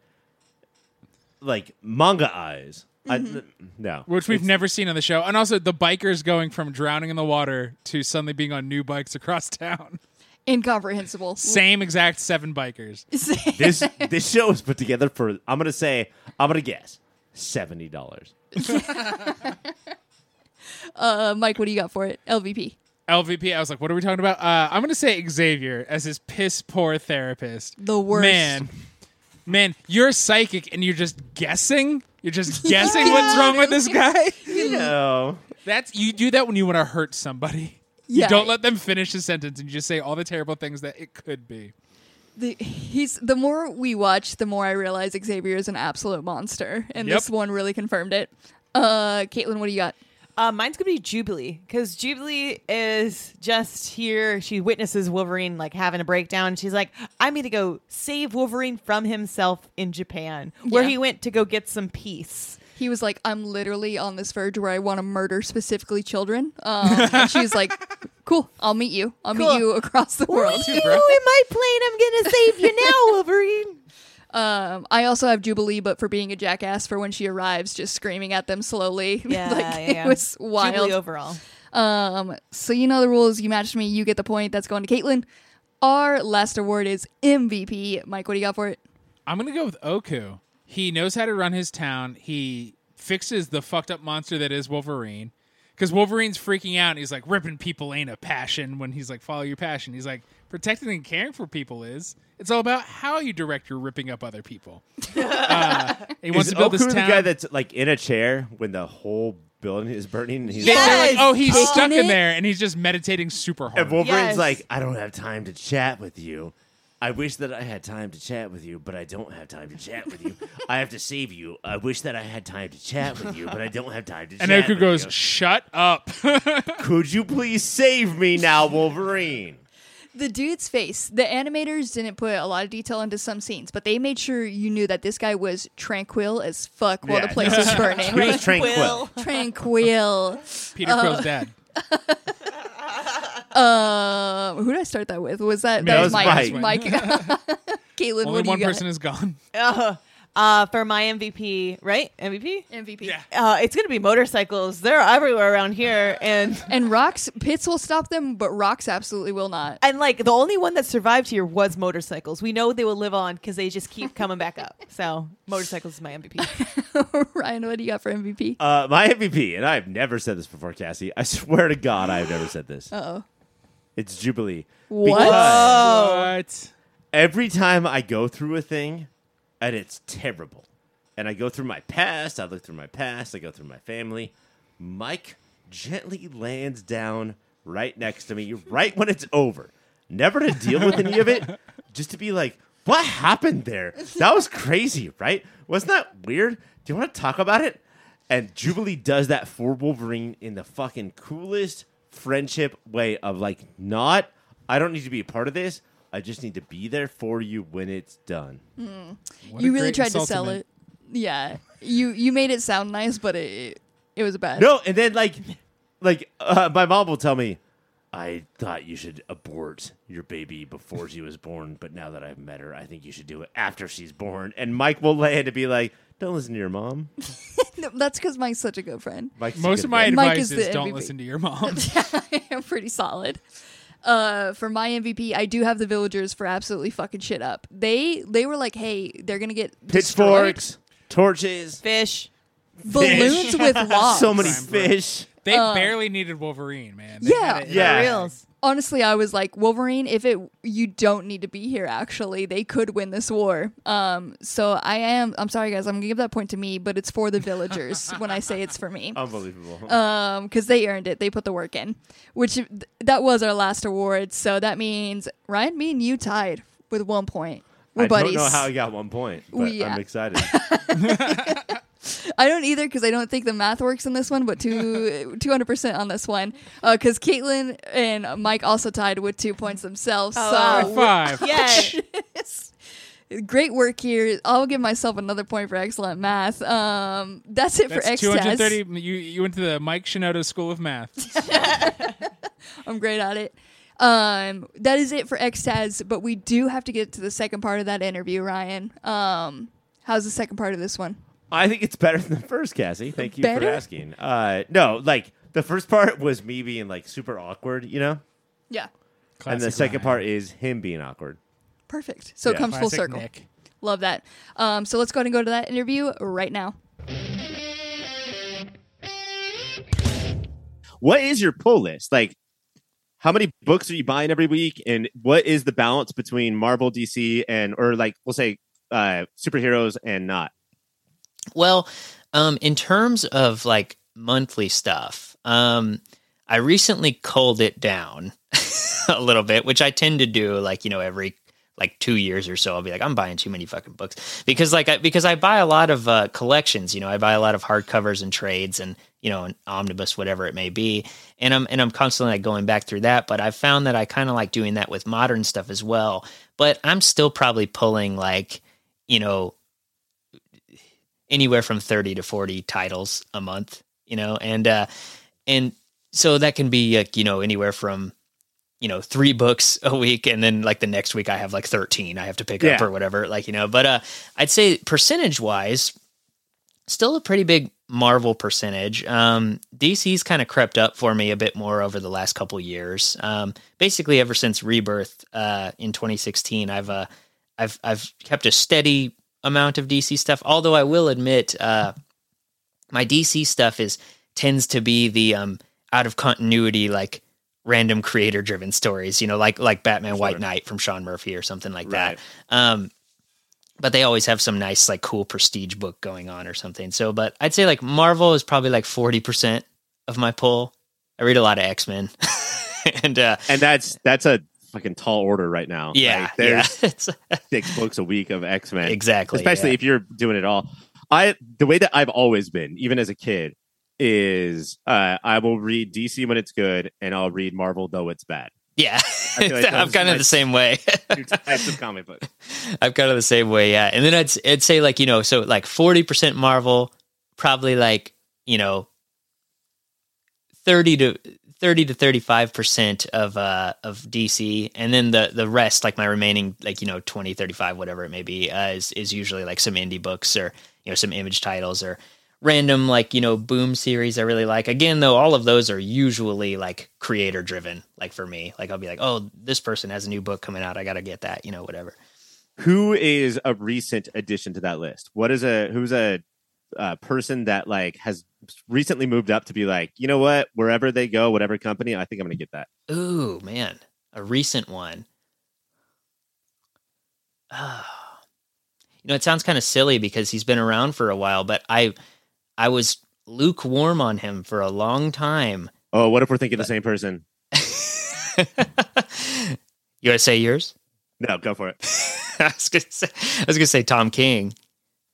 B: like manga eyes? I- no,
C: Which we've
B: It's-
C: never seen on the show. And also the bikers going from drowning in the water to suddenly being on new bikes across town.
A: Incomprehensible.
C: Same exact seven bikers.
B: This this show was put together for. I'm gonna say. I'm gonna guess seventy dollars.
A: Uh, Mike, what do you got for it? LVP.
C: LVP, I was like, what are we talking about? Uh, I'm going to say Xavier as his piss poor therapist.
A: The worst.
C: Man, man, you're psychic and you're just guessing. You're just guessing what's wrong with this guy.
B: You know,
C: That's you do that when you want to hurt somebody.
A: Yeah.
C: You don't let them finish a sentence and you just say all the terrible things that it could be.
A: The, he's the more we watch, the more I realize Xavier is an absolute monster, and
C: Yep.
A: this one really confirmed it. Uh, Caitlin, what do you got?
D: Uh, mine's gonna be Jubilee because Jubilee is just here. She witnesses Wolverine like having a breakdown. She's like, "I'm gonna go save Wolverine from himself in Japan, where
A: Yeah.
D: he went to go get some peace."
A: He was like, "I'm literally on this verge where I want to murder specifically children," um, and she's like, "Cool, I'll meet you. I'll meet
D: Cool.
A: you across the world."
D: You in my plane, I'm gonna save you now, Wolverine.
A: Um, I also have Jubilee, but for being a jackass, for when she arrives, just screaming at them slowly.
D: Yeah,
A: like
D: yeah,
A: it
D: yeah.
A: was wild.
D: Jubilee overall.
A: Um, so you know the rules. You matched me. You get the point. That's going to Caitlin. Our last award is MVP. Mike, what do you got for it?
C: I'm gonna go with Oku. He knows how to run his town. He fixes the fucked up monster that is Wolverine. Because Wolverine's freaking out and he's like, ripping people ain't a passion when he's like, follow your passion. He's like, protecting and caring for people is. It's all about how you direct your ripping up other people. uh, he wants
B: is
C: to build
B: Oku
C: this
B: the
C: town.
B: guy that's like in a chair when the whole building is burning? And he's
C: They- they're like,
D: Yes!
C: oh, he's
A: Kicking
C: stuck in
A: it.
C: there and he's just meditating super hard.
B: And Wolverine's
D: Yes.
B: like, I don't have time to chat with you. I wish that I had time to chat with you, but I don't have time to chat with you. I have to save you. I wish that I had time to chat with you, but I don't have time to
C: and
B: chat
C: Oku
B: with
C: goes,
B: you.
C: shut up.
B: Could you please save me now, Wolverine?
A: The dude's face. The animators didn't put a lot of detail into some scenes, but they made sure you knew that this guy was tranquil as fuck while
B: Yeah,
A: the place
B: no.
A: was
B: He
A: burning.
B: was tranquil.
A: tranquil.
C: Peter Crow's dad.
A: Um, who did I start that with? Was that
C: Me.
A: that
C: That
A: was
B: was
A: Mike? Mike.
C: Mike.
A: Caitlin,
C: Only
A: what do
C: one
A: you
C: person is gone.
D: Uh, uh, for my MVP, right? MVP.
A: got? MVP.
C: Yeah.
D: Uh, it's gonna be motorcycles. They're everywhere around here, and
A: And rocks. Pits will stop them, but rocks absolutely will not.
D: and like the only one that survived here was motorcycles. We know they will live on because they just keep coming back up. So motorcycles is my MVP.
A: Ryan, what do you got for MVP?
B: Uh, my MVP, and I have never said this before, Cassie. I swear to God, I have never said this.
A: Uh-oh.
B: It's Jubilee.
A: What?
B: Because
C: What?
B: every time I go through a thing, and it's terrible, and I go through my past, I look through my past, I go through my family, Mike gently lands down right next to me, right when it's over. Never to deal with any of it, just to be like, what happened there? That was crazy, right? Wasn't that weird? Do you want to talk about it? And Jubilee does that for Wolverine in the fucking coolest friendship way of like, not, I don't need to be a part of this. I just need to be there for you when it's done.
C: What
A: you
C: a
A: really
C: great
A: tried to sell
C: insultment.
A: it. Yeah, you you made it sound nice, but it it was bad.
B: No, and then like, like uh, my mom will tell me, I thought you should abort your baby before she was born, but now that I've met her, I think you should do it after she's born. And Mike will lay in to be like, don't listen to your mom.
A: No, that's because Mike's such a good friend.
B: Mike's a
C: Most
B: good
C: of my
B: man.
A: Mike
C: advice
A: is
C: is,
A: the
C: don't
A: MVP.
C: listen to your mom.
A: I'm pretty solid. Uh, for my MVP, I do have the villagers for absolutely fucking shit up. They they were like, hey, they're gonna get destroyed.
B: pitchforks, torches,
D: Fish.
A: balloons with logs.
B: so many
C: Crime, bro.
B: fish.
C: They barely needed Wolverine, man. They
A: Yeah.
C: had it-
B: Yeah.
D: For reals.
A: honestly i was like wolverine if it you don't need to be here actually they could win this war um so i am i'm sorry guys i'm gonna give that point to me but it's for the villagers when i say it's for me
B: Unbelievable.
A: um because they earned it they put the work in which th- that was our last award so that means ryan me and you tied with one point we're
B: I
A: buddies
B: don't know how I got one point, but
A: We- yeah.
B: I'm excited.
A: I don't either because I don't think the math works in this one, but two, 200% on this one. Because Caitlin and Mike also tied with two points themselves.
D: Oh,
A: so
D: wow.
C: High five.
D: Yes.
A: great work here. I'll give myself another point for excellent math. Um, that's it for
C: That's
A: X
C: 230.
A: test.
C: You, you went to the Mike Shinoda School of Math.
A: I'm great at it. Um, that is it for X Taz, but we do have to get to the second part of that interview, Ryan. Um, how's the second part of this one?
B: I think it's better than the first, Cassie. Thank you
A: Better?
B: for asking. Uh, no, like the first part was me being like super awkward, you know,
A: Yeah,
B: and the
C: Classic
B: second
C: Ryan.
B: part is him being awkward.
A: perfect. So it
B: Yeah.
A: comes full
C: Classic
A: circle.
C: Nick.
A: Love that. Um, so let's go ahead and go to that interview right now.
B: What is your pull list? Like, how many books are you buying every week, and what is the balance between Marvel, DC, and or like we'll say uh, superheroes and not?
E: Well, um, in terms of like monthly stuff, um, I recently culled it down a little bit, which I tend to do like, you know, every like two years or so, I'll be like, I'm buying too many fucking books because like, I, because I buy a lot of uh, collections, you know, I buy a lot of hardcovers and trades and, you know, an omnibus, whatever it may be. And I'm, and I'm constantly like going back through that, but I've found that I kind of like doing that with modern stuff as well, but I'm still probably pulling like, you know, anywhere from 30 to 40 titles a month you know and uh and so that can be like you know anywhere from you know three books a week and then like the next week i have like 13 i have to pick up
B: Yeah.
E: or whatever like you know but uh i'd say percentage wise still a pretty big marvel percentage um dc's kind of crept up for me a bit more over the last couple years um basically ever since rebirth uh in 2016 i've uh I've I've kept a steady amount of DC stuff. Although I will admit, uh, my DC stuff is tends to be the um, out of continuity, like random creator driven stories. You know, like like Batman White Knight from Sean Murphy or something like
B: Right.
E: that. Um, but they always have some nice, like, cool prestige book going on or something. So, but I'd say like Marvel is probably like forty percent of my pull. I read a lot of X Men, and uh,
B: And that's that's a fucking tall order right now.
E: yeah,
B: Like, there's
E: yeah, It's-
B: six books a week of X Men.
E: exactly,
B: especially
E: yeah.
B: if you're doing it all. I the way that I've always been, even as a kid, is uh, I will read DC when it's good, and I'll read Marvel though it's bad.
E: Yeah,
B: feel like
E: I'm
B: those
E: kind of
B: might-
E: the same way.
B: Two types of comic books.
E: I'm kind of the same way, yeah. And then I'd s- I'd say like you know, so like forty percent Marvel, probably like you know, thirty to thirty to thirty five percent of uh of DC, and then the the rest, like my remaining like you know 20, 35, whatever it may be, uh, is is usually like some indie books or you know some image titles or random like you know boom series i really like again though all of those are usually like creator driven like for me like i'll be like oh this person has a new book coming out i gotta get that you know whatever
B: Who is a recent addition to that list? What is a who's a uh, person that like has recently moved up to be like, you know what, wherever they go, whatever company, I think I'm gonna get that.
E: Ooh, man, a recent one. Ah. you know, it sounds kind of silly because he's been around for a while, but I, I was lukewarm on him for a long time.
B: Oh, what if we're thinking the same person?
E: you want to say yours?
B: No, go for it.
E: I was gonna say, I was gonna say Tom King.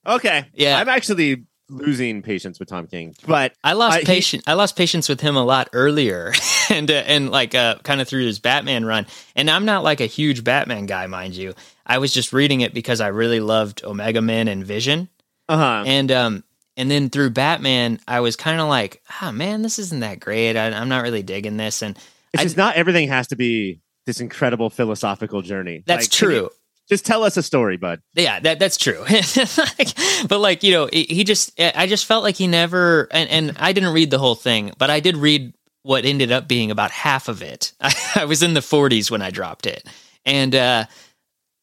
B: Okay,
E: Yeah.
B: I'm actually losing patience with Tom King, but
E: I lost
B: I- he-
E: patience. I lost patience with him a lot earlier, and uh, and like uh, kind of through his Batman run. And I'm not like a huge Batman guy, mind you. I was just reading it because I really loved Omega Man and Vision,
B: uh huh.
E: and um and then through Batman, I was kind of like, ah man, this isn't that great. I, I'm not really digging this, and
B: It's
E: I-
B: just not everything has to be this incredible philosophical journey.
E: That's
B: Like, can
E: true.
B: you- just tell us a story, bud.
E: yeah that that's true Like, but like you know he he just i just felt like he never and, and i didn't read the whole thing but i did read what ended up being about half of it i, I was in the 40s when i dropped it and uh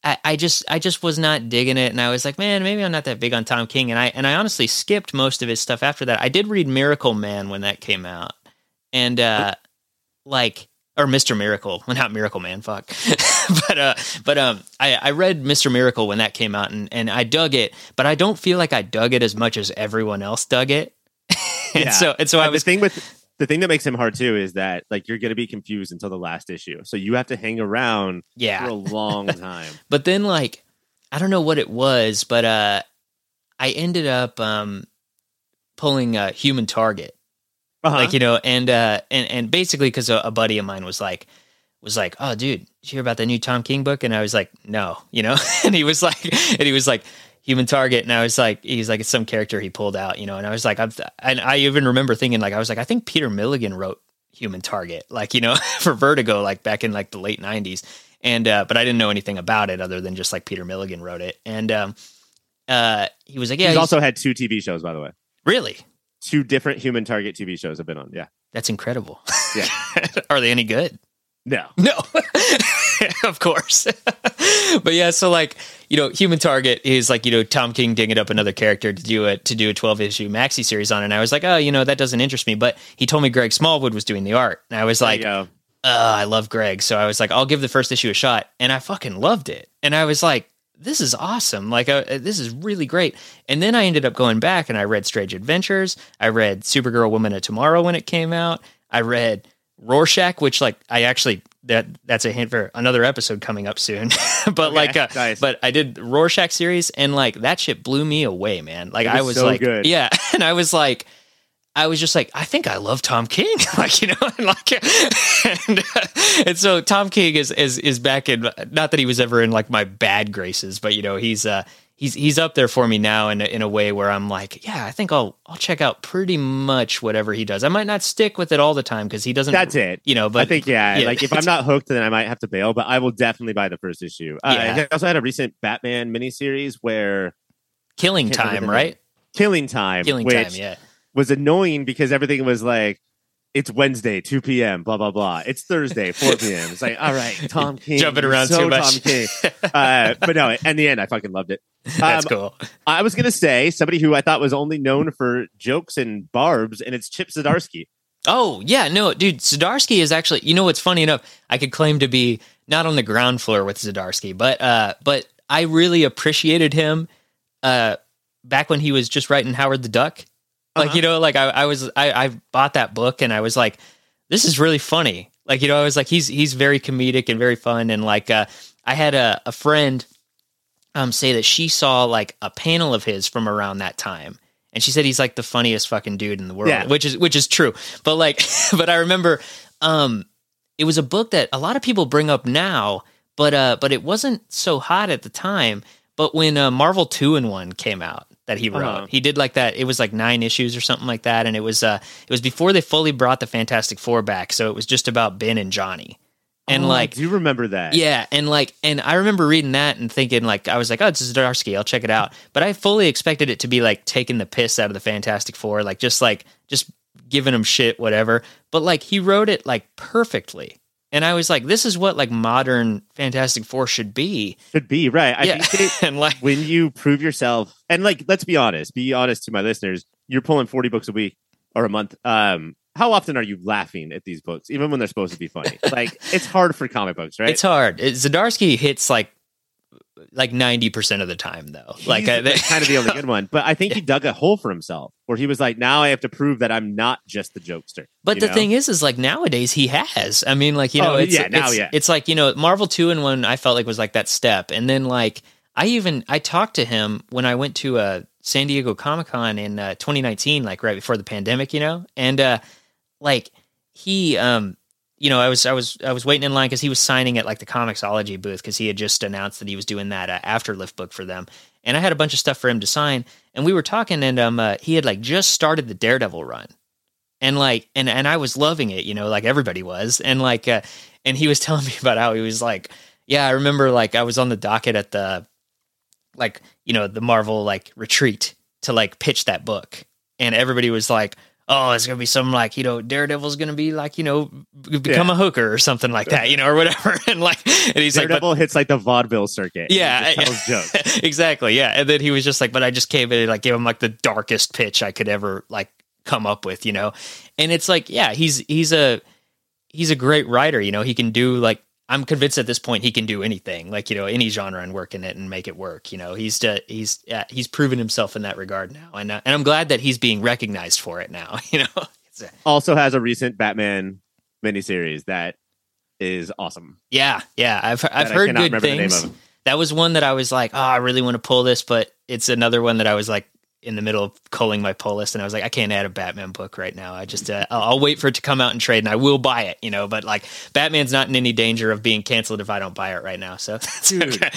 E: I, I just I just was not digging it, and I was like, man, maybe I'm not that big on Tom King, and I and I honestly skipped most of his stuff after that. I did read Miracle Man when that came out, and uh, like or Mr. Miracle, well, not Miracle Man, fuck, but uh, but um, I, I read Mr. Miracle when that came out, and and I dug it, but I don't feel like I dug it as much as everyone else dug it, and
B: Yeah.
E: so and so I
B: But
E: was
B: the thing with the thing that makes him hard too is that like you're going to be confused until the last issue, so you have to hang around
E: yeah
B: for a long time.
E: but then like i don't know what it was but uh i ended up um pulling a human target
B: Uh-huh.
E: like you know and uh and and basically because a, a buddy of mine was like was like oh dude did you hear about the new tom king book and i was like no you know and he was like and he was like human target and i was like he was like it's some character he pulled out you know and i was like i've and i even remember thinking like i was like i think peter milligan wrote human target like you know for vertigo like back in like the late 90s and uh but i didn't know anything about it other than just like peter milligan wrote it and um uh he was like yeah
B: he's
E: he's-
B: also had two TV shows, by the way.
E: really
B: Two different Human Target TV shows have been on. Yeah.
E: that's incredible
B: Yeah.
E: are they any good
B: No.
E: No, of course. but yeah, so like you know, Human Target is like you know Tom King digging up another character to do a to do a twelve issue maxi series on, and I was like, oh, you know, that doesn't interest me. But he told me Greg Smallwood was doing the art, and I was like,
B: There you go.
E: uh, I love Greg. So I was like, I'll give the first issue a shot. And I fucking loved it. And I was like, this is awesome. Like, uh, uh, this is really great. And then I ended up going back and I read Strange Adventures. I read Supergirl Woman of Tomorrow when it came out. I read Rorschach, which, like, I actually, that that's a hint for another episode coming up soon. but, like, uh,
B: nice.
E: but I did Rorschach series and, like, that shit blew me away, man. Like,
B: It was
E: I was
B: so
E: like,
B: good.
E: yeah. And I was like, I was just like, I think I love Tom King, like you know, and like, and, uh, and so Tom King is is is back in. Not that he was ever in like my bad graces, but you know, he's uh he's he's up there for me now in a- in a way where I'm like, yeah, I think I'll I'll check out pretty much whatever he does. I might not stick with it all the time because he doesn't.
B: That's it.
E: You know, but
B: I think yeah,
E: yeah,
B: Like if I'm not hooked, then I might have to bail. But I will definitely buy the first issue. Uh,
E: Yeah.
B: I also had a recent Batman miniseries where
E: Killing
B: Can't remember
E: Time,
B: the
E: right?
B: Killing Time,
E: Killing
B: which
E: Time, yeah.
B: was annoying because everything was like. It's Wednesday, 2 p.m., blah, blah, blah. It's Thursday, 4 p.m. It's like, all right, Tom King.
E: Jumping
B: you're
E: around
B: so
E: too much.
B: Tom King. Uh, but no, in the end, I fucking loved it.
E: That's
B: Um,
E: cool.
B: I was going to say somebody who I thought was only known for jokes and barbs, and it's Chip Zdarsky.
E: Oh yeah, no, dude. Zdarsky is actually. You know what's funny enough? I could claim to be not on the ground floor with Zdarsky, but uh, but I really appreciated him uh, back when he was just writing Howard the Duck. Like
B: Uh-huh.
E: you know, like I, I was I, I bought that book and I was like, this is really funny. Like you know, I was like, he's he's very comedic and very fun and like uh, I had a, a friend um say that she saw like a panel of his from around that time. And she said he's like the funniest fucking dude in the world,
B: Yeah.
E: which is which is true. But like but I remember um it was a book that a lot of people bring up now, but uh but it wasn't so hot at the time. But when uh, Marvel 2 and 1 came out that he wrote,
B: Uh-huh.
E: he did like that it was like 9 issues or something like that and it was uh it was before they fully brought the Fantastic 4 back, so it was just about Ben and Johnny. And
B: Oh,
E: like
B: I do remember that?
E: yeah, and like, and I remember reading that and thinking, like, I was like, oh, it's Zdarsky, I'll check it out. But I fully expected it to be like taking the piss out of the Fantastic Four, like just like just giving them shit, whatever. But like, he wrote it like perfectly, and I was like, this is what like modern Fantastic Four should be.
B: Should be, right. I
E: yeah,
B: think that
E: and like,
B: when you prove yourself, and like, let's be honest, be honest to my listeners, you're pulling 40 books a week or a month. Um, how often are you laughing at these books, even when they're supposed to be funny? like, it's hard for comic books, right?
E: it's hard. It, Zdarsky hits like like ninety percent of the time though. like,
B: He's
E: I,
B: kind of the only good one, but I think he dug a hole for himself where he was like, now I have to prove that I'm not just the jokester.
E: But
B: you
E: the
B: know?
E: thing is, is like nowadays he has. I mean, like you know,
B: Oh,
E: it's,
B: yeah, now,
E: it's,
B: yeah.
E: it's like you know, Marvel two and one. I felt like was like that step, and then like I even I talked to him when I went to uh, San Diego Comic Con in uh, 2019, like right before the pandemic, you know, and uh, like he um you know i was i was i was waiting in line because he was signing at like the comicsology booth because he had just announced that he was doing that uh, afterlift book for them and i had a bunch of stuff for him to sign and we were talking and um uh, he had like just started the daredevil run and like and and I was loving it, you know, like everybody was, and like uh, and he was telling me about how he was like, yeah, I remember like I was on the docket at the like you know the Marvel like retreat to like pitch that book, and everybody was like. Oh, it's gonna be some like you know Daredevil's gonna be like you know b- become
B: Yeah.
E: a hooker or something like that you know or whatever and like and he's like but-
B: Daredevil hits like the vaudeville circuit. and
E: Yeah,
B: he just
E: I-
B: tells jokes.
E: exactly. Yeah. And then he was just like, but I just came in and like gave him like the darkest pitch I could ever like come up with, you know? And it's like, yeah, he's he's a he's a great writer, you know. He can do like I'm convinced at this point he can do anything, like, you know, any genre and work in it and make it work, you know. He's de- he's yeah, he's proven himself in that regard now. And uh, and I'm glad that he's being recognized for it now, you know. It's a-
B: Also has a recent Batman miniseries that is awesome.
E: yeah, yeah. I've I've
B: That I
E: heard
B: cannot
E: good
B: remember the name
E: things.
B: of it.
E: that was one that I was like, oh, I really want to pull this, but it's another one that I was like in the middle of culling my pull list, and I was like, I can't add a Batman book right now. I just, uh, I'll, I'll wait for it to come out and trade, and I will buy it, you know. But like, Batman's not in any danger of being canceled if I don't buy it right now. So that's
B: Dude.
E: okay.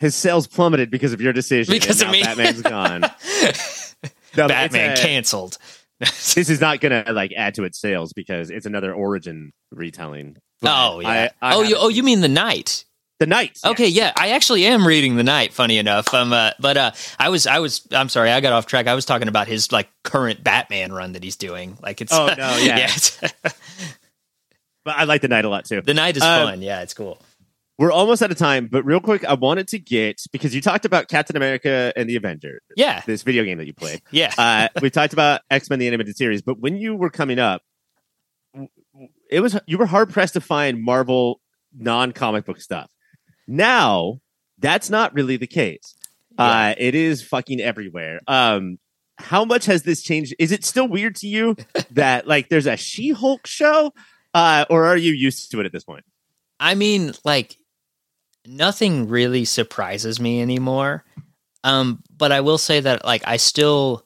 B: His sales plummeted because of your decision. and
E: Because of
B: now
E: me.
B: Batman's gone. No, but it's
E: Batman
B: a-
E: canceled.
B: This is not gonna like add to its sales because it's another origin retelling. But
E: oh yeah.
B: I- I
E: oh you.
B: haven't
E: Oh,
B: seen
E: you mean the night?
B: the night?
E: Okay, yeah, I actually am reading The Night. Funny enough, um, uh, but uh, I was, I was, I'm sorry, I got off track. I was talking about his like current Batman run that he's doing. Like it's,
B: Oh, no, yeah.
E: it's-
B: But I like the night a lot too.
E: The night is
B: Uh,
E: fun. Yeah, it's cool.
B: We're almost out of time, but real quick, I wanted to get because you talked about Captain America and the Avengers,
E: Yeah,
B: this video game that you played.
E: yeah.
B: Uh, we talked about X Men the animated series, but when you were coming up, w- w- it was you were hard pressed to find Marvel non comic book stuff. Now that's not really the case. Uh, it is fucking everywhere. Um, how much has this changed? Is it still weird to you that like there's a She Hulk show, uh, or are you used to it at this point?
E: I mean, like nothing really surprises me anymore. Um, but I will say that like I still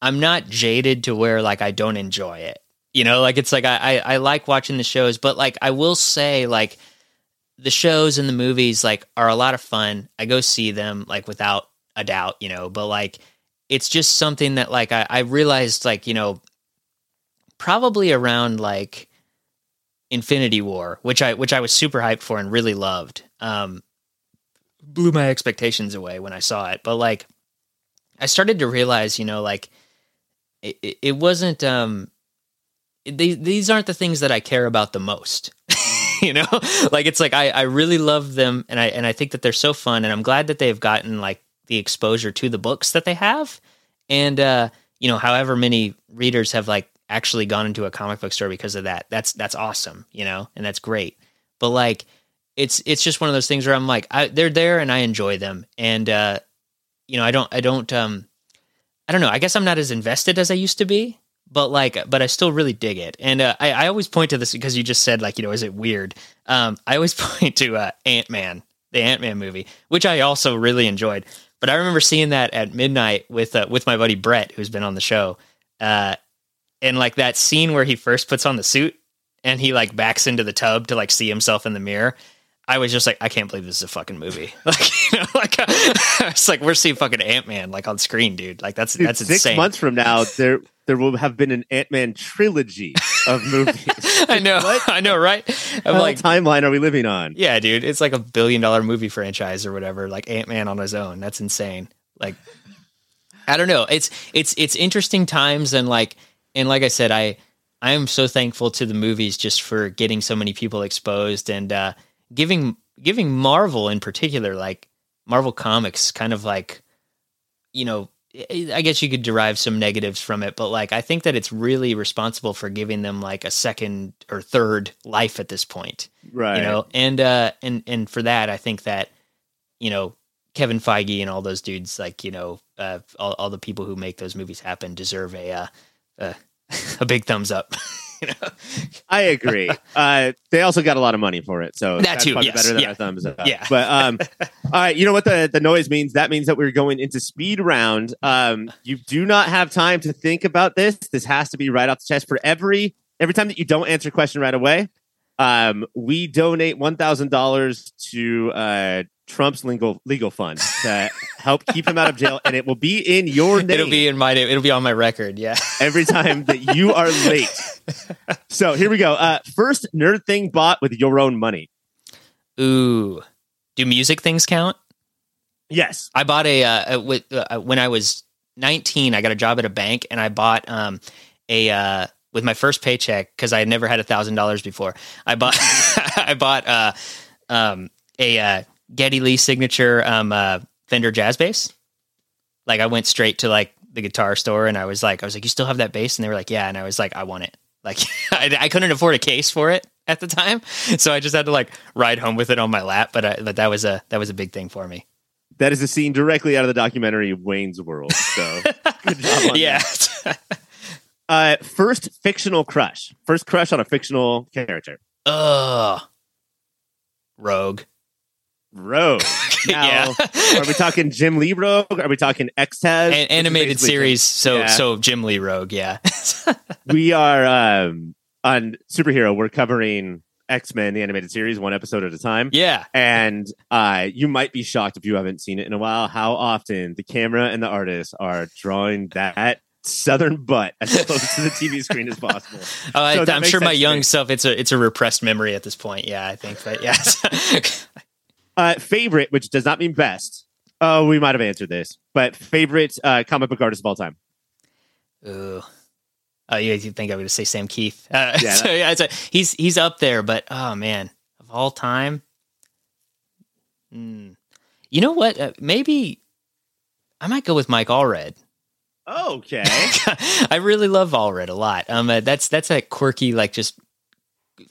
E: I'm not jaded to where like I don't enjoy it. You know, like it's like I, I, I like watching the shows, but like I will say like the shows and the movies like are a lot of fun. I go see them like without a doubt, you know, but like it's just something that like I, I realized like, you know, probably around like Infinity War, which I which I was super hyped for and really loved. Um, blew my expectations away when I saw it, but like I started to realize, you know, like it, it- it wasn't. Um, these these aren't the things that I care about the most. you know, like it's like I I really love them, and I and I think that they're so fun, and I'm glad that they've gotten like the exposure to the books that they have, and uh, you know, however many readers have like actually gone into a comic book store because of that. That's that's awesome, you know, and that's great. But like, it's it's just one of those things where I'm like, I, they're there and I enjoy them, and uh, you know, I don't I don't um, I don't know. I guess I'm not as invested as I used to be, but like, but I still really dig it. And uh, I I always point to this because you just said like, you know, is it weird? Um, I always point to uh, Ant Man, the Ant Man movie, which I also really enjoyed. But I remember seeing that at midnight with uh, with my buddy Brett, who's been on the show. Uh, and like that scene where he first puts on the suit and he like backs into the tub to like see himself in the mirror i was just like i can't believe this is a fucking movie like you know like it's like we're seeing fucking ant-man like on screen dude like that's
B: Dude,
E: that's
B: six
E: insane
B: months from now, there there will have been an Ant Man trilogy of movies.
E: i know
B: What?
E: i know right i'm
B: what
E: like
B: timeline are we living on?
E: yeah dude it's like a billion dollar movie franchise or whatever like ant-man on his own that's insane like i don't know it's it's it's interesting times and like and like i said i i am so thankful to the movies just for getting so many people exposed and uh giving giving marvel in particular like marvel comics kind of like you know I I guess you could derive some negatives from it, but like I think that it's really responsible for giving them like a second or third life at this point
B: Right.
E: you know and uh and and for that i think that you know kevin feige and all those dudes like you know uh all, all the people who make those movies happen deserve a uh, uh a big thumbs up you know
B: I agree. uh, they also got a lot of money for it, so
E: That
B: that's
E: too,
B: probably
E: yes,
B: better than
E: yeah.
B: our thumbs up.
E: Yeah.
B: But um, all right, you know what the the noise means? That means that we're going into speed round. Um, you do not have time to think about this. This has to be right off the chest. For every every time that you don't answer a question right away, um, we donate one thousand dollars to uh, Trump's legal legal fund to help keep him out of jail, and it will be in your name
E: It'll be in my name. It'll be on my record. Yeah.
B: every time that you are late. So here we go. Uh, first nerd thing bought with your own money.
E: Ooh. Do music things count?
B: Yes.
E: I bought a, uh, a wi- uh, when I was 19, I got a job at a bank and I bought um, a uh, with my first paycheck because I had never had a thousand dollars before. I bought I bought uh, um, a uh, Getty Lee signature um, uh, Fender jazz bass. Like I went straight to like the guitar store and I was like, I was like, you still have that bass? And they were like, yeah. And I was like, I want it. Like I, I couldn't afford a case for it at the time, so I just had to like ride home with it on my lap. But I, but that was a that was a big thing for me.
B: That is a scene directly out of the documentary Wayne's World. So good job. on
E: yeah.
B: that. Uh, first fictional crush. First crush on a fictional character.
E: Ugh. Rogue.
B: Rogue. Now, are we talking Jim Lee Rogue? Are we talking X-Taz?
E: An- animated
B: Basically,
E: series. So
B: yeah.
E: so Jim Lee Rogue. Yeah.
B: We are um, on superhero. We're covering X-Men, the animated series, one episode at a time.
E: yeah.
B: And uh, you might be shocked if you haven't seen it in a while how often the camera and the artists are drawing that southern butt as close to the TV screen as possible.
E: Oh, I,
B: So that
E: I'm
B: makes
E: sure my
B: sense to
E: young
B: me.
E: self. It's a it's a repressed memory at this point. Yeah, I think. But yeah.
B: Uh, favorite, which does not mean best. Oh, we might have answered this, but favorite uh, comic book artist of all time.
E: Ooh. Oh, you, you think I'm going to say Sam Keith? Uh,
B: Yeah,
E: so, yeah, it's a, he's he's up there, but oh man, of all time. Hmm. You know what? Uh, maybe I might go with Mike Allred.
B: Okay.
E: I really love Allred a lot. Um, uh, that's that's that quirky, like just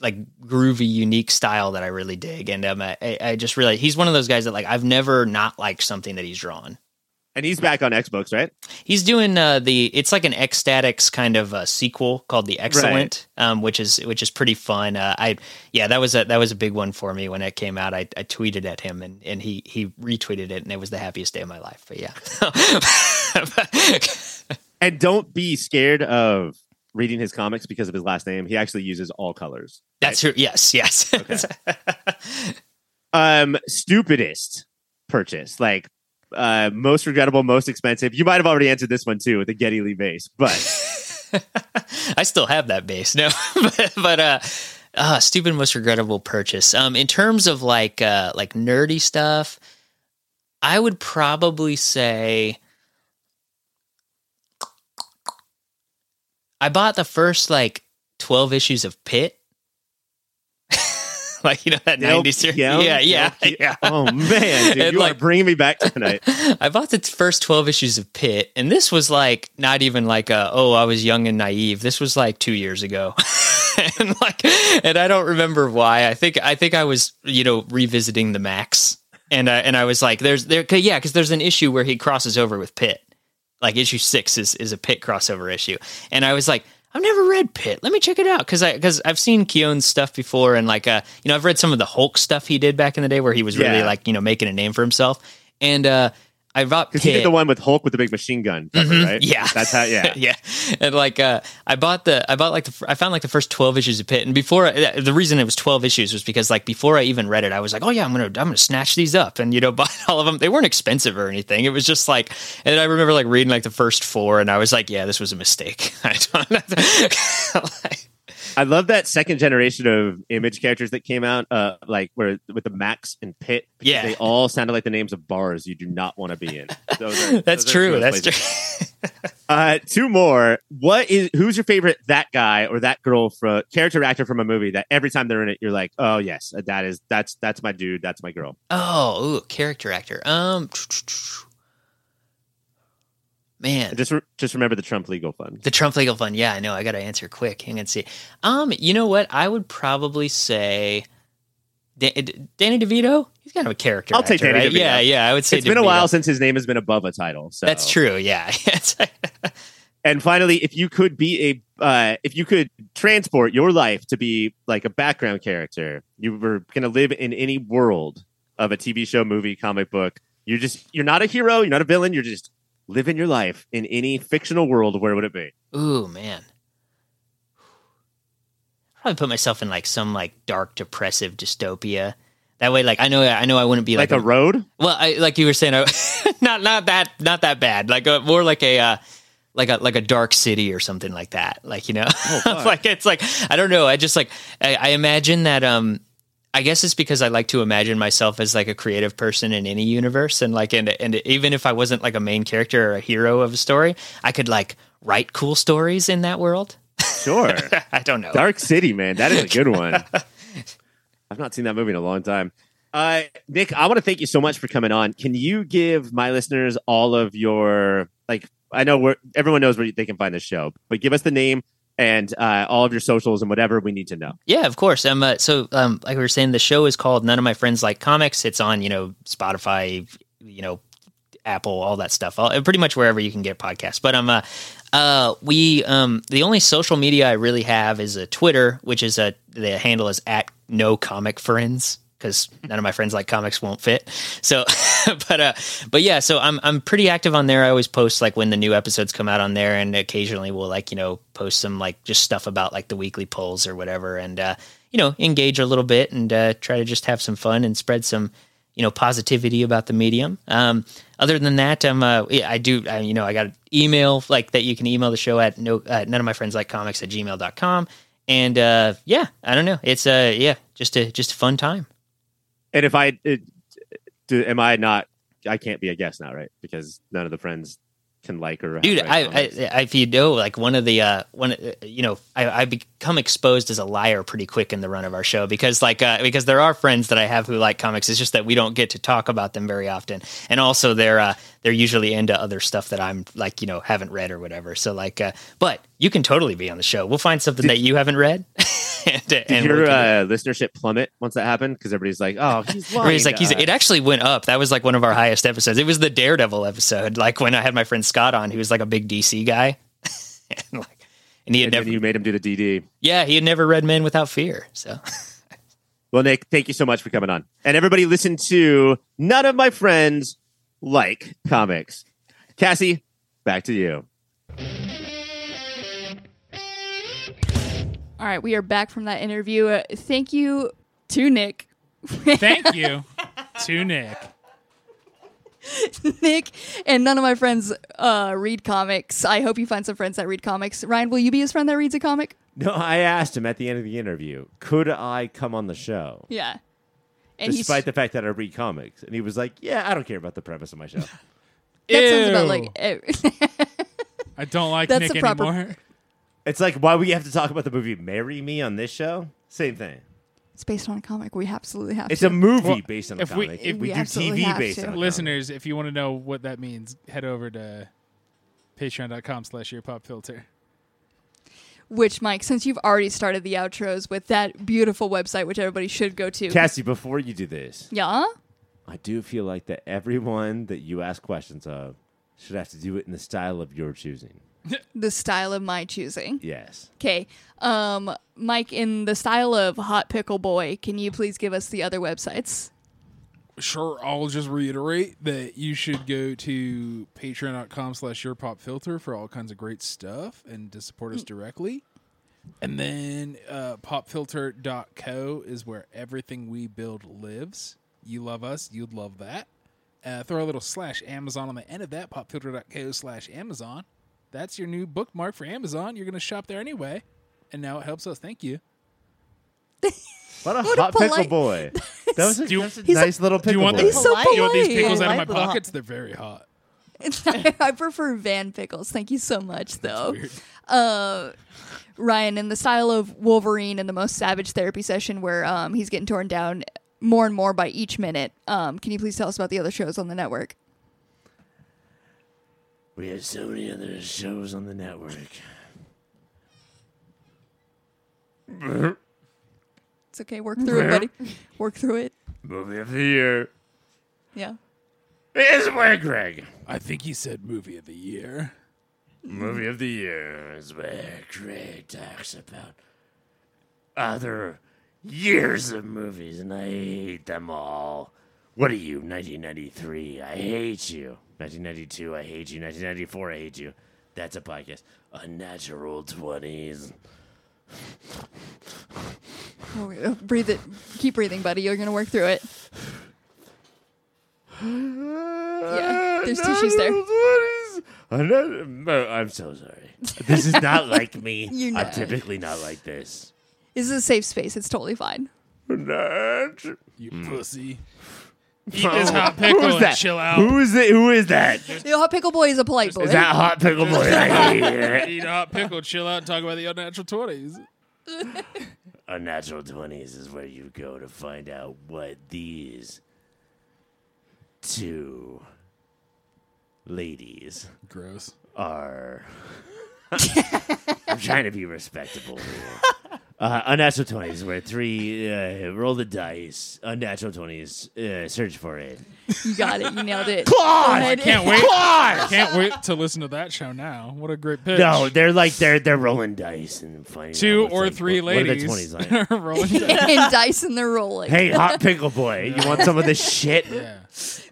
E: like groovy, unique style that I really dig. And um, I, I- I just realized he's one of those guys that like I've never not liked something that he's drawn.
B: and he's back on Xbox, right?
E: He's doing uh, the it's like an ecstatics kind of uh, sequel called the Excellent, um, which is which is pretty fun. Uh, I yeah, that was a that was a big one for me when it came out. I, I tweeted at him and and he he retweeted it, and it was the happiest day of my life. But yeah.
B: And don't be scared of reading his comics because of his last name. He actually uses all colors.
E: That's who. Yes, yes.
B: Um, stupidest purchase, like uh, most regrettable, most expensive. You might have already answered this one too with the Getty Lee base, but
E: I still have that base. No, but, but uh, uh, stupid most regrettable purchase. Um, in terms of like uh, like nerdy stuff, I would probably say I bought the first like twelve issues of Pit. like you know that
B: Nope,
E: nineties series.
B: yeah,
E: yeah, yeah,
B: nope,
E: yeah.
B: oh man, dude,
E: And,
B: you
E: like-
B: are bringing me back tonight.
E: I bought the first 12 issues of Pit, and this was like not even like a, oh, I was young and naive. This was like two years ago. and like and I don't remember why. I think I think I was, you know, revisiting the Max. And I and I was like, there's there 'cause- yeah, because there's an issue where he crosses over with Pit. Like issue six is is a Pit crossover issue. And I was like, I've never read Pit. Let me check it out because I because I've seen Keown's stuff before, and like uh, you know, I've read some of the Hulk stuff he did back in the day where he was really
B: Yeah.
E: like you know making a name for himself. And uh, I bought Pit.
B: Because he did the one with Hulk with the big machine gun, cover, right?
E: Mm-hmm. Yeah.
B: that's how. Yeah,
E: yeah, and like uh, I bought the I bought like the fir- I found like the first twelve issues of Pit, and before I, the reason it was twelve issues was because like before I even read it, I was like, oh yeah, I'm gonna I'm gonna snatch these up, and you know, bought all of them. They weren't expensive or anything. It was just like, and I remember like reading like the first four, and I was like, yeah, this was a mistake. I don't. like,
B: I love that second generation of image characters that came out, uh, like where with the Max and Pitt. because
E: Yeah.
B: they all sounded like the names of bars you do not want to be in. Those are- those
E: that's
B: are
E: true.
B: two
E: That's
B: places.
E: true.
B: Uh, two more. What is who's your favorite that guy or that girl from character actor from a movie that every time they're in it you're like, oh yes, that is that's that's my dude, that's my girl.
E: Oh, ooh, character actor. Um, man,
B: And just re- just remember the Trump legal fund.
E: The Trump legal fund. Yeah, I know. I got to answer quick. Hang on, see. Um, you know what? I would probably say Da- D- Danny DeVito. He's kind of a character.
B: I'll take
E: actor,
B: Danny
E: right?
B: DeVito.
E: Yeah, yeah. I would say
B: It's been a
E: DeVito.
B: while since his name has been above a title. So
E: That's true. Yeah.
B: And finally, if you could be a uh, if you could transport your life to be like a background character, you were gonna live in any world of a TV show, movie, comic book. You're just you're not a hero, you're not a villain, you're just living your life in any fictional world. Where would it be?
E: Ooh, man. Probably put myself in like some like dark, depressive dystopia. That way, like I know, I know, I wouldn't be like,
F: like a road.
E: well, I, like you were saying, I, not not that not that bad. Like a, more like a uh, like a like a dark city or something like that. Like you know, like it's like I don't know. I just like I, I imagine that. Um, I guess it's because I like to imagine myself as like a creative person in any universe, and like and and even if I wasn't like a main character or a hero of a story, I could like write cool stories in that world.
B: Sure.
E: I don't know.
F: Dark City, man. That is a good one.
B: I've not seen that movie in a long time. Uh, Nick, I want to thank you so much for coming on. Can you give my listeners all of your like? I know where everyone knows where they can find this show, but give us the name and uh, all of your socials and whatever we need to know.
E: Yeah, of course. Um, uh, so um, like we were saying, the show is called None of My Friends Like Comics. It's on you know Spotify, you know Apple, all that stuff, all, pretty much wherever you can get podcasts. But um, uh, uh, we um, the only social media I really have is a Twitter, which is a the handle is at No Comic Friends because none of my friends like comics won't fit. So, but uh, but yeah, so I'm I'm pretty active on there. I always post like when the new episodes come out on there, and occasionally we'll like you know post some like just stuff about like the weekly polls or whatever, and uh, you know engage a little bit and uh, try to just have some fun and spread some you know positivity about the medium. Um, other than that, I'm uh, yeah, I do I, you know I got an email like that you can email the show at no uh, none of my friends like comics at gmail.com. And uh, yeah, I don't know. It's uh yeah, just a just a fun time.
B: And if I it, do, am I not? I can't be a guest now, right? Because none of the friends can like or
E: dude
B: have
E: I, I,
B: comments.
E: I if you know like one of the uh one uh, you know I, I become exposed as a liar pretty quick in the run of our show because like uh because there are friends that i have who like comics it's just that we don't get to talk about them very often and also they're uh they're usually into other stuff that i'm like you know haven't read or whatever so like uh but you can totally be on the show we'll find something that you haven't read and,
B: did
E: and we
B: your
E: can-
B: uh, listenership plummet once that happened? Because everybody's like, "Oh, he's lying."
E: He's like,
B: to
E: he's,
B: us.
E: it actually went up. That was like one of our highest episodes. It was the Daredevil episode. Like when I had my friend Scott on, he was like a big DC guy, and like, and he had
B: and
E: never,
B: then you made him do the DD.
E: yeah, he had never read Men Without Fear. So
B: Well, Nick, thank you so much for coming on. And everybody listen to None of My Friends Like Comics. Cassie, back to you.
A: All right, we are back from that interview. Uh, thank you to Nick.
C: Thank you to Nick.
A: Nick and none of my friends uh, read comics. I hope you find some friends that read comics. Ryan, will you be his friend that reads a comic?
B: No, I asked him at the end of the interview, could I come on the show?
A: Yeah. And he's,
B: Despite the fact that I read comics. And he was like, Yeah, I don't care about the premise of my show.
A: that sounds about like
C: Ew.
A: ev-
C: I don't like
A: That's
C: Nick
A: the proper-
C: anymore.
B: it's like why we have to talk about the movie Marry Me on this show? Same thing.
A: it's based on a comic. We absolutely have
B: It's
A: to.
B: a movie
C: Well,
B: based on a
C: if we-
B: comic.
C: if
B: we
A: we
B: do
A: absolutely
B: TV
A: have
B: based
A: to.
B: on a comic.
C: Listeners, if you want to know what that means, head over to patreon.com slash your pop filter.
A: Which, Mike, since you've already started the outros with that beautiful website, which everybody should go to.
B: Cassie, before you do this,
A: yeah?
B: I do feel like that everyone that you ask questions of should have to do it in the style of your choosing.
A: The style of my choosing.
B: Yes.
A: Okay. Um, Mike, in the style of Hot Pickle Boy, can you please give us the other websites?
C: Sure, I'll just reiterate that you should go to patreon.com slash your pop filter for all kinds of great stuff and to support us directly. And then uh, popfilter.co is where everything we build lives. You love us, you'd love that. Uh, throw a little slash Amazon on the end of that, popfilter.co slash Amazon. That's your new bookmark for Amazon. You're going to shop there anyway. And now it helps us. Thank you.
B: What a
A: a
B: hot pickle
A: polite-
B: boy. That was a,
C: Do you-
B: that's a
A: he's a-
B: nice little
C: Do
B: pickle
C: you want,
B: boy.
A: He's so
C: you want these
A: polite.
C: pickles out of my
D: Polite little-
C: pockets? They're very hot.
A: I prefer Van Pickles. Thank you so much, though. Uh, Ryan, in the style of Wolverine in the most savage therapy session, where um, he's getting torn down more and more by each minute, um, can you please tell us about the other shows on the network?
B: We have so many other shows on the network.
A: It's okay. Work through it, buddy. Work through it.
B: Movie of the year
A: Yeah.
B: is where Greg.
C: I think he said movie of the year.
B: Movie of the year is where Greg talks about other years of movies, and I hate them all. What are you, 1993? I hate you. 1992, I hate you. 1994, I hate you. That's a podcast. Unnatural 20s.
A: Oh, breathe it. Keep breathing, buddy. You're gonna work through it. Yeah, there's tissues there.
B: I'm so sorry. This is not like me.
A: You know.
B: I'm typically not like this.
A: This is a safe space. It's totally fine.
B: Nerd.
C: You pussy. Eat this hot pickle
B: Who's
C: and
B: that?
C: chill out.
B: Who is it? Who is that? Is
A: The hot pickle boy is a polite boy.
B: that hot pickle boy? I hear it.
C: Eat a hot pickle, chill out, and talk about the unnatural twenties.
B: Unnatural twenties is where you go to find out what these two ladies
C: Gross.
B: are. I'm trying to be respectable here. Uh, unnatural twenties, where three uh, roll the dice. Unnatural twenties, uh, search for it.
A: you got it. You nailed it. Go
B: Claws,
A: ahead.
C: Can't wait. I Can't wait to listen to that show now. What a great pitch.
B: No, they're like they're they're rolling dice and finding out
C: two
B: what's
C: or
B: like-
C: three
B: what- what are the
C: ladies.
B: 20s like?
C: rolling dice.
A: and dice and they're rolling.
B: Hey, hot pickle boy, you want some of this shit?
C: Yeah.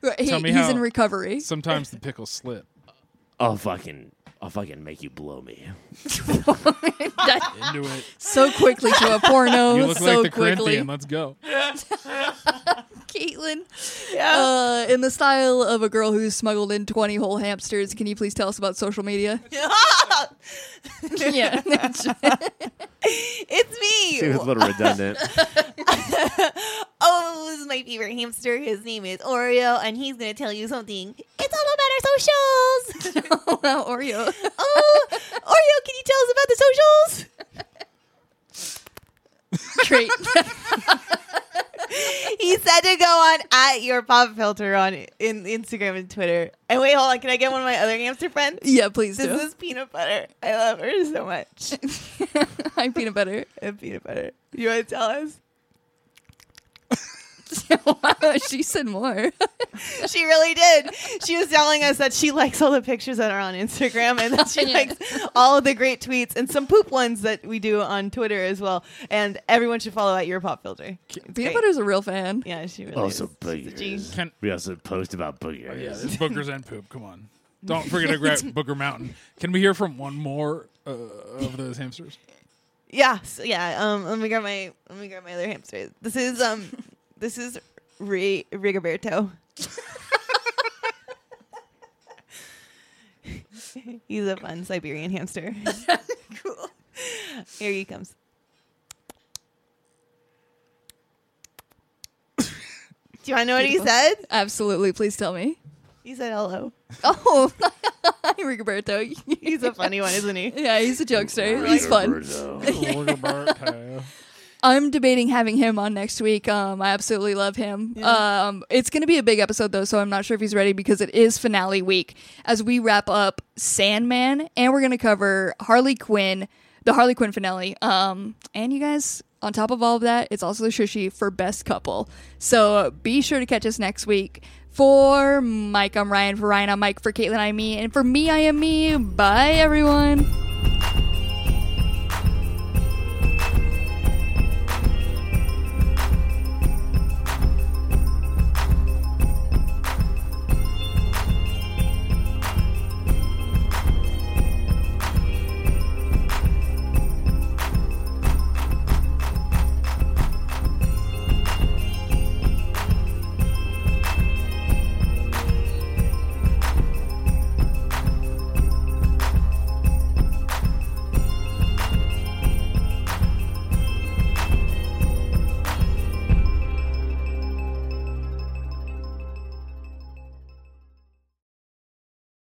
A: Right, he-
C: tell me
A: he's
C: how-
A: in recovery.
C: Sometimes the pickles slip.
B: I'll fucking, I'll fucking make you blow me.
C: Into it.
A: so quickly to a porno.
C: You look
A: so
C: like the
A: quickly.
C: Corinthian. Let's go.
A: Caitlin, uh, in the style of a girl who's smuggled in 20 whole hamsters, can you please tell us about social media? yeah.
D: it's me.
B: little redundant.
D: Oh, this is my favorite hamster. His name is Oreo, and he's gonna tell you something. It's all about our socials.
A: Wow, Oreo.
D: oh, Oreo, can you tell us about the socials?
A: Great.
D: He said to go on at your pop filter on in Instagram and Twitter. And wait, hold on. Can I get one of my other hamster friends?
A: yeah, please
D: This
A: do.
D: is peanut butter. I love her so much.
A: Hi, peanut butter.
D: And peanut butter. You want to tell us?
A: wow, she said more.
D: She really did. She was telling us that she likes all the pictures that are on Instagram and that she
A: Yeah.
D: likes all of the great tweets and some poop ones that we do on Twitter as well. And everyone should follow at your pop filter. It's
A: peanut
D: great.
A: butter's a real fan.
D: Yeah, she really
B: also
D: is. She's a G.
B: Oh, boogers.
C: Can-
B: we also post about boogers.
C: Oh, Yeah, there's bookers and poop. Come on. Don't forget to grab Booker Mountain. Can we hear from one more uh, of those hamsters?
D: Yeah, so yeah. Um, let me grab my let me grab my other hamster. This is um, this is Ri- Rigoberto. He's a fun Siberian hamster. cool. Here he comes. Do you want to know what he
A: Beautiful.
D: said?
A: Absolutely. Please tell me.
D: He said hello.
A: Oh, hi, Rigoberto.
D: He's a funny one, isn't he?
A: yeah, he's a jokester. He's fun. I'm debating having him on next week. Um, I absolutely love him. Um, it's going to be a big episode though, so I'm not sure if he's ready because it is finale week as we wrap up Sandman, and we're going to cover Harley Quinn, the Harley Quinn finale. Um, and you guys, on top of all of that, it's also the Shushi for Best Couple. So uh, be sure to catch us next week. For Mike, I'm Ryan. For Ryan, I'm Mike. For Caitlin, I'm me. And for me, I am me. Bye, everyone.